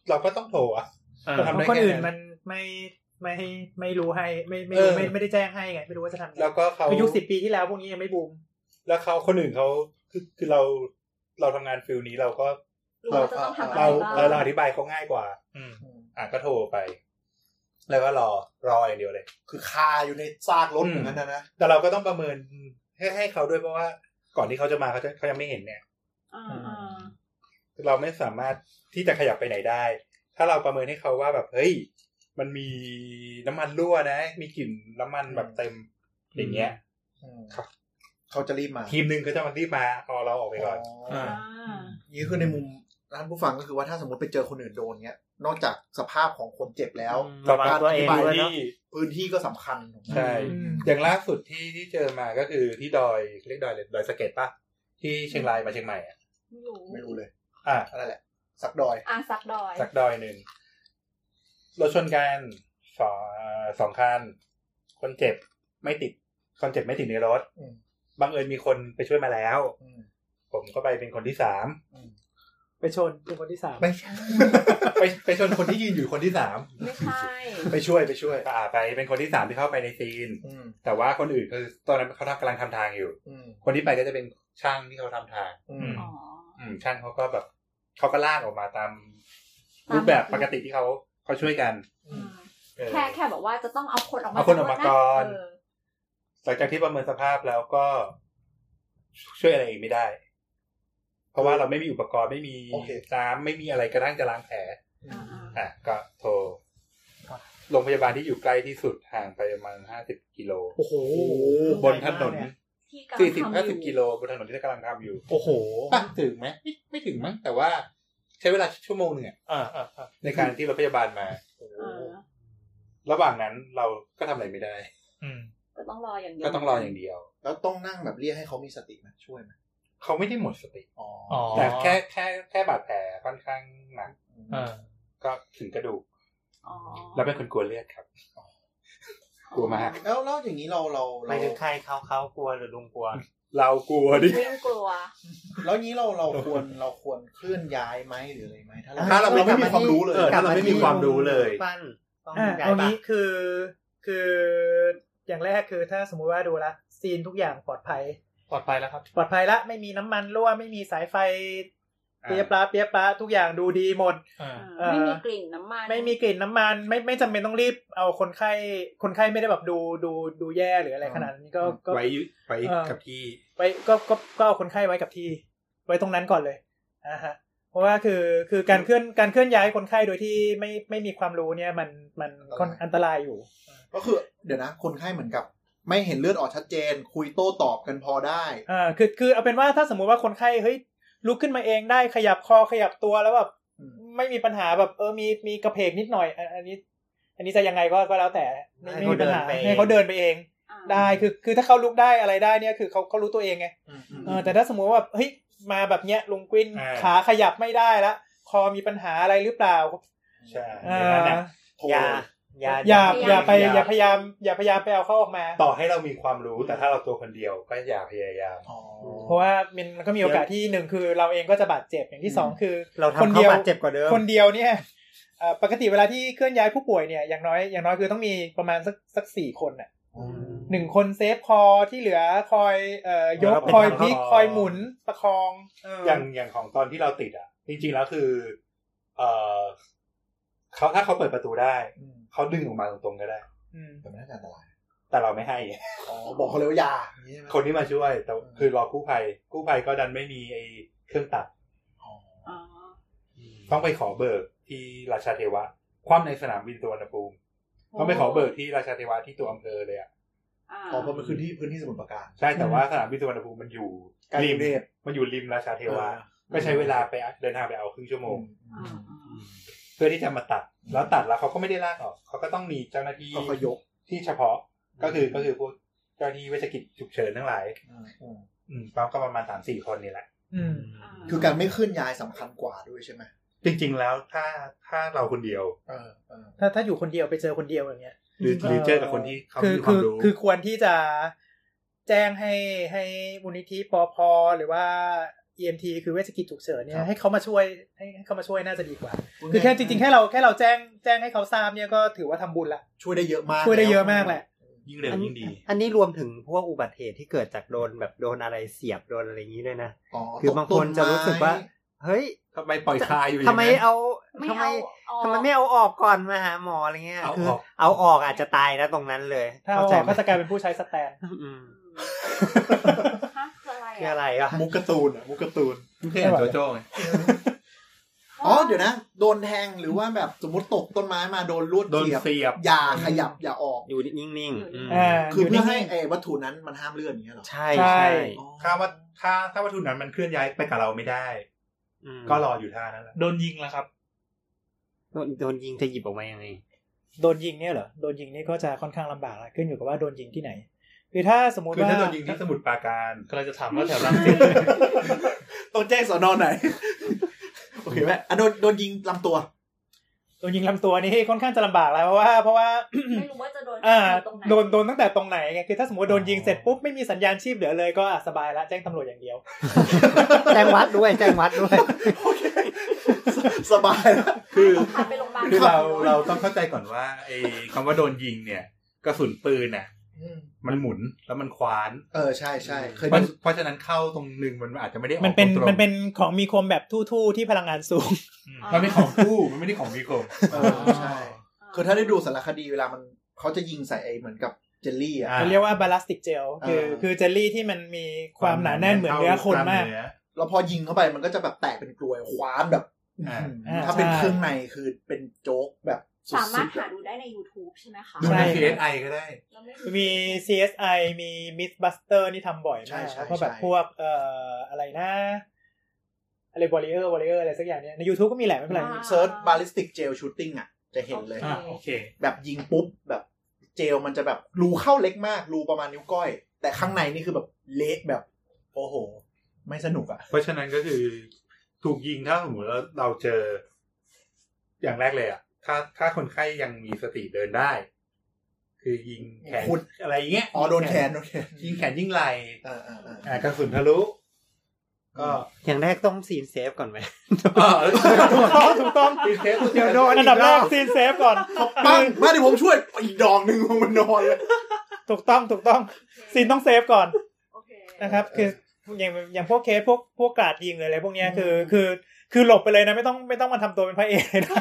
เราก็ต้องโทรอ่ะ
อ่า
ทำได้
เพราะคน
แค่นั้น
อื่นมันไม่ไม่ให้ไม่รู้ให้ไม่ไม่
เออ
ไม่ไม่ได้แจ้งให้ไงไม่รู้ว่าจะทำยังไง
แล้วก็เขา
ยุคสิบปีที่แล้วพวกนี้ยังไม่บูม
แล้วเขาคนอื่นเขาคือคือเราเราทำงานฟิลนี้เราก็
รู้
เรา
ว่าจะต้องทำอะไร
เรา
บ้าง
เราเราอธิบายเขาง่ายกว่า
อืม
อ่ะก็โทรไป แล้วก็รอรออย่างเดียวเลย
คือคาอยู่ในซากรถอย่างนั้นนะนะ
แต่เราก็ต้องประเมินให้ให้เขาด้วยเพราะว่า ก่อนที่เขาจะมาเขาจะเขายังไม่เห็นเนี่ย
อ่าอ่า
เราไม่สามารถที่จะขยับไปไหนได้ ถ้าเราประเมินให้เขาว่าแบบเฮ้ย มันมีน้ำมันรั่วนะ มีกลิ่นน้ำมันแบบเต็มอย่างเงี้ย
อืม
ครับ
เขาจะรีบมา
ทีมหนึ่งเขาจะมารีบมาเอาเราออกไปก่อน
อ๋อ
อ่า
อ่า
อนี่คือในมุมท่านผู้ฟังก็คือว่าถ้าสมมติไปเจอคนอื่นโดนเงี้ย นอกจากสภาพของคนเจ็บแล้ว
ระวังตัวเอง
ไป
ด้วยเนาะ
ที่
พื้นที่ก็สำคัญถูกไหม
ใช่
อืม
อย่างล่าสุดที่ที่เจอมาก็คือที่ดอยเรียกดอยเลยดอยสะเก็ดปะที่เชียงรายมาเชียงใหม่อะ
ไม่รู้
ไม่รู้เลย
อ่ะ
อะไรแหละ สักดอย
อ่ะซักดอย
จากดอยหนึ่งรถชนกันสองเอ่อสองคันคนเจ็บไม่ติดคนเจ็บไม่ติดในรถ
อืม
บังเอิญมีคนไปช่วยมาแล้ว
อืม
ผมก็ไปเป็นคนที่สาม
ไปชนเป็นคนที่สาม
ไม่ใช่ไปไปชนคนที่ยืนอยู่คนที่สาม
ไม่ใช่
ไปช่วยไปช่วย
อ่าไปเป็นคนที่สามที่เข้าไปในซีน
อืม
แต่ว่าคนอื่นคือตอนนั้นเขาทำกำลังทำทางอยู่
อืม
คนที่ไปก็จะเป็นช่างที่เขาทำทาง
อืม
อ๋อ
อืมช่างเขาก็แบบเขาก็ลากออกมาตาม รูปแบบ
ตาม
ปกติที่เขาเขาช่วยกัน
อืม
เออ
แค่แค่บอกว่าจะต้องเอาคนออกมา
เอาคนออกมาก่อน
เอ
หลังจากที่ประเมินสภาพแล้วก็ช่วยอะไรอีกไม่ได้ เพราะว่าเราไม่มีอุปกรณ์ไม่มี
โอเค
น้ำไม่มีอะไรกระทั่งจะล้างแผล
อ่าอ่า
อ่ะก็โทรโรงพยาบาลที่อยู่ใกล้ที่สุดห่างไปประมาณห้าสิบกิโล
โอ้โห
บนถนน
ที่กำลัง
สี่สิบ
ทำอ
ห้าสิบ
ยู่
กิโลบนถนนที่กำลังทำอยู่
โอ้โห
ป่ะถึงไหมไม่ไม่ถึงมั้งแต่ว่าใช้เวลาชั่วโมงหนึ่งอะ
อ่าอ่าอ่า
ในการที่รถพยาบาลมา
อ่า
ระหว่างนั้นเราก็ทำอะไรไม่ได้
อืม
ก็ต้องรออย่างเดียว
ก็ต้องรออย่างเดียว
แล้วต้องนั่งแบบเรียกให้เขามีสติไหมช่วยไหม
เขาไม่ได้หมดสติ
อ๋อ
อ๋อ
แต่แค่แค่แค่บาดแผลค่อนข้างหนัก
อ่า
ก็ถึงกระดูก
อ๋อ
เราเป็นคนกลัวเลือดครับ กลัวมาก
แล้วแล้วอย่างนี้เราเรา
ไป
เรา
ถึงใครเขาเขากลัวหรือลุงกลัว
เรากลัวดิ
วิ่งกลัว
แล้วนี้เราเราควรเราควรเคลื่อนย้ายไหมหรืออะไรไหมถ้าเรา
ถ้าเราไม่มีความรู้เลย
ออก
ถ้าเราไม่มีความรู้เลย
ปั้นต้อง
อ่ะ
ใหญ่
เอา
ปะ
งี้คือคืออย่างแรกคือถ้าสมมุติว่าดูละซีนทุกอย่างปลอดภัย
ปลอดภัยแล้วครับ
ปลอดภัยละไม่มีน้ำมันรั่วไม่มีสายไฟ
อ่า
เปียปลาเปียปลาทุกอย่างดูดีหมด
อ่า
เอ่อ
ไม่มีกลิ่นน้ำมัน
ไม่มีกลิ่นน้ำมัน ไม่ไม่จำเป็นต้องรีบเอาคนไข้คนไข้ไม่ได้แบบดูดูดูแย่หรืออะไรขนาดนี้ก็ก็
ไว้อยู่ไว้
เออ
กับที่
ไว้ก็ก็ก็เอาคนไข้ไว้กับที่ ไว้ตรงนั้นก่อนเลยนะฮะเพราะว่าคือคือการเคลื่อนการเคลื่อนย้ายคนไข้โดยที่ไม่ไม่มีความรู้เนี่ยมันมันค่อนอันตรายอยู่
ก็คือเดี๋ยวนะ คนไข้เหมือนกับ ไม่เห็นเลือดออกชัดเจน คุยโต้ตอบกันพอได้
อ่าคือคือเอาเป็นว่าถ้าสมมุติว่าคนไข้เฮ้ยลุกขึ้นมาเองได้ขยับคอขยับตัวแล้วแบบ
อืม
ไม่มีปัญหาแบบเออมีมีกระเพกนิดหน่อยอันอันนี้ อันนี้จะยังไงก็ก็แล้วแต่ไม่
ให้
ไม่
เขา
มีปัญหา
เดินไปเอง
ให้เขาเดินไปเอง
อ่า
ได้คือคือถ้าเขาลุกได้อะไรได้เนี่ยคือเขาเขารู้ตัวเองไงเออแต่ถ้าสมมุติว่าแบบเฮ้ยมาแบบเนี้ยลุงกวิน
อ่า
ขาขยับไม่ได้ละคอมีปัญหาอะไรหรือเปล่า
ใช่
อ่า
ดังนั้นน่ะ
โทร
ยา ยา
อย่า
ไม่
อ
อ
ย่าย
ยาก
ไปอย่าพยายามอย่าพยายามไปเอาเข้าออกมา
ต่อให้เรามีความรู้แต่ถ้าเราตัวคนเดียวก็อย่าพยายาม
เพราะว่ามันมันก็มีโอกาสที่หนึ่งคือเราเองก็จะบาดเจ็บอย่างที่สองคือ
เรา
คน
ทำ
เดี
เขา
ยว
บาดเจ็บกว่าเดิม
คนเดียวเนี่ยเอ่อปกติเวลาที่เคลื่อนย้ายผู้ป่วยเนี่ยอย่างน้อยอย่างน้อยคือต้องมีประมาณสักสักสี่คนน่ะหนึ่งคนเซฟคอที่เหลือคอยเอ่อยก
เราเป็น
คอย
ทาง
พลิก
เข้า
คอยหมุนประคองเ
อย่างอย่างของตอนที่เราติดอ่ะ จริงๆแล้วคือ เออเขาถ้าเขาเปิดประตูได้
อืม
เขาดึงออกมาตรงๆก็ได้
อืม
แต่มันน่าจะอันตราย
แต่เราไม่ให้
อ๋อบอกเขาเลยว่าอยาอย่างนี้ใช่ไหม
คนที่มาช่วย แต่คือรอกู้ภัย กู้ภัยก็ดันไม่มีไอ้เครื่องตัด
อ๋อ
ต้องไปขอเบิกที่ราชาเทวะ คว่ำในสนามบินตัวนภูมิ ต้องไปขอเบิกที่ราชาเทวะที่ตัวอำเภอเลยอ่ะ
า
อ๋อเพราะมันคือที่พื้นที่สมุทรปราการ
ใช่แต่ว่าสนามบินสุวรรณภูมิมันอยู่
ใกล้กรุงเทพ
มันอยู่ริมราชาเทวะก็ใช้เวลาไปเดินทางไปเอาครึ่งชั่วโมง
อ่าอ่า
เพื่อที่จะมาตัด แล้วตัดแล้วเขาก็ไม่ได้ลากออกเขาก็ต้องมีเจ้าหน้าที่
เขาก็ยก
ที่เฉพาะก็คือก็คือพวกเจ้าหน้าที่เวชกิจฉุกเฉินทั้งหลายอืมปั๊มก็ประมาณสามสี่คนนี่แหละ
อืม
อ่า
คือการไม่ขึ้นย้ายสำคัญกว่าด้วยใช่ไหม
จริงๆแล้วถ้าถ้าเราคนเดียว
เออเออ
ถ้าถ้าอยู่คนเดียวไปเจอคนเดียวอย่างเงี้ย
หรือหรือเจอกับคนที่เขา
คือ
มีค
คื
วาม
อ
รู้
คือควรที่จะแจ้งให้ให้มูลนิธิปอพหรือว่า EMT คือเวชกิจฉุกเฉินเนี่
ครั
ย
บ
ให้เขามาช่วยให้ให้เขามาช่วยน่าจะดีกว่า คือแค่จริงๆแค่เราแค่เราแจ้งแจ้งให้เขาทราบเนี่ยก็ถือว่าทำบุญละ
ช่วยได้เยอะมาก
ช่วยได้เยอะมากแหละ
ยิ่งเร็ว
อัน
ยิ่งดี
อันนี้รวมถึงพวกอุบัติเหตุที่เกิดจากโดนแบบโดนอะไรเสียบโดนอะไรอย่างนี้ด้วยนะ
อ๋อ
คือบางคนจะรู้สึกว่า เฮ้ย
ทำไมปล่อยคาอยู่อย่า
ทำ
ง
ไม
นั้น
เอา
ไม่
ทำไม
เอาออก
ทำไมไม่เอาออกก่อนมาหาหมออะไรเงี้ย
เอา
คือ
ออก
เอาออกอาจจะตายนะตรงนั้นเลย
ถ้าเอาอ
ใจ
อก
ไหม
ก็จะกลายเป็นผู้ใช้สแตน
อืม
ฮะคืออะไร
คือ
อะ
อะไรอ่ะ
มุกการ์ตูนอะมุกการ์ตูน
ไม่เคยอ่านโจโจ้ไง
อ๋อเดี๋ยวนะ โดนแทงหรือว่าแบบสมมติตกต้นไม้มาโดนลวด
โดน
เสียบ
เสียบ
อย่าขยับอย่าออก
อยู่นิ่งๆอืม
อ่า
คือเพื่อให้
ยู่นิ่ง
ไอ้วัตถุนั้นมันห้ามเลื่อนอย่างเงี้ยเหรอ
ใช่
ใช่
ใช่
อ๋อ
ถ้าว่าถ้าถ้าวัตถุนั้นมันเคลื่อนย้ายไปกับเราไม่ได้
อืม
ก็รออยู่ท่านั้นแหละ
โดนยิงแล้วครับ
โดนโดนยิงจะหยิบออกมายังไง
ๆโดนยิงเนี่ยเหรอ โดนยิงนี่ก็จะค่อนข้างลำบากละขึ้นอยู่กับว่าโดนยิงที่ไหน คือถ้าสมมุติ
คือ
ว่า
ถ้าโดนยิงที่สมุทรปราการ
ก็เลยจะถามว่าแถวรังสิต
ต้องแจ้งสอนอนไหน โอเคไหมอ่ะโดนโดนยิงลำตัว
โดนยิงลำตัวนี่ค่อนข้างจะลำบากแล้วเพราะว่าเพราะว่า
ไม่รู้ว่าจะโดน
อ่า
ตรงไหน
โดนโดนตั้งแต่ตรงไหนไงคือถ้าสมมติโดนยิงเสร็จปุ๊บไม่มีสัญญาณชีพเหลือเลยก็อ่ะสบายละแจ้งตำรวจอย่างเดียว
แจ้งวัดด้วยแจ้งวัดด้วย
โอเค สบายแล้ว
คือ
ต้องพาไปโรงพยา บาล
คือเราเราต้องเข้าใจก่อนว่าไอ้คำว่าโดนยิงเนี่ยกระสุนปืนน่ะมันหมุนแล้วมันคว้าน
เออใช่ใช่เคย
เพ
โด
ราะ
น
เพราะฉะนั้นเข้าตรงหนึ่งมันอาจจะไม่ได้ออก
มันเป็น
ตรงๆ
มันเป็นของมีคมแบบทู่ๆที่พลังงานสูง
มันเป็นของคู่มันไม่ได้ของมีคม
เออใช่ คือถ้าได้ดูสารคดีเวลามันเขาจะยิงใส่ไอ้เหมือนกับเจลลี่อ่ะ
อ่า
เขาเรียกว่าบาล a สติกเจลคือ
อ่า
คือเจลลี่ที่มันมีความหนาแน่นเหมือนเนื้อคนมาก
เอ
แล้วพอยิงเข้าไปมันก็จะแบบแตกเป็นกลวยคว้านแบบ
อ่า
อ่า
ถ้าเป็น
ใช่
เครื่องในคือเป็นโจ๊กแบบสุ
สามารถ
ดๆ
หา
อะ
ดูได้ใน YouTube ใช่ไหมคะ
ดู
ใช่
ใน CSI ก็ได้
เราไม่
มี CSI มี Mythbuster นี่ทำบ่อย
ใช่
มาก
ใช่
แล้วก็แบบ
ใช่
พวกเอ่ออะไรนะอะไรวอลเลเยอร์วอลเลเยอร์อะไรสักอย่างเนี่ยใน YouTube ก็มีแหละไม่เป็นไร
เซิร์ชบาลิสติกเจลชูตติ้งอ่ะ จะเห็นเลย
อ่ะโอเค
แบบยิงปุ๊บแบบเจลมันจะแบบรูเข้าเล็กมาก รูประมาณนิ้วก้อย แต่ข้างในนี่คือแบบเละแบบ โอ้โห ไม่สนุกอ่ะ
เพราะฉะนั้นก็คือถูกยิงถ้าสมมติเราเราเจอ อย่างแรกเลยอ่ะ ถ้าถ้าคนไข้ยังมีสติเดินได้ คือยิงแขน
ขุด
อะไรอย่างเงี้ย
อ๋อโดนแขนโดนแขน
ยิงแขนยิงไหล่
เออเออเออ
อ่ากระสุนทะลุ ก็
อย่างแรกต้องซีนเซฟก่อนไหม
อ่าถูกต้องถูกต้องตีเทส
เดี๋ยวโดน
อันดับแรกซีนเซฟก่อน
ปั้งมาเดี๋ยวผมช่วยอีกดอกหนึ่งมันนอนเลย
ถูกต้องถูกต้องซีนต้องเซฟก่อน
โอเค
นะครับ
เออ
คืออย่างอย่างพวกเคสพวกพวกกราดยิงเลยอะไรพวกเนี้ยคือคือคือหลบไปเลยนะไม่ต้องไม่ต้องมาทำตัวเป็นพระเอกเลยนะ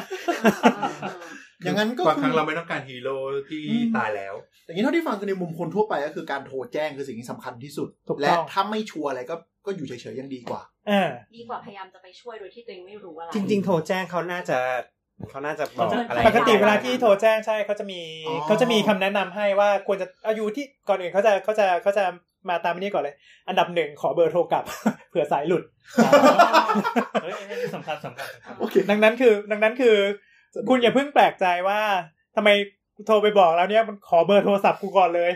อย่างนั้นก็
บาง
คือ
ครั้งเราไม่ต้องการฮีโร่ที่
อืม
ตายแล้ว
อย่างนี้เท่าที่ฟังคือในมุมคนทั่วไปก็คือการโทรแจ้งคือสิ่งที่สำคัญที่สุด
ถูกต้อง
และถ้าไม่ชัวร์อะไรก็ก็อยู่เฉยๆยังดีกว่า
อ่า
ดีกว่าพยายามจะไปช่วยโดยที่ตัวเองไม่รู้อะไร
จริง ๆ โทรแจ้งเขาน่าจะเขาน่าจะบอกอะไร
ปกติ
ได้
เวลาที่โทรแจ้งใช่เขาจะมี
อ๋อ
เขาจะมีคำแนะนำให้ว่าควรจะเอาอยู่ที่ก่อนอื่นเขาจะเขาจะเขาจะมาตามอันนี้ก่อนเลย อันดับหนึ่งขอเบอร์โทรกลับ เผื่อสายหลุด
เฮ้ยอันนี้สำคัญสำคัญสำคัญ
โอเค
ดังนั้นคือ ดังนั้นคือ คุณอย่าเพิ่งแปลกใจว่าทำไมโทรไปบอกแล้วเนี่ยมันขอเบอร์โทรศัพท์กูก่อนเลย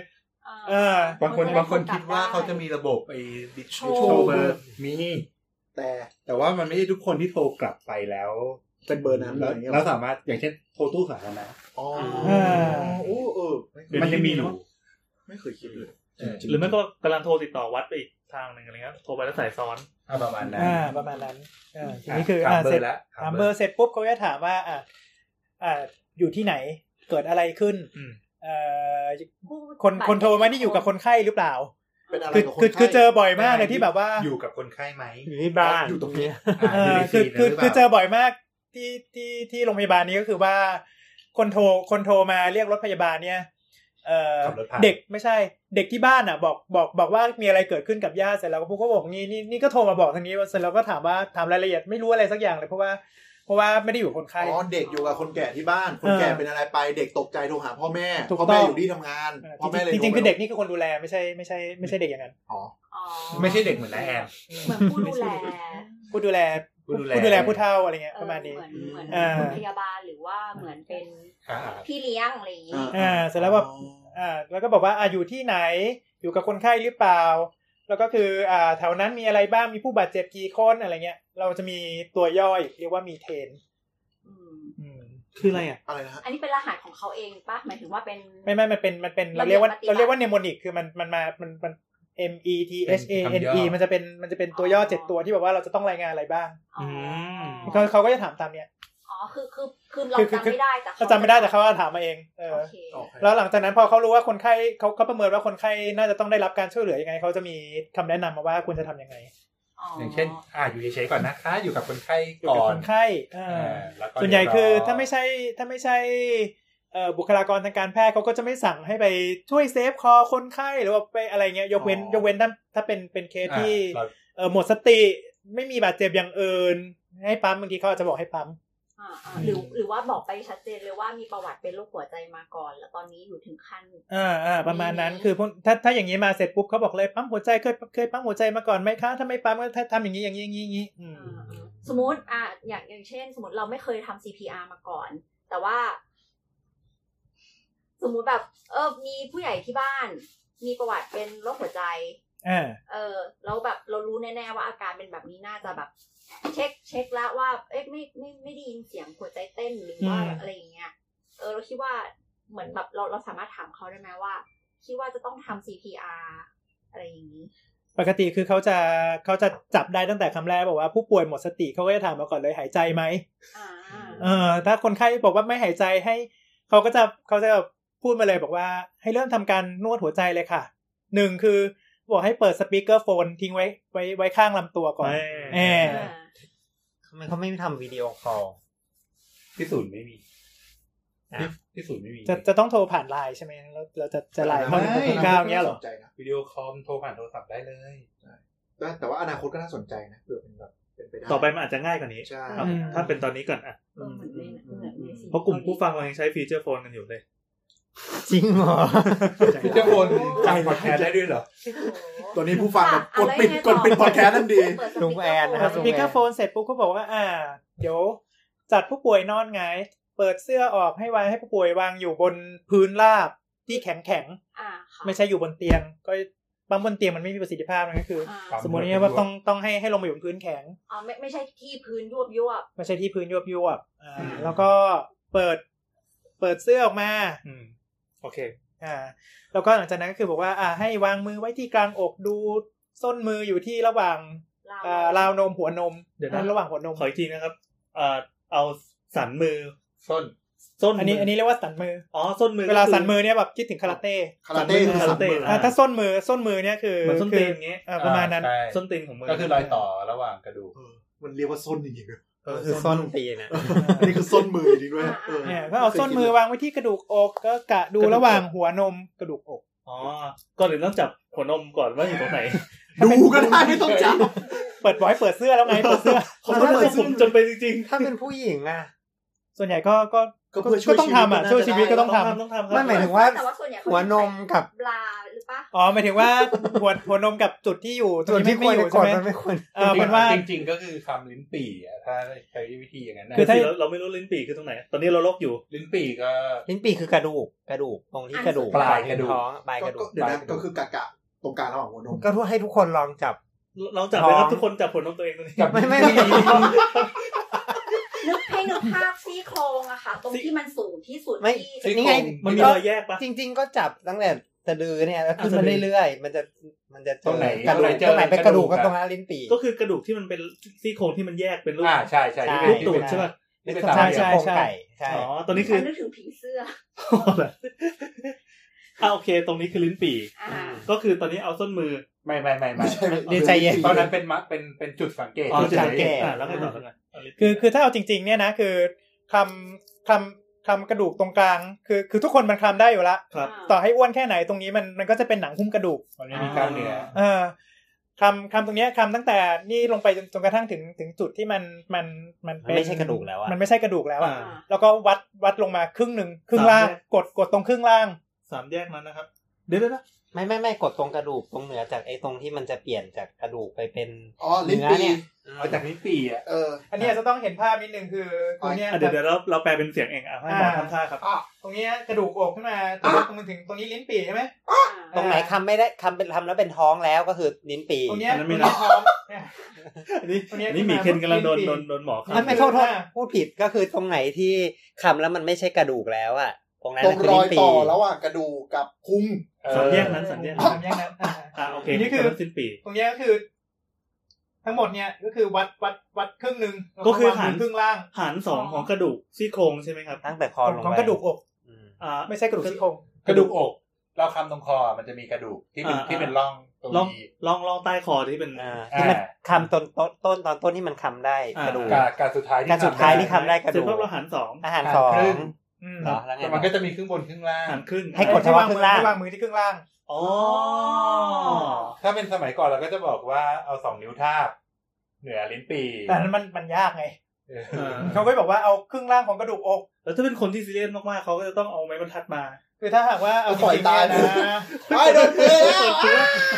เออ
บางคนบางคนคิดว่าเขาจะมีระบบไอ้ดิจิทัลเบอร์มี
แต่
แต่ว่ามันไม่ใช่ทุกคนที่โทรกลับไปแล้ว
เป็นเบอร์นั้นอะไรเงี้ย
แล้วสามารถอย่างเช่นโทรตู้สาธารณะ
อ๋อ
เออ
โอ้เออไเค
เดี๋ยว
มันยังมีอยู่
ไม่เคยคิดเลยจงๆ
หรือไม่ก็กำลังโทรติดต่อวัดไปอีกทางหนึ่งอะไรเงี้ยโทรไปแล้วสายซ้อน
อ่ะประมาณนั้น
อ่าประมาณนั้นอ่าทีนี้คือ
ถาม
อ่า
เบอ
เสร็จ
ร์แล้ว
ถามเบอร์เสร็จปุ๊บเขาก็จะถามว่าอ่าอ่าอยู่ที่ไหนเกิดอะไรขึ้น
อืม
เอ่อคนคนโทรมาที่อยู่กับคนไข้หรือเปล่า
เป็นอะไร
คือ
กับน
คือ
ไข้
คือเจอบ่อยมากเลยที่แบบว่า
อยู่กับคนไข้ไหม
อยู่ที่บ้าน
อยู่ตรงนี้
อ่า
เอ
อยู่
อ
ใน
คือ
ซีน
คือ
หรืปล่า
คือเจอบ่อยมากที่ที่ที่โรงพยาบาลนี้ก็คือว่า คนโทรคนโทรมาเรียกรถพยาบาลเนี่ยเออ
ขับรถผ่าน
เด็กไม่ใช่ เด็กที่บ้านอ่ะ บอกบอกบอกว่ามีอะไรเกิดขึ้นกับญาติเสร็จแล้วก็พวกก็บอกงี้นี่นี่ก็โทรมาบอกทางนี้เสร็จแล้วก็ถามว่าถามรายละเอียดไม่รู้อะไรสักอย่างเลยเพราะว่า เพราะว่าไม่ได้อยู่คนไข้
อ๋อเด็กอยู่กับคนแก่ที่บ้าน คน
เออ
แก่เป็นอะไรไปเด็กตกใจโทรหาพ่อแม่
ถูก
พ่อแม่
ต้อง
อยู่ที่ทำงาน
เออ
พ่อแม่เลย
จริงๆจริงๆ
โทรไป
คือเด็กนี่คือคนดูแลไม่ใช่ไม่ใช่ไม่ใช่เด็กอย่างนั้น
อ๋อ
อ๋อ
ไม่ใช่เด็กเหมือนนะแอน
เหมือนผู้ดูแล
ผู้ดูแล
ผู้ดูแล
ผู้ดูแลผู้เฒ่าอะไรเงี้ย
เอ
ป
อ
ระมาณนี้
เหมือนเหมือน
อ่า
คุณพยาบาลหรือว่าเหมือนเป็น
อ่า
พี่เลี้ยงอะไรอย่างนี้
อ่าเสร็จแล้วแบบ อ่าแล้วก็บอกว่าอ่าอยู่ที่ไหนอยู่กับคนไข้หรือเปล่า แล้วก็คืออ่าแถวนั้นมีอะไรบ้างมีผู้บาดเจ็บกี่คนอะไรเงี้ย เราจะมีตัวย่อยเรียกว่ามีเทน
อืม
อืม
คืออะไรอ่ะ
อะไรนะฮะ
อันนี้เป็นรหัสของเขาเองปะหมายถึงว่าเป็น
ไม่ไม่มันเป็นมันเป็น
ระ
เรา
เบี
เรี
ย
ย
บ
กว่า
ปฏิบัติ
เราเรียกว่าเนโมนิกคือมันมันมามันมัน M E T H A N E มันจะเป็นมันจะเป็นตัวย่อเจ็ดตัวที่แบบว่าเราจะต้องรายงานอะไรบ้าง
อ๋อ
ม
อ
เขาเขาก็จะถามตามเนี้ย
อ๋อคือคือคือเรา
คือคือ
จำไม่ได้แต่
เราจำไม่ได้แต่เขาก็ถามมาเองเออ
โอเค
โอเค
แล้วหลังจากนั้นพอเขารู้ว่าคนไข้เขาเขาประเมินว่าคนไข้น่าจะต้องได้รับการช่วยเหลือยังไงเขาจะมีคำแนะนำมาว่าควรจะทำยังไง
อย่างเช่น อ่าอยู่เฉยๆก่อนนะคะ อยู่กับคนไข้
อยู่
ก่
กับ
อ
คนนไข้เออ
อ่าแล้วก็
ส่วนใหญ่
เดี๋
คื
ย
อ
ร
ถ้าไม่ใช่ถ้าไม่ใช่เอ่อบุคลากรทางการแพทย์เขาก็จะไม่สั่งให้ไปช่วยเซฟคอคนไข้หรือว่าไปอะไรเงี้ยยกเว้นยกเว้นถ้าถ้าเป็นเป็นเคส
อ่า
ที่
เรา
เอ่อหมดสติไม่มีบาดเจ็บอย่างอื่นให้ปั๊มบางทีเขาอาจจะบอกให้ปั๊ม
อ่าอ่าหรือหรือว่าบอกไปชัดเจนเลยว่ามีประวัติเป็นโรคหัวใจมาก่อน แล้วตอนนี้อยู่ถึงขั้น
อ่าอ่าประมาณนั้น
อืม
คือพวกถ้าถ้าอย่างนี้มาเสร็จปุ๊บเขาบอกเลยปั๊มหัวใจเคยเคยปั๊มหัวใจมาก่อนไหมคะถ้าไม่ปั๊มก็ถ้าทำอย่างนี้อย่างนี้อย่างนี้อย่างนี้อืม
อ่าอ่าสมมติอ่ะอย่างอย่างเช่น สมมติเราไม่เคยทำ CPR มาก่อน แต่ว่า สมมุติแบบ เออมีผู้ใหญ่ที่บ้าน มีประวัติเป็นโรคหัวใจ
อ่า
เออแล้วแบบเรารู้แน่ๆว่าอาการเป็นแบบนี้น่าจะแบบ เช็คเช็คแล้วว่า เอ๊ะไม่ไม่ไม่ได้ยินเสียงหัวใจเต้นหรือว่าอะไรอย่างเงี้ยเออเราคิดว่าเหมือนแบบเราเราสามารถถามเขาได้ไหมว่า คิดว่าจะต้องทำ CPR อะไรอย่างนี้
ปกติคือเขาจะเขาจะจับได้ตั้งแต่คำแรกบอกว่าผู้ป่วยหมดสติเขาก็จะถามมาก่อนเลยหายใจไหม
อ่า
เออถ้าคนไข้บอกว่าไม่หายใจให้เขาก็จะเขาจะพูดมาเลยบอกว่า ให้เริ่มทำการนวดหัวใจเลยค่ะหนึ่งคือบอกให้เปิดสปีกเกอร์โฟนทิ้งไว้ไว้ไว้ข้างลำตัวก่อน
แห
แอ
ม
บ
อ่า
ทำไมเขาไม่ทำวิดีโอคอล
ที่ศูนย์ไม่มี
อ่ะ
ที่ที่ศูนย์ไม่มี
จะจะต้องโทรผ่านไลน์ใช่ไหมเราเราจะจะไลน์เข้าหนึ่งหกหกเก้าอย่างเงี้ยเหรอ
น่าสนใจนะ
วิดีโอคอลโทรผ่านโทรศัพท์ได้เลย
แต่แต่ว่าอนาคตก็น่าสนใจนะเผื่อเป็นแบบเป็นไปได้
ต่อไปมันอาจจะง่ายกว่านี้
ใช่
ครับ
อืม
ถ้าเป็นตอนนี้ก่อนอ่ะ
เออเหมือนในเหมือนในซีรีส์
เพราะกลุ่มผู้ฟังเรายังใช้ฟีเจอร์โฟนกันอยู่เลย
จริงเหรอ
พี่จะโอนฟังพอดแคสต์ได้ด้วยเหรอ
โอ้โห
ตัวนี้ผู้ฟังแบบกดปิด
อ่ะแล้วยั
ก
งไงต่อ
ดปิดพอดแคสต์ทันดี
เปิดสปีกเกร์
ลุงแอนนะคบ
ส
ตงไห
ปีกเกอร์โฟนเสร็จปุ๊บเขาบอกว่า อ่า เดี๋ยวจัดผู้ป่วยนอนหงาย เปิดเสื้อออกให้วางให้ผู้ป่วยวางอยู่บนพื้นราบที่แข็งแข็ง
อ่าค่ะ
ๆไม่ใช่อยู่บนเตียง ก็บางบนเตียงมันไม่มีประสิทธิภาพนะก็คือ
อ่า
สมมติเนี่ยว่าต้องต้องให้ให้ลงไปอยู่บนพื้นแข็ง
อ๋อไม่ไม่ใช่ที่พื้นยวบยวบ
ไม่ใช่ที่พื้นยวบยวบๆอ่าแล้วก็เปิดเปิดเสื้อออกมา
อืม โอเค
อ่าแล้วก็หลังจากนั้นก็คือบอกว่าอ่า ให้วางมือไว้ที่กลางอกดูส้นมืออยู่ที่ระหว่าง
ราว
อ่าราวนมหัวนม
เดี๋ยวนะ
ระหว่างหัวนม
ขออีกทีนะครับเอ่อเอาสันมือ
ส้น
ส้น
อันนี้อันนี้เรียกว่าสันมือ
อ๋อส้นมือ
เวลา
ก็คือ
สันมือเนี่ยแบบคิดถึงคาราเต้
คาราเต้
สั
คื
น
อ
มือ
สันมือ
คาราเต้
อ่าถ้าส้นมือส้นมือเนี่ยคือ
เหมือนส้นตีน
คือ
เงี้ย
อ่าประมาณนั้น
อ่ใช่
ส้นตีนของมือ
ก็คือรอยต่อระหว่างกระดูก
เออมันเรียกว่าส้นจริงๆเลย
เออ
คือ
ส้
ส้
น
นตีนอ่ะ
อันนี้คือส้นมือจริงด้วยออ
เนี่ยก็เอาส้นมือวางไว้ที่กระดูกอกก็กะดู
กระดูกอก
ระหว่างหัวนมกระดูกอก
อ๋อก่อนอื่นต้องจับหัวนมก่อนว่าอยู่ตรงไหน
ดูก็ได้ไม่ต้องจับ
เปิดบอยเปิดเสื้อแล้วไงเปิดเสื้อ
เขาต้อง
แล้วถ้าเป็น
ผมจนไปจริง
ถ้าเป็นผู้หญิงอ่ะ
ส่วนใหญ่ก็ก็
ก็เพื่อช่วย
ต้องทำอ่ะ
ชีวิต
ช่วยชีวิตก็
ๆ
ต้องทำ
ต้องทำครั
ไม่
บ
หมายถึงว่า
แต่ว่าส่วนใหญ่เขา
หัวนมกับ
บลาหรือปะ
อ๋อหมายถึงว่าหัวหัวนมกับจุดที่อยู่
ส่วนที่
ต
ค
รง
วร
นี้
จะ
ไม่
กด
อยู่
มัน
ใช่ไหม
ไม่ควร
เออเหมือนว่า
จริงๆก็คือคำลิ้นปี่อ่ะถ้าใช้วิธีอย่างนั้นนะ
คือถ้า
เรเราไม่รู้ลิ้นปี่คือตรงไหน ตอนนี้เราลกอยู่
ลิ้นปี่ก็
ลิ้นปี่คือกระดูกกระดูกตรงที่กระดูก
ปลายกระดูก
ท้องปลายกระดู
ก็
ก
เดี๋ยวนะก็คือกะกะตรงกลางระหว่างหัวนม
ก็ทั่วให้ทุกคนลองจับ
เราจับเลยครับ
ท้อง
ทุกคนจับหัวนมตัวเองตรงนี้
ไม่ไม่ไม่
นึกให้นึกภาพซี่โครงอะค่ะ ตรงที่มันสูงที่สุด
ไม่
ที่
นี่ไง
มันมีรอยแยกปะ
จริง ๆ ก็จับตั้งแต่สะดือเนี่ยแล้วขึ้นมาเรื่อยๆ มันจะมันจะเจ
ตร
อง
ไหน
กระดูก
ตรไหน
ตรง งไหน
เจอ
เป็นกระดูกก็ตรงนั้นลิ้นปี่
ก็คือกระดูกที่มันเป็นซี่โครงที่มันแยกเป็นรูป
อ่าใช่ใช่ที่เป็น
รู
รูปตูดใช่ปะ
ที่เป็น
ส
สาม
ภาพ
เหลี่ยม
ซี่โครงไก่ใช่
อ๋อตัวนี้คื
ฉั
อน
นึกถึงผีเสื้อ
อ่าโอเค ตรงนี้คือลิ้นปี่
อ่า
ก็คือตอนนี้เอาส้นมือ
ไม่ไม่ไม่ไม่
ไม่ใช่
ดีใจเย็น
ตอนนั้นเป็นมะเป็นเป็นจุดสังเกต
อ๋อจุดสังเกต
อ่าแล้วก็ต่อกัน
คือคือถ้าเอาจริง ๆ เนี่ยนะคือคำคำคำกระดูกตรงกลาง คือคือทุกคนมันคลำได้อยู่ละ
ครับ
ต่อให้อ้วนแค่ไหนตรงนี้มันมันก็จะเป็นหนังหุ้มกระดูก
มันไม่มีกล้ามเนื้อ
เออคำคำตรงเนี้ยคำตั้งแต่นี่ลงไปจนจนกระทั่งถึงถึงจุดที่มันมันมันเป็น
ไม่ใช่กระดูกแล้วอะ
มันไม่ใช่กระดูกแล้ว
อ่า
อะแล้วก็วัดวัดลงมาครึ่งหนึ่งครึ่งล่า
สาม
ง
เนี่ย
กดกดตรงครึ่งล่าง
สามแยกนั้นนะครับ เดี๋ยวเดี๋ยวนะ
ไม่ไม่ไม่กดตรงกระดูกตรงเหนือจากไอ้ตรงที่มันจะเปลี่ยนจากกระดูกไปเป็น
อ๋อลิ้นปี
เอาจากนี้ปีอ่ะ
เออ
อันนี้อาจจะต้องเห็นภาพนิดนึงคือตรงเนี้ย
อ่ะเดี๋ยวเดี๋ยวเราเราแปลเป็นเสียงเองอ่ะให้หมอทำท่าครับ
อ่ะ
ตรงเนี้ยกระดูกอกขึ้นมาตรงนี้ตรงถึงตรงนี้ลิ้นปี่ใช่ไหม
ตรงไหนคำไม่ได้คำเป็นคำแล้วเป็นท้องแล้วก็คือลิ้นปี
ตรงเนี้ย
อันนั้นไม่
ต
นั
รง
บ
ท้องเนี่ย
อันนี้
อันนี้
อันนี่หมีเคนกำลังโดนโดนโดนหมอครับ
ไม่ไม่โทษโทษ
อ่า
พูดผิดก็คือตรงไหนที่คำแล้วมันไม่ใช่กระดูกแล้วอะตรงนั้น
ตร
น่ะ
ง
คือ
รอ
ลิ้
ย
นปี
ต่อระหว่างกระดูกกับพุง
สามแยกนั้นสามแยก
สามแยกนั้นอ่า
อ่ะโอเค
นี่คือ
ตรงสิ้นปี
ตรงเนี้ยก็คือ ทั้งหมดเนี่ยก็คือวัดวัดวัดครึ่งหนึ่งแล้ว
ก็คือ
วัด
หาร
ครึ่งล่าง
หารสองของกระดูกซี่โครงใช่ไหมครับ
ตั้งแต่คอลง
ของ
ไป
กระดูกอก
อืม
อ่า
ไม่ใช่กระดูกซี่โครง
กระดูกอก เราคำตรงคอมันจะมีกระดูกที่เป็น
อ่า
ที่เป็นร่องตรง
ลอง
นี้
ลองลองใต้คอที่เป็น
อ่า
อ่า
ที่มันคำต้นต้นต้นตอนต้นที่มันคำได้กระดูก
การการสุดท้ายที่
การสุดท้ายที่ ทำได้กระดูก
เสร็จปุ๊บเราหารสอง
อาหารสอง
อืม
เหรอแล้วไง
แต่
ต่อ
มันก็จะมีครึ่งบนครึ่งล่าง
หารครึ่ง
ให้กด
ที่วาง
เฉพาะครึ่
มือง
ล่าง
ให้วางมือที่ครึ่งล่าง
อ๋อ
ถ้าเป็นสมัยก่อนเราก็จะบอกว่าเอาสองนิ้วทาบ เหนือลิ้นปี
แต่นั้นมันมันยากไง
เออ
เออ
เขาก็บอกว่าเอาครึ่งล่างของกระดูกอก
แล้วถ้าเป็นคนที่ซีเรียสมากๆเขาก็จะต้องเอาไม้บรรทัดมา
คือถ้าหากว่าเอา
ปล่อย
จริงๆเนี่
ตาย
นะ
เลยไอ้โดนมือแล้ว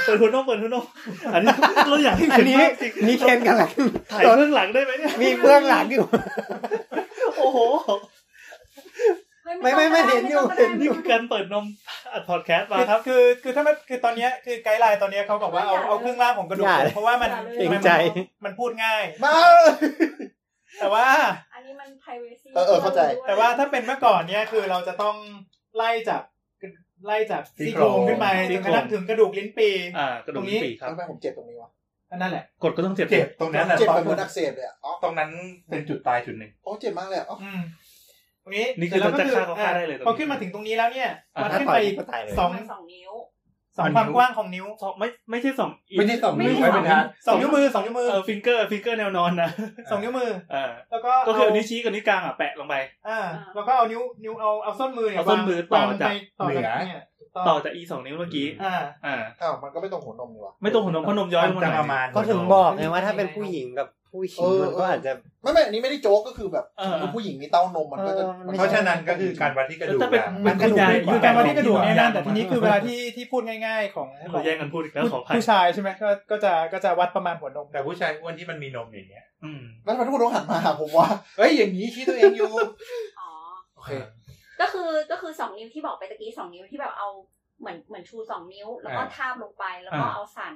เปิดหัวเปิดหัวนมเปิดหัวนมอันนี้เราอยากให้
อั
เห็
น
น
นี้
มากจริง
นี่เคนกันแหละ
ถ่ายเบื้องหลังได้ไหมเนี่ย
มีเบื้องหลังอยู่
โอ้โห
เฮ้ย
ไม่ไม่ไม่เห็นอยู่
ไม่ต้
เห็
ง
น
ก็ได้
อยู่
นี่คือการเปิดนมอัดพอดแคสต์มา
คือ
ครับ
คือคือถ้ามันคือตอนเนี้ยคือไกด์ไลน์ตอนเนี้ยเขาบอกว่าเอาเอาครึ่งล่างของกระดูก
อย่าเลย
เพราะว่ามัน
เกรงใจ
มันมันพูดง่าย
มา
แต่ว่า
อันนี้มัน privacy
เออเออเข้าใจ
แต่ว่าถ้าเป็นเมื่อก่อนเนี่ยคือเราจะต้องไล่จากไล่จากซี่โครงขึ้นไปจนกระทั่งถึงกระดูกลิ้นปี
อ่ากระดูกลิ้นปีครับ
ทำไมผมเจ็บตรงนี้วะ
อันนั่นแหละ
กดก็ต้องเจ็บ
เจ็บตรงนั้นน่ะ
เจ็บ
ตอ
แบบ
น
เหมือนอักเสบเลยอะอ๋อ
ตรงนั้นเป็นจุดตายจุดหนึ่ง
โอ้เจ็บมากเลยอะอ๋อ
อืมตรงนี้
นี่คือ
เสร็จ
จะ
แล้ว
ฆ่าเขาฆ่าได้เลย
อ่ะพอขึ้นมาถึงตรงนี้แล้วเนี่ย
อ่ะ
วัด
ถ้า
ขึ้น
ต่อ
ไป
ย
อีก
ก็ตายเลย
สอง
สองนิ้ว
สอง
อันนี้
ความกว้างของนิ้ว
สองไม่ไม่ใช่สองอีก
ไม่ใช่สองนิ้ว
ไม่
ไม่
ใช่สองนิ้ว
สองนิ้ว
เป็นทัด
มือสองนิ้วมือ
เออฟิงเกอร์ฟิงเกอร์แนวนอนนะ
สองนิ้วมือ
เออ
แล้วก็
ก็คือ
เา
นิ้วชี้กับนิ้วกลางอ่ะแปะลงไป
อ่าแล้วก็เอานิ้วนิ้วเอาเอาส้นมือเนี่ย
เอาส้นมือต่อ
วาง
จาก
ไปต่อจากเนี่ย
ต่อจากอีสองนิ้วเมื่อกี้
อ่า
อ่า
อ้าวมันก็ไม่ตรงหัวนมนี่วะ
ไม่ตรงหัวนมเพราะนมย้อยลง
จะ
มาห
ป
น่
ระ
อย
มาณ
ก็ถึงบอกไงว่าถ้าเป็นผู้หญิงกับผู้หญิง
เออ
มันก็อาจจะ
ไม่ไม่อันนี้ไม่ได้โจ๊กก็คือแบบ
เออ
ถ้าผู้หญิงมีเต้านมมันก็จะ
เออมันไม่
เพราะฉะนั้นก็คือการวัดที่กระดูก
ถ้าเป็น
อะ
เป็นคุณยาย
คือการวัดที่กระดูกเนี่ยนะ
คุณยาย
แต่ทีนี้คือเวลาที่ที่พูดง่าย ๆ ของขอ
เรา
ง
แย่งกันพูดอีกแล้วขออภัย
ผู้ชายใช่ไหมก็ก็จะก็จะวัดประมาณหัวนม
แต่ผู้ชายอ้วนที่มันมีนมอย่างเงี้ย
อืม
แล้วทำไมทุกคนต้องหันมาหาผมวะ
เอ้ยอย่างนี้ชี้ตัวเองอยู่
อ๋อ
โอเค
ก็คือก็คือสองนิ้วที่บอกไปตะกี้สองนิ้วที่แบบเอาเหมือนเหมือนชูสองนิ้ว แล้วก็
อ่า
ทาบลงไปแล้วก็เอาสัน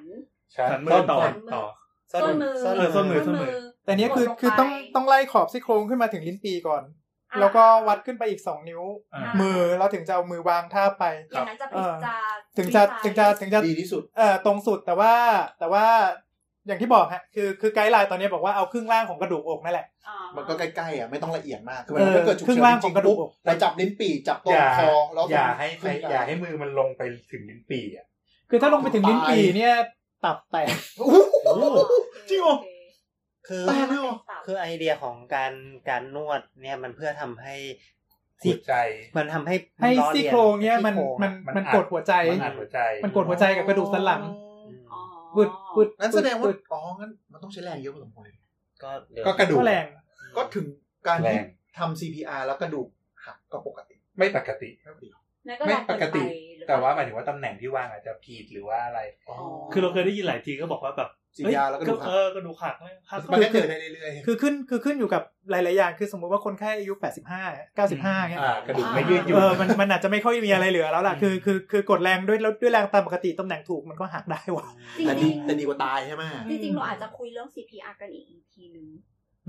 สันมือต่อ
สันมือ
ต่อ
ส้นมือ
เออส้นมือ
แต่เนี้ยคือ
ดลงไป
คือต้องต้องไล่ขอบซี่โครงขึ้นมาถึงลิ้นปีก่อน
อ่ะ
แล้วก็วัดขึ้นไปอีกสองนิ้ว
อ่า
ะ
มือแล้วถึงจะเอามือวางท่าบไป
อย่างนั้นจะ
เอ
ผิด
อ
จะ
ถึงจะ
ผิด
ถึงจะถึงจะ
ดีที่สุด
เอ่อตรงสุดแต่ว่าแต่ว่าอย่างที่บอกฮะคือคือไกด์ไลน์ตอนนี้บอกว่าเอาครึ่งล่างของกระดูกอกนั่นแหละ
อ่า
มันก็ใกล้ๆอ่ะไม่ต้องละเอียดมากคือ
เอ
มัน
อ
ถ้าเกิดฉุก
ครึ่
เฉิ
งล่าง
นจริ
ขอ
ง
งกระ
ๆ
ดู
ปุ๊
ก
บเราจับลิ้นปี่จับตร
อง ย่า
คอแล้ว
อย่าให้
ขึ้น
อย่าให้มือมันลงไปถึงลิ้นปีอ่ะ
คือถ้าลงไปถึงลิ้นปีเนี่ยตับแตก
อู้หู
โอ้โห
จริงเหรอ
โอเค
คือ
ตายแล้วเหรอ
ตับ
คือไอเดียของการการนวดเนี่ยมันเพื่อทำให้
หั
ซี่
วใจ
มันทำให้
ให้
ล้อเลียน
ซี่โครงเนี่ยมัน
ซี่โครง
มัน
มัน
มัน
อัด
กดหัวใจ
มันอัดหัวใจ
มันกดหัวใจกับกระดูกสันหลัง
อ๋อ
บึดบึด
งั้นแสดงว่า
บึ
อ๋องั้นมันต้องใช้แรงเยอะพอสมควรเลย
ก็เดี๋ยว
ก็กระดูก
ก็แรง
ก็ถึงการ
แร
ที่
ง
ทำ CPR แล้วกระดูกหักก็ปกติ
ไม่ปกติ
ไม่ปกติหรอ
แล้วก็
ไม่
ลอง
ปกติ
เนไปหรือเปล่
แต่ว่าหมายถึงว่าตำแหน่งที่วางอาจจะผิดหรือว่าอะไร
อ๋อ
คือเราเคยได้ยินหลายทีก็บอกว่าแบบ
ฉีดยาแล้วก็ดูหัก
เออกระดูกหักไหมหัก
มันก็เจอได้เรื่อย
คือขึ้นคือขึ้นอยู่กับหลาย ๆ อย่าง คือสมมุติว่าคนไข้อายุ 85 95เนี่ย
อ่ากระดูกไม่ยืดหยุ่
เอน อมันมันอาจจะไม่ค่อยมีอะไรเหลือแล้วล่ะ คือคือคือกดแรงด้วยแล้วด้วยแรงตามปกติตำแหน่งถูกมันก็หักได้ว่ะ
า
แต่
จริ
ดี
ง
แต่ดีกว่าตายใช่ไหม
ๆจริงๆเราอาจจะคุยเรื่อง CPR กันอีก EP นึง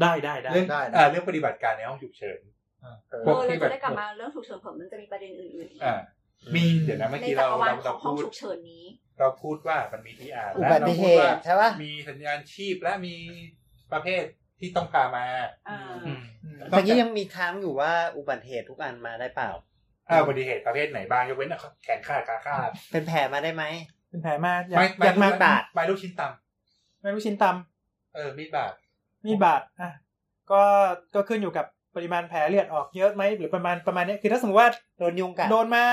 ได้ได้ได้
เรื่อง
ได้
อ่าเรื่องปฏิบัติการในห้องฉุกเฉิน
เออเราจะได้กลับมาเรื่องฉุกเฉินเผื่อมันจะมีประเด็นอื่นๆอีก
อ่ามีเดี๋ยวนะเมื่อ
ใน
กี้
จั
เรา
กรวาล
เรา
ข
เรา
องห้อง
พูด
ฉุกเฉินนี้
เราพูดว่ามันมีที่อ่าน
อุ
และ
บั
เรา
ติเห
พูดว่า
ตุใช่ปะ
มีสัญญาณชีพและมีประเภทที่ต้องพามา
อ่า
อืม
เมื่อกี้ยังมีค้างอยู่ว่าอุบัติเหตุทุกอันมาได้เปล่า
อ่าอุบัติเหตุประเภทไหนบ้างยกเว้นแขนขาดขาขาด
เป็นแผลมาได้ไหม
เป็นแผลมากอยา
ไม้
ก
ไม้
อยาก
ลู
มาก ก
บาดไม้ลูกชิ้นต
ไม่รู้ชิ้นตำ
ำเออมีดบาด
มีดบาดอ่ะก็ก็ขึ้นอยู่กับปริมาณแผลเลือดออกเยอะไหมหรือประมาณประมาณเนี้ยคือถ้าสมมติว่า
โดนยุงกัด
โดนมา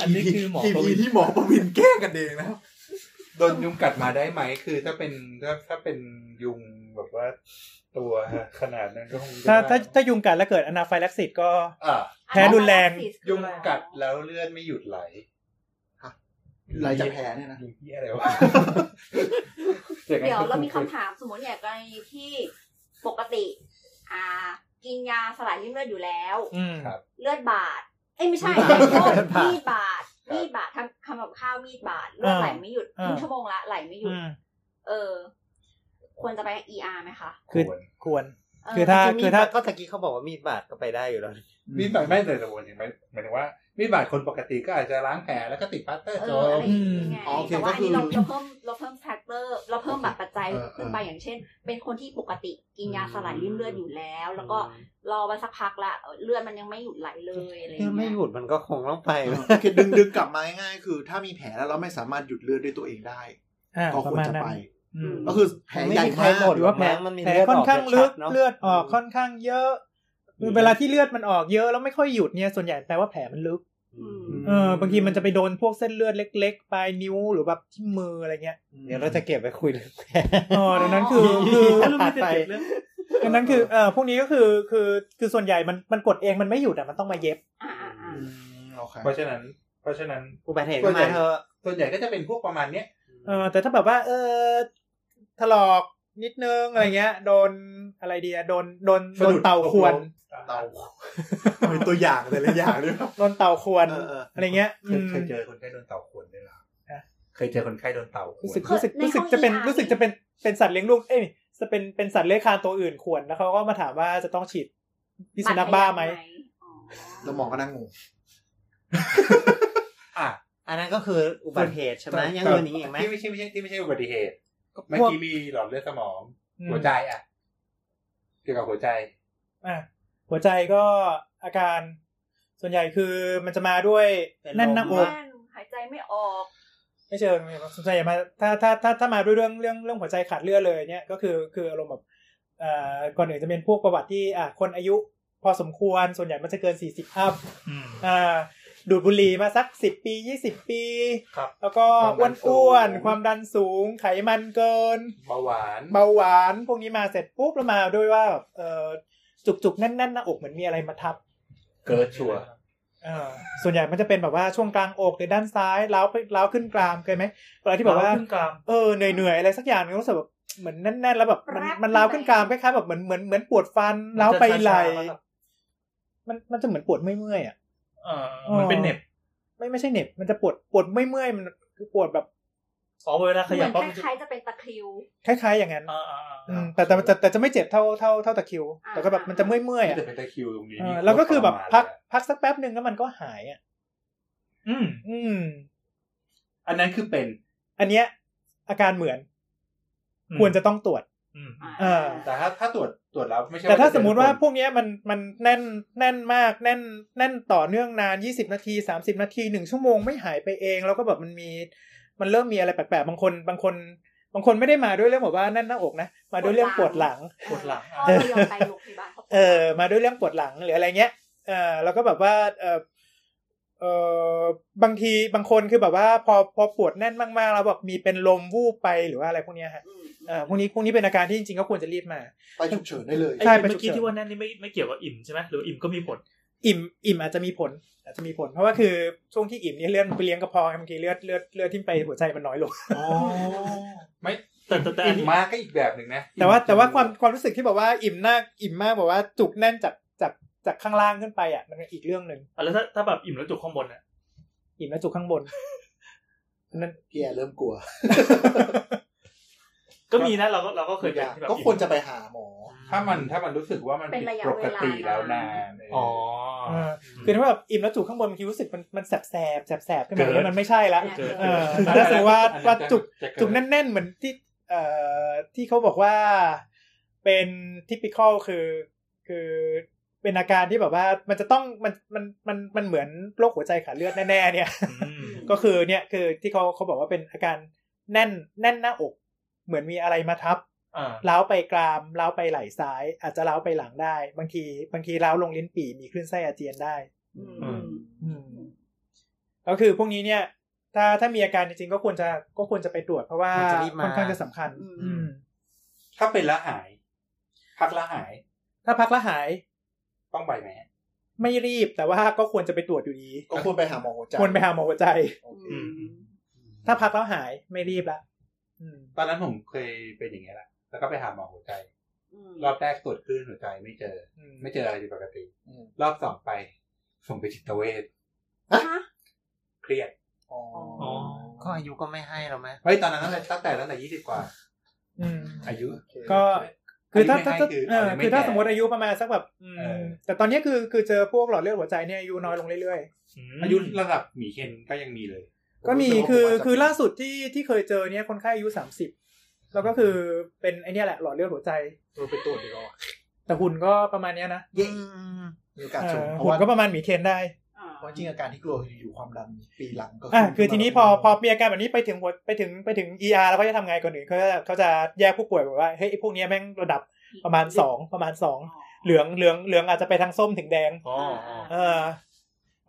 อันนี้คือหมอ
ที
ประ
วี
วิน
ที่หมอประวินแกล้งกันเองนะ
โดนยุงกัดมาได้ไหมคือถ้าเป็นถ้าถ้าเป็นยุงแบบว่า ตัวขนาดนั้นก็คงจะ
ถ้าถ้าถ้ายุงกัดแล้วเกิดอนาไฟแลักซิสก็
อ่า
แผลรุนแรง
ยุงกัดแล้วเลือดไม่หยุดไหล
หลังจากแผลเนี่ยนะ
ยุงที่อะไรวะ
เดี๋ยวเรามีคำถามสมมติอย่างกรณีที่ปกติ อ่า กินยาสลายริ่มเลือดอยู่แล้ว
อืม
เลือดบาดเอ้ยไม่ใช่โทษมีดบาดมีดบาดทำทำกับข้าวมีดบาดเลือดไหลไม่หยุดครึ่งชั่วโมงละไหลไม่หยุด
อืม
เออ ควรจะไป ER ไหมคะ
คือ
ควร
ควร
เ
คือถ้า
มีดบดก็ตะกี้เขาบอกว่ามีดบาดก็ไปได้อยู่แล้ว
มีดบาดไม่แต่แต่วนหมายหมายถึงว่ามีดบาดคนปกติก็อาจจะล้างแผลแล้วก็ติดพลาสเตอร์
เอ
จ
ออะ
บ
ไรอย่างงี้ไงแต่ว่าอันนี้เราเราเพิ่มเราเพิ่มแฟกเตอร์ เราเพิ่มแบบปัจจัยขึ้นไปอย่างเช่น เป็นคนที่ปกติกินยาสลายริ่มเลือดอยู่แล้ว แล้วก็รอมาสักพักละเลือดมันยังไม่หยุดไหลเลยอะไรอย่าง
ถ้า
เงี้ย
ไม่หยุดมันก็คงต้องไปนะ
คือดึงดึงกลับมาง่ายๆคือ ถ้ามีแผลแล้วเราไม่สามารถหยุดเลือดด้วยตัวเองได้
อ่า
ก็
ป
คว
ระ
ร
มาณ
จะ
นั้น
ไป
อืม
ก็คือแผลใหญ่
ไม่มีใคร
มาก
บ่น
หรือ
หรอ
ว่าก แผล
มั้งมันมี
แผล
เลือด
ค่อนข้างลึก
เนาะ
เลือดออกค่อนข้างเยอะ เวลาที่เลือดมันออกเยอะแล้วไม่ค่อยหยุดเนี่ยส่วนใหญ่แปลว่าแผลมันลึก
อืม
เออบางทีมันจะไปโดนพวกเส้นเลือดเล็ก ๆ ปลายนิ้วหรือแบบที่มืออะไรเงี้ย
เดี๋ยวเราจะเก็บไปคุยเรื่องแผล
อ๋อดังนั้นคือคือ
ไม่รู้มันจะเจ็บเรื่อง
ดังนั้นคือเออพวกนี้ก็คือคือคือส่วนใหญ่มันมันกดเองมันไม่หยุดอ่ะมันต้องมาเย็บ
อ่าอ่าอ่า
อืมโอเค
เพราะฉะนั้น เพราะฉะนั้น
อุบัติเหตุก็มาเธอะ
ส่วนใหญ่ก็จะเป็นพวกประมาณเนี้ย
เออแต่ถ้าแบบว่า เออถลอกนิดนึงอะไรเงี้ย โดนอะไรดีอะโดนโดนโดนเต่าขวน
เตา เป็นตัวอย่างแต่ละอย่างด้วยครับ
โดนเต่าขวน
เออเออ
อะไรเงี้ย
เคย
ม
เคยเจอคนไข้โดนเต่าขวนด้วยเหรอ
ฮะ
เคยเจอคนไข้โดนเต่าข
รู้
ว
สึ
น
กรู้สึก
ใน
รู้สึก
ห้อง
จะเป็น
ER
รู้สึกจะเป็นเป็นสัตว์เลี้ยงลูกเอ้ยจะเป็นเป็นสัตว์เลื้อยคลานตัวอื่นขวนแล้วเขาก็มาถามว่าจะต้องฉีดพิษสุนัขบ้าไหม
อ๋อ
แล้วหมอก็นั่งงง
อ่ะ
อันนั้นก็คืออุบัติเหตุใช่ไหมยัง
แต่
อื่นอีกอีกไหม
ที่ไม่ใช่ไม่ใช่ที่ไม่ใช่อุบัติเหตุเมื่อ
พวก
กี้มีหลอดเลือดสมอง
อืม
หัวใจอ่ะเกี่ยวกับหัวใจ
อ่ะหัวใจก็อาการ ส่วนใหญ่คือมันจะมาด้วยแน่นหน้าอก
แน่นหายใจไม่ออก
ไม่เชิงส่วนใหญ่มาถ้าถ้าถ้าถ้ามาด้วยเรื่องเรื่องเรื่องหัวใจขาดเลือดเลยเนี่ยก็คือคืออารมณ์แบบเอ่อก่อนอื่นจะเป็นพวกประวัติที่อ่ะคนอายุพอสมควรส่วนใหญ่มันจะเกินสี่สิบอัพ
อืม
อ่าดูดบุหรี่มาสักสิบปียี่สิบปี
ครับ
แล้วก็อ้วนอ้วนๆค
คาว
วาม ม
ดั
ดัน
นสู
สูงไขมันเกิน
เบาหวาน
เบาหวานพวกนี้มาเสร็จปุ๊บแล้วมาด้วยว่าแบบเออจุกจุกๆแน่นแน่นๆหน้าอกเหมือนมีอะไรมาทับ
เกิดชัวร์
เออส่วนใหญ่มันจะเป็นแบบว่าช่วงกลางอกหรือด้านซ้ายเล้าวไปเล้าวขึ้นกรามเคยไหมเวลาที่แบบว่า
ขึ้นกลาง
เออเหนื่อยเหนื่อยๆอะไรสักอย่างนึงรู้สึกแบบเหมือนแน่นๆแล้วแบบมันมันเล้าวขึ้นกรามคล้ายๆแบบเหมือนเหมือนเหมือนปวดฟันเล้าวไปไหลมันมันจะเหมือนปวดเมื่อยๆอ่ะ
เออมันเป็นเหน็บ
ไม่ไม่ใช่เหน็บมันจะปวดปวดเมื่อยๆมันคือปวดแบบ
อ๋อเวลาข
เหมื
ยับ
อน
ปั๊บ
คล้ายๆจะเป็นตะคริว
คล้ายๆอย่างนั้น
อ่าอ่า
อื
อ่าม
แต่แต่แต่แต่จะไม่เจ็บเท่าเท่าเท่าตะคริว
อ่า
แต่ก็แบบมันจะเมื่อยๆอ่ะ
จะเป็นตะคริวตรงนี้
เอ
นี่
อแล้วก็คือแบบ
ทร
พั
มาน
ก
เลยอะ
พักสักแป๊บหนึ่งแล้วมันก็หายอ่ะ
อืม
อืม
อันนั้นคือเป็น
อันเนี้ยอาการเหมือน
อืม
ควรจะต้องตรวจ
อืม
เออ
แต่ถ้าถ้าตรวจตรวจแล้วไม่ใช่
แต่ถ้าสมมุติว่า
จะ
พวกเนี้ยมันมันแน่นแน่นมากแน่นแน่นต่อเนื่องนานยี่สิบนาทีสามสิบนาทีหนึ่งชั่วโมงไม่หายไปเอง แล้วก็แบบมันมี มันเริ่มมีอะไรแปลกๆบางคนบางคน บางคนไม่ได้มาด้วยเรื่องแบบว่าแน่นหน้าอกนะมาด้วยเรื่องปวดหลัง
ปวดหลัง
ก็เรายอมไปโรงพยาบาล
เออมาด้วยเรื่องปวดหลังหรืออะไรเงี้ย เออแล้วก็แบบว่า เออเออบางทีบางคนคือแบบว่า พอพอปวดแน่นมากๆแล้วแบบมีเป็นลมวูบไปหรือว่าอะไรพวกเนี้ยฮะ
อืม
เออพวกนี้พวกนี้เป็นอาการที่จริงๆก็ควรจะรีบมา
ไปฉุกเฉินได้เลย
ไอ้
ใช่
ที่
ไปฉุ
เมื่อ
กเฉิน
กี้ที่ว่าแน่นนี่ไม่ไม่เกี่ยวกับอิ่มใช่ไหมหรืออิ่มก็มีผล
อิ่มอิ่มอาจจะมีผล อาจจะมีผล เพราะว่าคือช่วงที่อิ่มเนี่ยเลือดมันไปเลี้ยงกระเพาะบางทีเลือดเลือดเลือดที่ไปหัวใจมันน้อยลง
อ๋อ
ไม่
แต่แต่แต่อั
อิ่
น
ม
นี้
มากก็อีกแบบหนึ่งนะ
แต่ว่าแต่ว่าความความรู้สึกที่แบบว่าอิ่มหน้าอิ่มมากแบบว่าจุกแน่นจากจากจากข้างล่างขึ้นไปอ่ะมันเป็นอีกเรื่องหนึ่ง
อ่ะแล้วถ้าถ้าแบบอิ่มแล้วจุกข้างบนอ่ะ
อิ่มแล้วจุกข้างบนอันนั้น
พี่แอร์เริ่มกลัว
ก็มีนะเราก็เราก็เคยเป็น
ยาก
ที่แบบ
ก็ควรจะไปหาหมอ
ถ้ามันถ้ามันรู้สึกว่ามัน
เป็น
ผิด
ระยะ
ป
เว
ก
ลา
ติแล้ว
นาน
าน น
อ๋อ
เออคือถ้าแบบอิ่มแล้วจุกข้างบนมันคือรู้สึกมันมันแสบแสบแสบแสบขึ้นมา
เกิด
แล้วมันไม่ใช่ละ
เนี่ย
เกิด
เออแต่ถ้าสมมติว่า
อันนั้น
ว่าจุก
จะเกิด
จุกแน่น ๆ เหมือนที่เอ่อที่เขาบอกว่าเป็นทิปิคอลคือคือเป็นอาการที่แบบว่ามันจะต้องมันมันมันมันเหมือนโรคหัวใจขาดเลือดแน่ๆเนี่ย
อืม
ก็คือเนี่ยคือที่เขาเขาบอกว่าเป็นอาการแน่นแน่นหน้าอก เหมือนมีอะไรมาทับ
อ่า
ล้าวไปกรามล้าวไปไหล่ซ้าย อาจจะล้าวไปหลังได้ บางทีบางทีล้าวลงลิ้นปี่มีคลื่นไส้อาเจียนได้
อืม
อืมแล้วคือพวกนี้เนี่ย ถ้าถ้ามีอาการจริงๆก็ควรจะก็ควรจะไปตรวจเพราะว่า
ควรจะรีบมา
ค่อนข้างจะสำคัญ
อืม
อืม
ถ้าเป็นละหาย พักละหาย
ถ้าพักและหาย
ต้องไปไหม
ไม่รีบแต่ว่าก็ควรจะไปตรวจอยู่ดี
ก็ควรไปหาหมอหัวใจ
ควรไปหาหมอหัวใจ
โอเค
อืม
ถ้าพักแล้วหายไม่รีบละอืม
ตอนนั้นผมเคยเป็นอย่างเงี้ยแหละแล้วก็ไปหาหมอหัวใจ รอบแรกตรวจคลื่นหัวใจไม่เจอ
อืม
ไม่เจออะไรผิดปกติ
อืม
รอบสองไป ส่งไปจิตเวชเครียด
อ๋อ
อ๋อ
ก็อายุก็ไม่ให้เราไหม
เฮ้ยตอนนั้นตั้งแต่ตั้งแต่ตั้งแต่ยี่สิบกว่า
อืม
อายุ
โอเค
ก็ คือถ้าถ้า
ไม่
ถ้า
ให้คือ
เออ
เอาไม่
คือถ้า
แก่
สมมติอายุประมาณสักแบบอืม
เออ
แต่ตอนนี้คือคือเจอพวกหลอดเลือดหัวใจเนี่ยอายุน้อยลงเรื่อย
อายุระดับหมีเคนก็ยังมีเลย
ๆ ก็มี
ผมรู้สึ
คือ
ว่าผมจจะ
คือล่าสุดที่ที่เคยเจอเนี่ยคนไข้อายุสามสิบแล้วก็คือเป็นไอเนี่ยแหละหลอดเลือดหัวใจ
เออไปตรวจดีกว่า
แต่หุ่นก็ประมาณเนี้ยนะ
เย้มีโอกาสสูง
เออ
เพราะ
หุ่น
ว่า
ก็ประมาณหมีเคนได้
เพราะจริงอาการที่กลัวคืออยู่ความดันปีหลังก็
อ่ะ
ขึ้
คือทีนี้พอ
มา
พอมีอาการแบบนี้ไปถึงหัวไปถึงไปถึง ER แล้วเขาจะทำไงก่อนอื่นเขาจะเขาจะแยกผู้ป่วยแบบว่าเฮ้ยไอ้พวกเนี้ยแม่งระดับประมาณสองประมาณสองเหลืองเหลืองเหลืองอาจจะไปทางส้มถึงแดง
อ๋ออ๋อ
เออ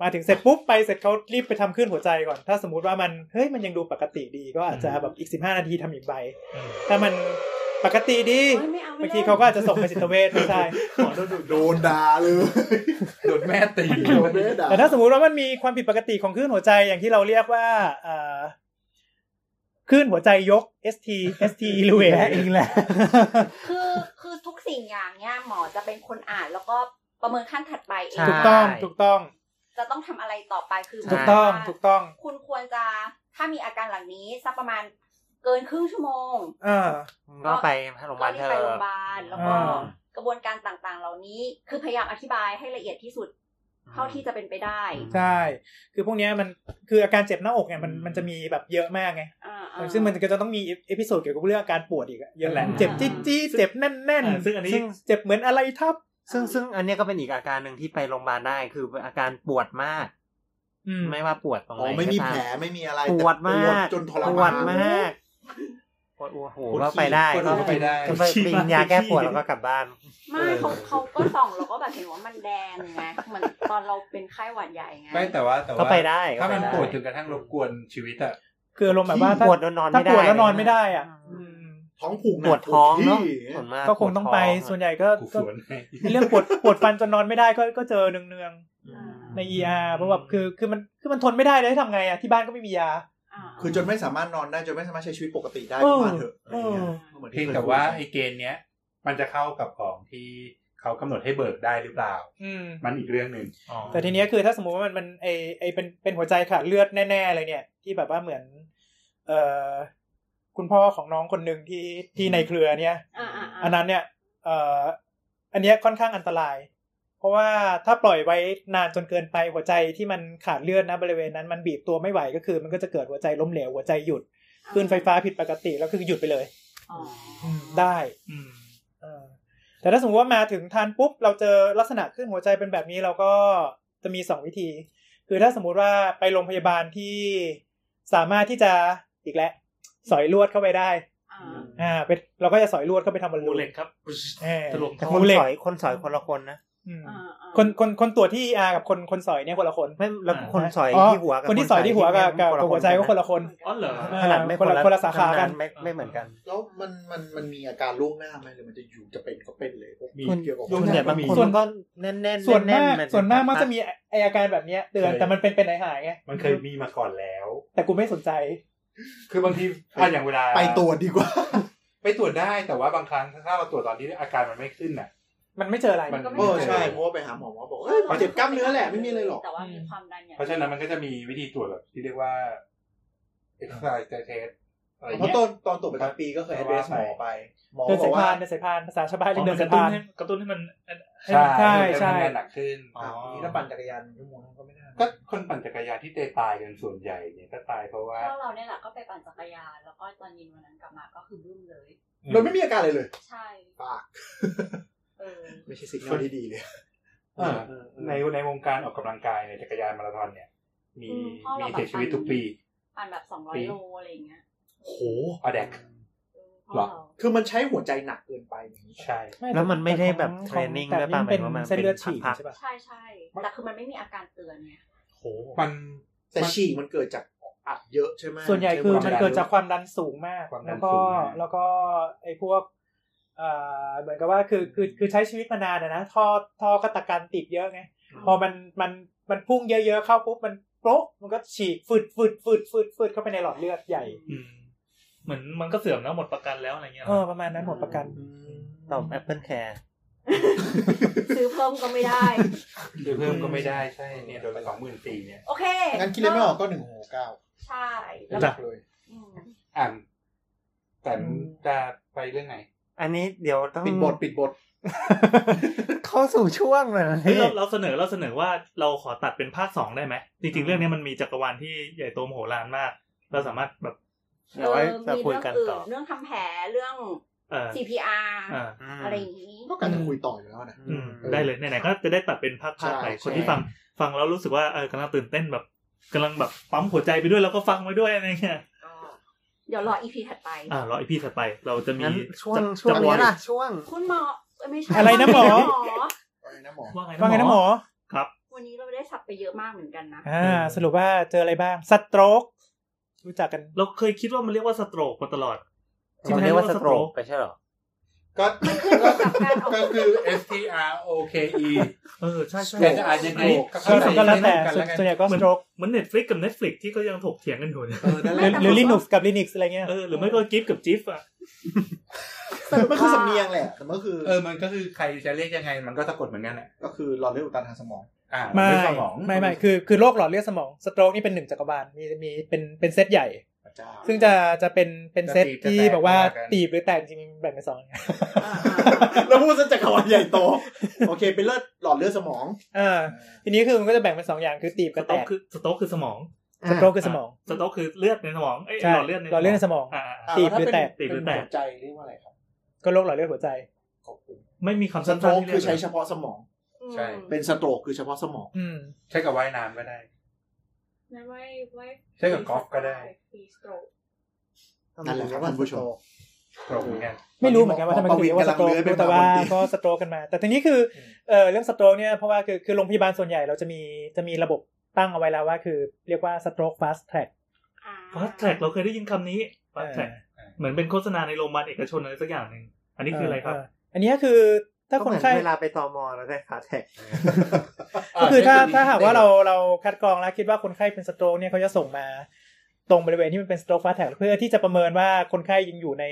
มาถึงเสร็จปุ๊บไปเสร็จเขารีบไปทำขึ้นหัวใจก่อน ถ้าสมมุติว่ามันเฮ้ยมันยังดูปกติดีก็อาจจะแบบอีกสิบห้านาทีทำอีกใบ
อืม
ถ้ามันปกติดี
โอ๊ยไม่เอาไม่
บาง
ล่น
ทีเขาก็อาจจะส่งไปจิตเวชไม่ ใช่
โดนด่าเลย
โดนแม่ตี
โดนไม่ได้ด่า
แต่ถ้าสมมุติว่ามันมีความผิดปกติของคลื่นหัวใจอย่างที่เราเรียกว่าเอ่อคลื่นหัวใจยก ST ST e l e v a เองแหละ
คือคือทุกสิ่งอย่างเนี่ยหมอจะเป็นคนอ่านแล้วก็ประเมินขั้นถัดไปเอ
ใช่
ง
ถูกต้องถูกต้อง
จะต้องทำอะไรต่อไปคือ
ถูกต้อง
ว่า
ถูกต้อง
คุณควรจะถ้ามีอาการเหล่านี้สักประมาณเกินครึ่งชั่วโมง
เออ
ก็ไปโรงพ
ก็
ยาบาล
รีบ
เธอ
ไปโรงพยาบาลแล้วก็
อ่า
กระบวนการต่างๆ เหล่านี้ คือพยายามอธิบายให้ละเอียดที่สุด เท่าที่จะเป็นไปได้
ใช่ คือพวกเนี้ยมันคืออาการเจ็บหน้าอกเนี่ยมันมันจะมีแบบเยอะมากไง
อ่าๆ
ซึ่งมันก็จะต้องมีเอพิโซดเกี่ยวกับเรื่องอาการปวดอีกอะเยอะแหละเจ็บจี้จี้เจ็บแน่นแน่น
อ่าซึ่งอันนี้
เจ็บเหมือนอะไรทับ
ซึ่งซึ่งอันเนี้ยก็เป็นอีกอาการหนึ่งที่ไปโรงพยาบาลได้คืออาการปวดมาก
อืม
ไม่ว่าปวดตรงไห
อ๋อน ไม่มี
ก็
แผ
ตา
ลไม่มีอะไร
ป
แต่
วดมา
ปวด
ก
จนทร
ปว
มา
ด
น
มากปวดโอ้โห
ปวด
ก็
ขี้
ไปได้
ปวดหั
ก็
วไปได้
ก็ไปกินยาแก้ปวดแล้วก็กลับบ้าน
ไม่เขาเขาก็ส่องแล้วก็แบบเห็นว่ามันแดงไงเหมือนตอนเราเป็นไข้หวัดใหญ่ไง
ไม่แต่ว่าแต่ว่า
ก็ไปได้ก็
ถ้า
ไป
มัน
ได้
ปวดจนกระทั่งรบกวนชีวิตอะ
คืออารมณ์แบบว่าถ้า
ปวดแล้วนอน
ถ้า
ไม่ได้
ปวดแล้วนอนไม่ได้อ่ะ
อืม
อืม
ท้องผูกหนั
ป
ก
วดท้องเนาะ
ที่
ส่วนมาก
ก็คงต้องไปส่วนใหญ่ก็
กู
ก็
สวนให้
เรื่องปวดปวดฟันจนนอนไม่ได้ก็ก็เจอเนือง
อืม
ๆใน ER เพราะแบบคือคือมันคือมันทนไม่ได้เลยให้ทำไงอ่ะที่บ้านก็ไม่มียา
าๆ
คือจนไม่สามารถนอนได้จนไม่สามารถใช้ชีวิตปกติได้
เอ
ป
อ
ระมาณเถอะ
เออ
หมือน
เพีย
ที่
ง
คย
แต่ว่าไอ้เกณฑ์เนี้ย มันจะเข้ากับของที่เขากำหนดให้เบิกได้หรือเปล่า
อืม
มันอีกเรื่องหนึ่ง
อ๋อ
แต่ทีเนี้ยคือถ้าสมมติว่ามันมันไอไอเป็นเป็นหัวใจขาดเลือดแน่ๆเลยเนี่ย ที่แบบว่าเหมือน เอ่อคุณพ่อของน้องคนหนึ่งที่ที่ในเครือเนี่ย
อ่าๆๆ
อันนั้นเนี่ย เอ่ออันเนี้ยค่อนข้างอันตราย เพราะว่าถ้าปล่อยไว้นานจนเกินไปหัวใจที่มันขาดเลือดนะบริเวณนั้นมันบีบตัวไม่ไหวก็คือ มันก็จะเกิดหัวใจล้มเหลวหัวใจหยุดคลื่นไฟฟ้าผิดปกติแล้วคือหยุดไปเลย
อ๋อ
ได้
อืม
เออแต่ถ้าสมมติว่ามาถึงทันปุ๊บ เราเจอลักษณะขึ้นหัวใจเป็นแบบนี้เราก็จะมีสองวิธี คือถ้าสมมุติว่าไปโรงพยาบาลที่สามารถที่จะอีกแล้วสอยลวดเข้าไปได้
อ่า
อ่าเป็นเราก็จะสอยลวดเข้าไปทำบอลลู
บู
น
เล็กครับ
เออ
ตลก
แต่ค
คน นเหล็ก
สอยคนสอยคนละคนนะ
อืม
อ่าๆ
คนคนคนตรวจที่อากับคนคนสอยเนี่ยคนละคน
ไม่แล้วคนสอยที่หัวกับ
คนที่สอยที่หัวกับกับกับหัวใจก็คนละคน
อ๋อเหรอ
เออ
ขนาดไม่
คนละคนละสาขากัน
ไม่ไม่เหมือนกัน
แล้วมันมันมันมีอาการล่วงหน้าไหมหรือมันจะอยู่จะเป็นก็เป็นเลย
มีคุณ
เกี่ยวกับ
ส่วนใหญ่บางคนก็แน่นๆแน่นๆ
ส่วนมาก
แๆ
ส่วนมากมักจะมีไออาการแบบเนี้ยเตือนแต่มันเป็นเป็นหายๆไง
มันเคยมีมาก่อนแล้ว
แต่กูไม่สนใจ
คือบางทีอ่ะอย่างเวลา
ไปตรวจดีกว่า
ไปตรวจได้แต่ว่าบางครั้งถ้าเราตรวจตอนที่อาการมันไม่ขึ้นน่ะ
มันไม่เจออะไร
มัน
เออใช่เพราะว่าไปหาหมอหมอบอกเอ้ยเจ็บกล้ามเนื้อแหละไม่มีอะไรหรอก
แต่ว่ามีความดันอย่าง
เพราะฉะนั้นมันก็จะมีวิธีตรวจแบบที่เรียกว่า exercise test
อะไร
เพราะ
เงี้ย
ตอนตอนตรวจประจำปีก็เคย address หมอไป หมอ
เดิน
บ
สา
อย
พา
กว่า
นเดินสายพานภาษาชาวบ้านเรียกเดิน
ก
สา
ระ
ย
ตุ้น
พาน
ให้กระตุ้นให้มันให้
ใช่
มัน
ใช่ใช่
ทำงานหนักขึ้น
อ๋อนี่ถ้าปั่นจักรยานชั่วโมงนึงก็ไม่ได้
ก็คนปั่นจักรยานที่เตะตายกันส่วนใหญ่เนี่ยก็ตายเพราะว่า
ก็เราเนี่ยแหละก็ไปปั่นจักรยานแล้วก็ตอนเย็นวันนั้นกลับมาก็คือบึ้มเลย
โดยไม่มีอาการอะไรเลย
ใช่
ปาก
เออ
ไม่ใช่สิ่งที่ดีเลย
อ่า ในในวงการออกกำลังกายในยจักรยานมาราธอนเนี่ย มี
อืมเพราะเรา
มี
แบบ
เสียชีวิตทุกปี
ปั่นแบบสองร้อ
ปี
ยโลอะไรอย่างเงี้ย
โอ้โห
ออแดก
เออเพราะเรา
คือมันใช้หัวใจหนักเกินไปอย่างนี้
ใช่
แล้วมันไม่ได้แบบ
ของ
training
แต่
ด้วยป่ะ
นี่เป็น
หมายถึงว่ามัน
เส้นเลือดฉีก
เป็นพักๆ
ใช่ป่ะ
ใช่ใช่แต่คือมันไม่มีอาการเตือนไง
โห
มัน
แต่ฉี่มันเกิดจากอัดเยอะใช่ไหม
ส่วนใหญ่คือมันเกิดจากความดันสูงมาก
ความดั
แล้
น
ว
สู
ก็
งมาก
แล้วก็ไอ้พวกเอ่อเหมือนกับว่าคือคือคือใช้ชีวิตมานานอะนะท่อท่อก็ตะกันติดเยอะไง พอมันมันมันพุ่งเยอะๆเข้าปุ๊บมันโป๊ะมันก็ฉีกฝืดฝืดฝืดฝืดฝืดเข้าไปในหลอดเลือดใหญ่
อืมเหมือนมันก็เสื่อมแล้วหมดประกันแล้วอะไรเงี้ย
เออประมาณนั้นหมดประกัน
ตอบแอปเปิลแคร์
ซื้อเพิ่มก็ไม่ได้
คือเพิ่มก็ไม่ได้ใช่เนี่ยโดนสองหมื่นปีเนี่ย
โอเค
งั้นคิดเลยไม่ออกก็หนึ่งหกเก้า
ใช่
ห
แล้ว
นักเลย
อืม
อ่านแต่จะไปเรื่องไหน
อันนี้เดี๋ยวต้อง
ปิดบท ปิดบท
เข้าสู่ช่วงเลยนะ
เฮ้ย
พี่
เราเราเสนอเราเสนอว่าเราขอตัดเป็นภาคสองได้ไหมจริงๆเรื่องเนี้ยมันมีจักรวาลที่ใหญ่โตมโหฬารมาก เราสามารถแบบ
เดี๋ยวไว้จะคุยกัน
เมี
ต่อ
เรื่องอื่นเรื่องทำแผลเรื่อง
เออ
CPR
อ่า
อะไรอย่างนี้
ก็การจะคุยต่ออยู่แล้วนะ
อืมได้เลยไหนๆก็จะได้ตัดเป็นภาคๆไป
ใช่
คนที่
ใช่
ฟังฟังแล้วรู้สึกว่าเออกำลังตื่นเต้นแบบกำลังแบบปั๊มหัวใจไปด้วยแล้วก็ฟังไปด้วยอะไรเงี้ย
ก็เดี๋ยวรออีพีถัดไป
อ่ารออีพีถัดไปเราจะมี
งั้นช่วง
จะ
ช่วง
จะ
นี้ล่ะ ช่วง
คุณหมอเอ้ยไม่ใช่
อะไรนะหมอ
อะไรนะหมอ
ว่าไง
ว่าไงนะหมอ
ครับ
วันนี้เราได้สับไปเยอะมากเหมือนกันนะ
อ่าสรุปว่าเจออะไรบ้างสโตรกรู้จักกัน
เราเคยคิดว่ามันเรียกว่าสโตรกมาตลอด
ที่มันเรียกว่าสโตรก
ก
ไปใช่เหรอ
ก็
มันขึ้นอยู่กับการออก
ก็คือ S T R O K E
เออใช่ใช่
แต่จะอ่านยังไง
ก็สำคัญแล้วแต่
กันแล้วกัน
ส่วนใหญ่ก็สโตรก
เหมือนเน็ตฟลิกกับเน็ตฟลิกที่ก็ยังถกเถียงกันอยู่เนี่ย
เออนั่นแห
หรือ
ละ
หรือลินุกกับลินิกอะไรเงี้ย
เออหรือไม่ก็กิฟกับจิฟอ่ะ
มันคือสำเนียงแหละ แต่มันก็คือ
เออมันก็คือใครจะเรียกยังไง มันก็สะกดเหมือนกันอ่ะ
ก็คือหลอดเลือดอุดตันทางสมอง
อ่า
ไม่
เรื่องสมอง
ไม่ไม่คือคือโรคหลอดเลือดสมองสโตรกนี่เป็นหนึ่งจักรบาลมีมีเป็นเป็นเซตใหญ่
พระเจ้า
ซึ่งจะจะเป็นเป็นเซตที่แบบว่าตีบหรือแตกจริงๆแบ่งเป็นสองอย่าง
แล้วพูดซะจักรวาลใหญ่โต โอเค เป็นเลือดหลอดเลือดสมอง
อ่าทีนี้คือมันก็จะแบ่งเป็นสองอย่างคือตีบ
ส
กับ
โตร
แต
ก
ก
คือสโตรกคือสมอง
สโตรกคือสมอง
สโตรกคือเลือดในสมองเอ้ย
ใช่
หลอดเลือดใน
หลอดเลือดในสมอง
อ่า
อ่า
ตีบหรือแตก
ตีบหรือแตก
หัวใจเรียกว่าอะไรครับ
ก็โรคหลอดเลือดหัวใจ
ขอบคุณ
ไม่มีคำ
ส
สั้น
โตร
ๆ
ก
ที่เรียก
คือใช้เฉพาะสมอง
ใช่
เป็นสโตรกคือเฉพาะสมอง
อืม
ใช้กับว่ายน้ำก็ได้
นั่นไว้ไว้
ใช้กับกอล์ฟก็ได้
ฟรีสโตรก
นั่นแหละครับคุณผู้ชม
ตรงเหมือนกัน
ไม่รู้เหมือนกันว่าทำไมถึ
ประ
ง
วิ
เรี
ต
ยก
ร
ว่าสโตรก
กำลังเลื้อยไป
แต่ว่า
บนเตียง
ก็สโตรกกันมา แต่ทีนี้คือเออเรื่องสโตรกเนี่ยเพราะว่าคือคือโรงพยาบาลส่วนใหญ่เราจะมีจะมีระบบตั้งเอาไว้แล้วว่าคือเรียกว่าสโตรกฟาสแทร็ก
ฟาสแทร็กเราเคยได้ยินคำนี้ฟาสแทร็กเหมือนเป็นโฆษณาในโรงพยาบาลเอกชนอะไรสักอย่างหนึ่งอันนี้คืออะไรครับ
อันนี้คือถ้า
ก็
ค
เห
น
มือน
ไข้
เวลาไปตอมอแล้วได้ขาแท็ก
ก็คือถ้าถ้าหากว่าเราเราคัดกรองแล้วคิดว่าคนไข้เป็นสโตรกเนี่ยเขาจะส่งมาตรงบริเวณที่มันเป็นสโตรกฟาสแท็กเพื่อที่จะประเมินว่าคนไข้ยังอยู่ใน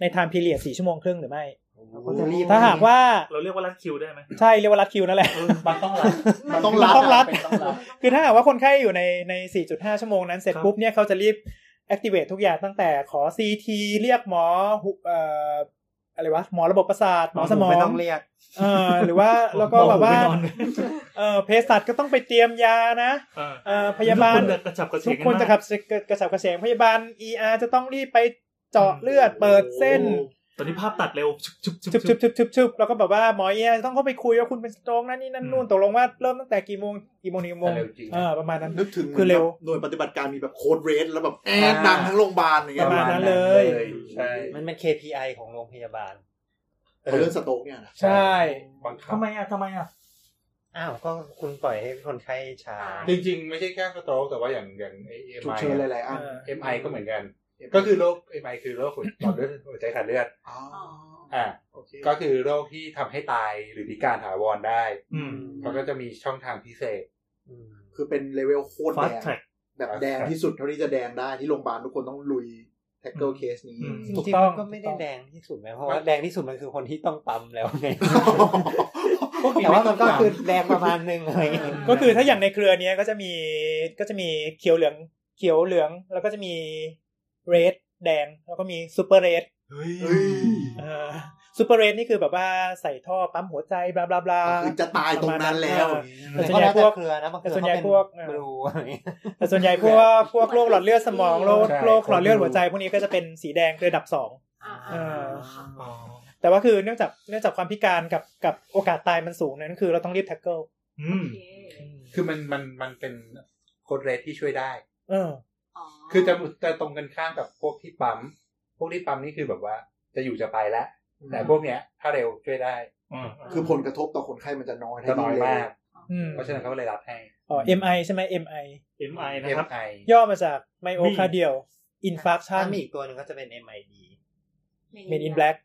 ในไทม์พีเรียดสี่ชั่วโมงครึ่งหรือไม่ ถ้าหากว่า
เราเรียกว่ารัดคิวได้ไหม
ใช่เรียกว่ารัดคิวนั่นแหละ
มันต้องรัด
มันต้องรัด
ต้องรัด
เป็นต้องรัด
คือถ้าหากว่าคนไข้อยู่ในใน 4.5 ชั่วโมงนั้นเสร็จ
ครับ
ปุ๊บเนี่ยเขาจะรีบ activate ทุกอย่างตั้งแต่ขอ CT เรียกหมอหุเอ่ออะไรวะ หมอระบบประสาท หมอสมอง
ไม่ต้องเรียก
เออหรือว่าแล้วก็แบบว่า
เอหูไปนอน
เออเภสัชก็ต้องไปเตรียมยานะ
เออ
เออพยาบาล
ทุกคนจะกระฉับกระเฉ
ทุ
ง
กคน
มา
จะขับกระสับกระเฉงพยาบาล ER จะต้องรีบไปเจาะเลือดเปิดเส้น
ตอนนี้ภาพตัดเร็วชุบชุบชุบ
ชุบชุ
ชุ
บบ ชุบชุบชุบแล้วก็แบบว่าหมอเอียต้องเข้าไปคุยว่าคุณเป็นสโตรกนั่นนี่นั่นนู่น
อืม
ตกลงว่าเริ่มตั้งแต่กี่โมงกี่โมงนี่กี่โมง
เร็วจริง
เออประมาณนั้น
นึกถึง
คือเร็ว
หน่วยปฏิบัติการมีแบบโค้ดเรสแล้วแบบแอดดังทั้งโรงพยาบาลอย่า
ป
งเงี้ย
ระมาณนั้นเลย
ใช่
มันเป็น KPI ของโรงพยาบาล
เพราะเรื่องสโตรกเนี่ยนะ
ใช่
บังคับ
ทำไมอ่ะทำไมอ่ะ
อ้าว ก็คุณปล่อยให้คนไข้ช้า
จริงๆ ไม่ใช่แค่สโตรกแต่ว่าอย่างอย่างไอเอ็ม
ฉุก
ไอ
เฉินหลายๆอัน
เอ็มไอก็เหมือนกัน ก็คือโรคเอ็มไอคือโรคหัวหลอดเลือดหัวใจขาดเลือด
อ๋อ
อ่า
โอเค
ก็คือโรคที่ทำให้ตายหรือพิการถาวรได้
อืม
มันก็จะมีช่องทางพิเศษ
คือเป็นเลเวลโคตร
ฟา
แด
ส
ง
แท็ก
แบบแดงที่สุดเท่าที่จะแดงได้ที่โรงพยาบาลทุกคนต้องลุยแท็กเกิลเคสนี้
อืม
จ
ถูก
ริงๆ
ต้อ
มั
ง
นก็ไม่ได้แดงที่สุดนะเพราะ
มั
ว่าน แดงที่สุดมันคือคนที่ต้องปั๊มแล้วไง
พวกนี้
แต่
ไม่
ว่า
ต้
มั
อน ง
ก็
ฟัง
คือแดงประมาณหนึงอะไรเงี้ย
ก็คือถ้าอย่างในเครือเนี้ยก็จะมีก็จะมีเขียวเหลืองเขียวเหลืองแล้วก็จะมีเรด แดง แล้วก็มีซูเปอร์เรด
เฮ้ย
ซูเปอร์เรดนี่คือแบบว่าใส่ท่อปั๊มหัวใจบลาบลาบลา
คือจะตายตรงนั้นแล้วอย่างงี้
แต่
แต่
ส่
ส่
วให
วนนให
ญ่พ
ญ่พ
ว
ว
ก
กเครือนะบางเครือ
แต่ส่วนใหญ่
เขาเป็น
พวกเออ
บลูอะไรอย่างเงี้ย
แต่ส่วนใหญ่พวกพวกโรคหลอดเลือดสมองโรคโรคหลอดเลือดหัวใจพวกนี้ก็จะเป็นสีแดงเรือดับสอง
อ่า
เออ
ค่ะ
อ๋อ
แต่ว่าคือเนื่องจากเนื่องจากความพิการกับกับโอกาสตายมันสูงนั้นคือเราต้องรีบแท็กเกิล
อืม
โอเค
คือมันมันมันเป็นโคดเรทที่ช่วยได้
เออ
คือจะจะตรงกันข้ามกับพวกที่ปั๊ม พวกที่ปั๊มนี่คือแบบว่า จะอยู่จะไปแล้ว แต่พวกเนี้ย ถ้าเร็วช่วยได้
อืม
คือผลกระทบต่อคนไข้มันจะน้อย
ก็น้อยมาก
อืม
เพราะฉะนั้นเขาเลยรับให้
อ๋อ MI ใช่ไหม MI
เอ็มไอนะครับ
MI
ย่อมาจากไมโอคาเดียลอินฟาคชั่น
ถ้ามีอีกตัวหนึ่งก็จะเป็น MID
เมนอินแบล็ก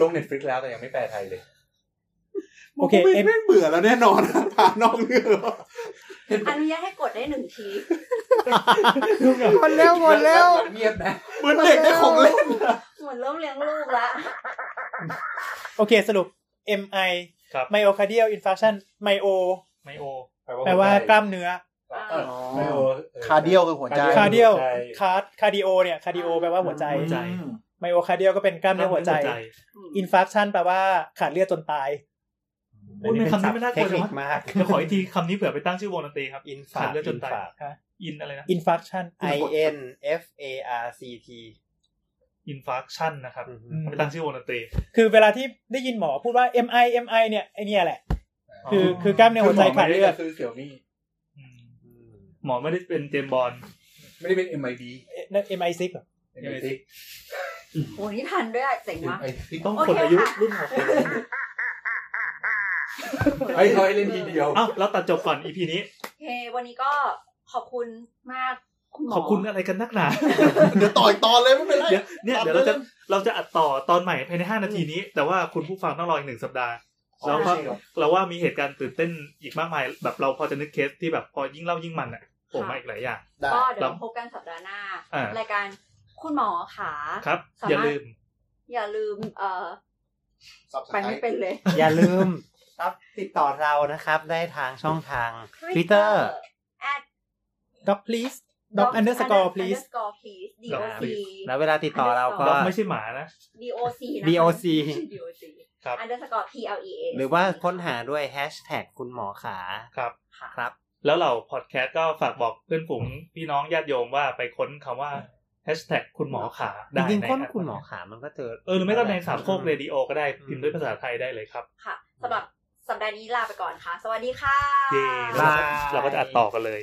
ลงเน็ตฟลิกแล้วแต่ยังไม่แปลไทยเลย
โอเค
ไม่
เอ็ม
ไม่เบื่อแล้วแน่นอน ผ่านนอกเรื่อง
อนุญาตให้กดได้หนึ่งที
คนเร็วคนเร็ว
เงียบนะ
เหมือนเด็กได้ของเล่นอะ
เหมือนเริ่มเลี้ยงลูกละ
โอเคสรุป MI
ครับ
ไมโอคาเดียลอินฟาคชั่นไมโอ
ไมโอ
แปลว่ากล้ามเนื้อ
เออ ไม่โออ
คาร์เดียวคือหัวใจ
คาร์เดียล
หัวใจ
คาร์ดคาร์ดิโอเนี่ยคาร์ดิโอแปลว่าหัวใจ
หัวใจ
อืม
ไมโอคาเดียลก็เป็นกล้ามเนื้อหัวใจอินฟาคชั่นแปลว่าขาดเลือดจนตาย
โอ้ยเป็นคำที่ไม่น่าก
เท
ลั
คว
จั
นิคว
งะ
มาก
เดี๋ยวขออีกทีคำนี้เผื่อไปตั้งชื่อวงดนตรีครับ
อิน
ขา
ฟา
ดเลือดจนตาย
ก
อินอะไรนะ
อินฟาคชั่น
I N F A R C T
อินฟาคชั่นนะครับ
อืม
ไปตั้งชื่อวงดนตรี
คือเวลาที่ได้ยินหมอพูดว่า MI MI เนี่ยไอเนี่ยแหละ คือคือกล้ามเนื้อหัวใจขาดเลือด
คือเสี่ยวมี่
อืมหมอไม่ได้เป็นเจมส์บอล
ไม่ได้เป็น MID
นั่น MI ซิกเหรอ
MID
โอ้นี่ทันด้วยอะเจ๋งมาก
ต้อง
โอเค
คนอายุ
ค่ะ
รุ่นของผม
เฮ้ยเขาให้เล่นทีเดียว
เอ้าเราตัดจบก่อนอีพีนี้
โอเค วันนี้ก็ขอบคุณมากคุณหมอ
ขอบคุณอะไรกันนักหนา
เดี๋ยวต่อยตอนเลยไม่เป็นไร
เดี๋ยวเนี่ยเดี๋ยวเราจะเราจะอัดต่อตอนใหม่ภายในห้านาทีนี้ แต่ว่าคุณผู้ฟังต้องรออีกหนึ่งสัปดาห์แล้วก็
ใช่ครับ
เราว่ามีเหตุการณ์ตื่นเต้นอีกมากมาย แบบเราพอจะนึกเคสที่แบบพอยิ่งเล่ายิ่งมันอ่ะผมมาอีกหลายอย่าง
ได้
ก็เดี๋ยวพบกันสัปดาห์หน้า
อ่า
รายการคุณหมอขา
ครับ
สามารถ
อย่าลืม
อย่าลืม เอ่อ ไป
Subscribe
ไม่เป็นเลย
อย่าลืมครับติดต่อเรานะครับ ได้ทางช่องทาง Twitter
at
Doc please Doc underscore please
underscore please
Doc
doc
please
แล้วเวลาติดต่อเราก็
เราไม่ใช่หมานะ
doc นะคะ
doc
doc
ครับ
underscore please
หรือว่าค้นหาด้วยแฮชแท็กคุณหมอขา
ครับ
ครับ
แล้วเราพอดแคสต์ก็ฝากบอกเพื่อนฝูงพี่น้องญาติโยมว่าไปค้นคำว่าแฮชแท็กคุณหมอขา
จ
ได้
ริง
ะ
ๆค้นคุณหมอขามันก็เจอ
เออหรือไม่ก็ในสามโคกเรดิโอก็ได้พิมพ์ด้วยภาษาไทยได้เลยครับ
ค่ะสำหรับสัปดาห์นี้ลาไปก่อนค่ะ สวัสดีค่ะ
เย่
บ๊ายบาย
เราก็จะอัดต่อกันเลย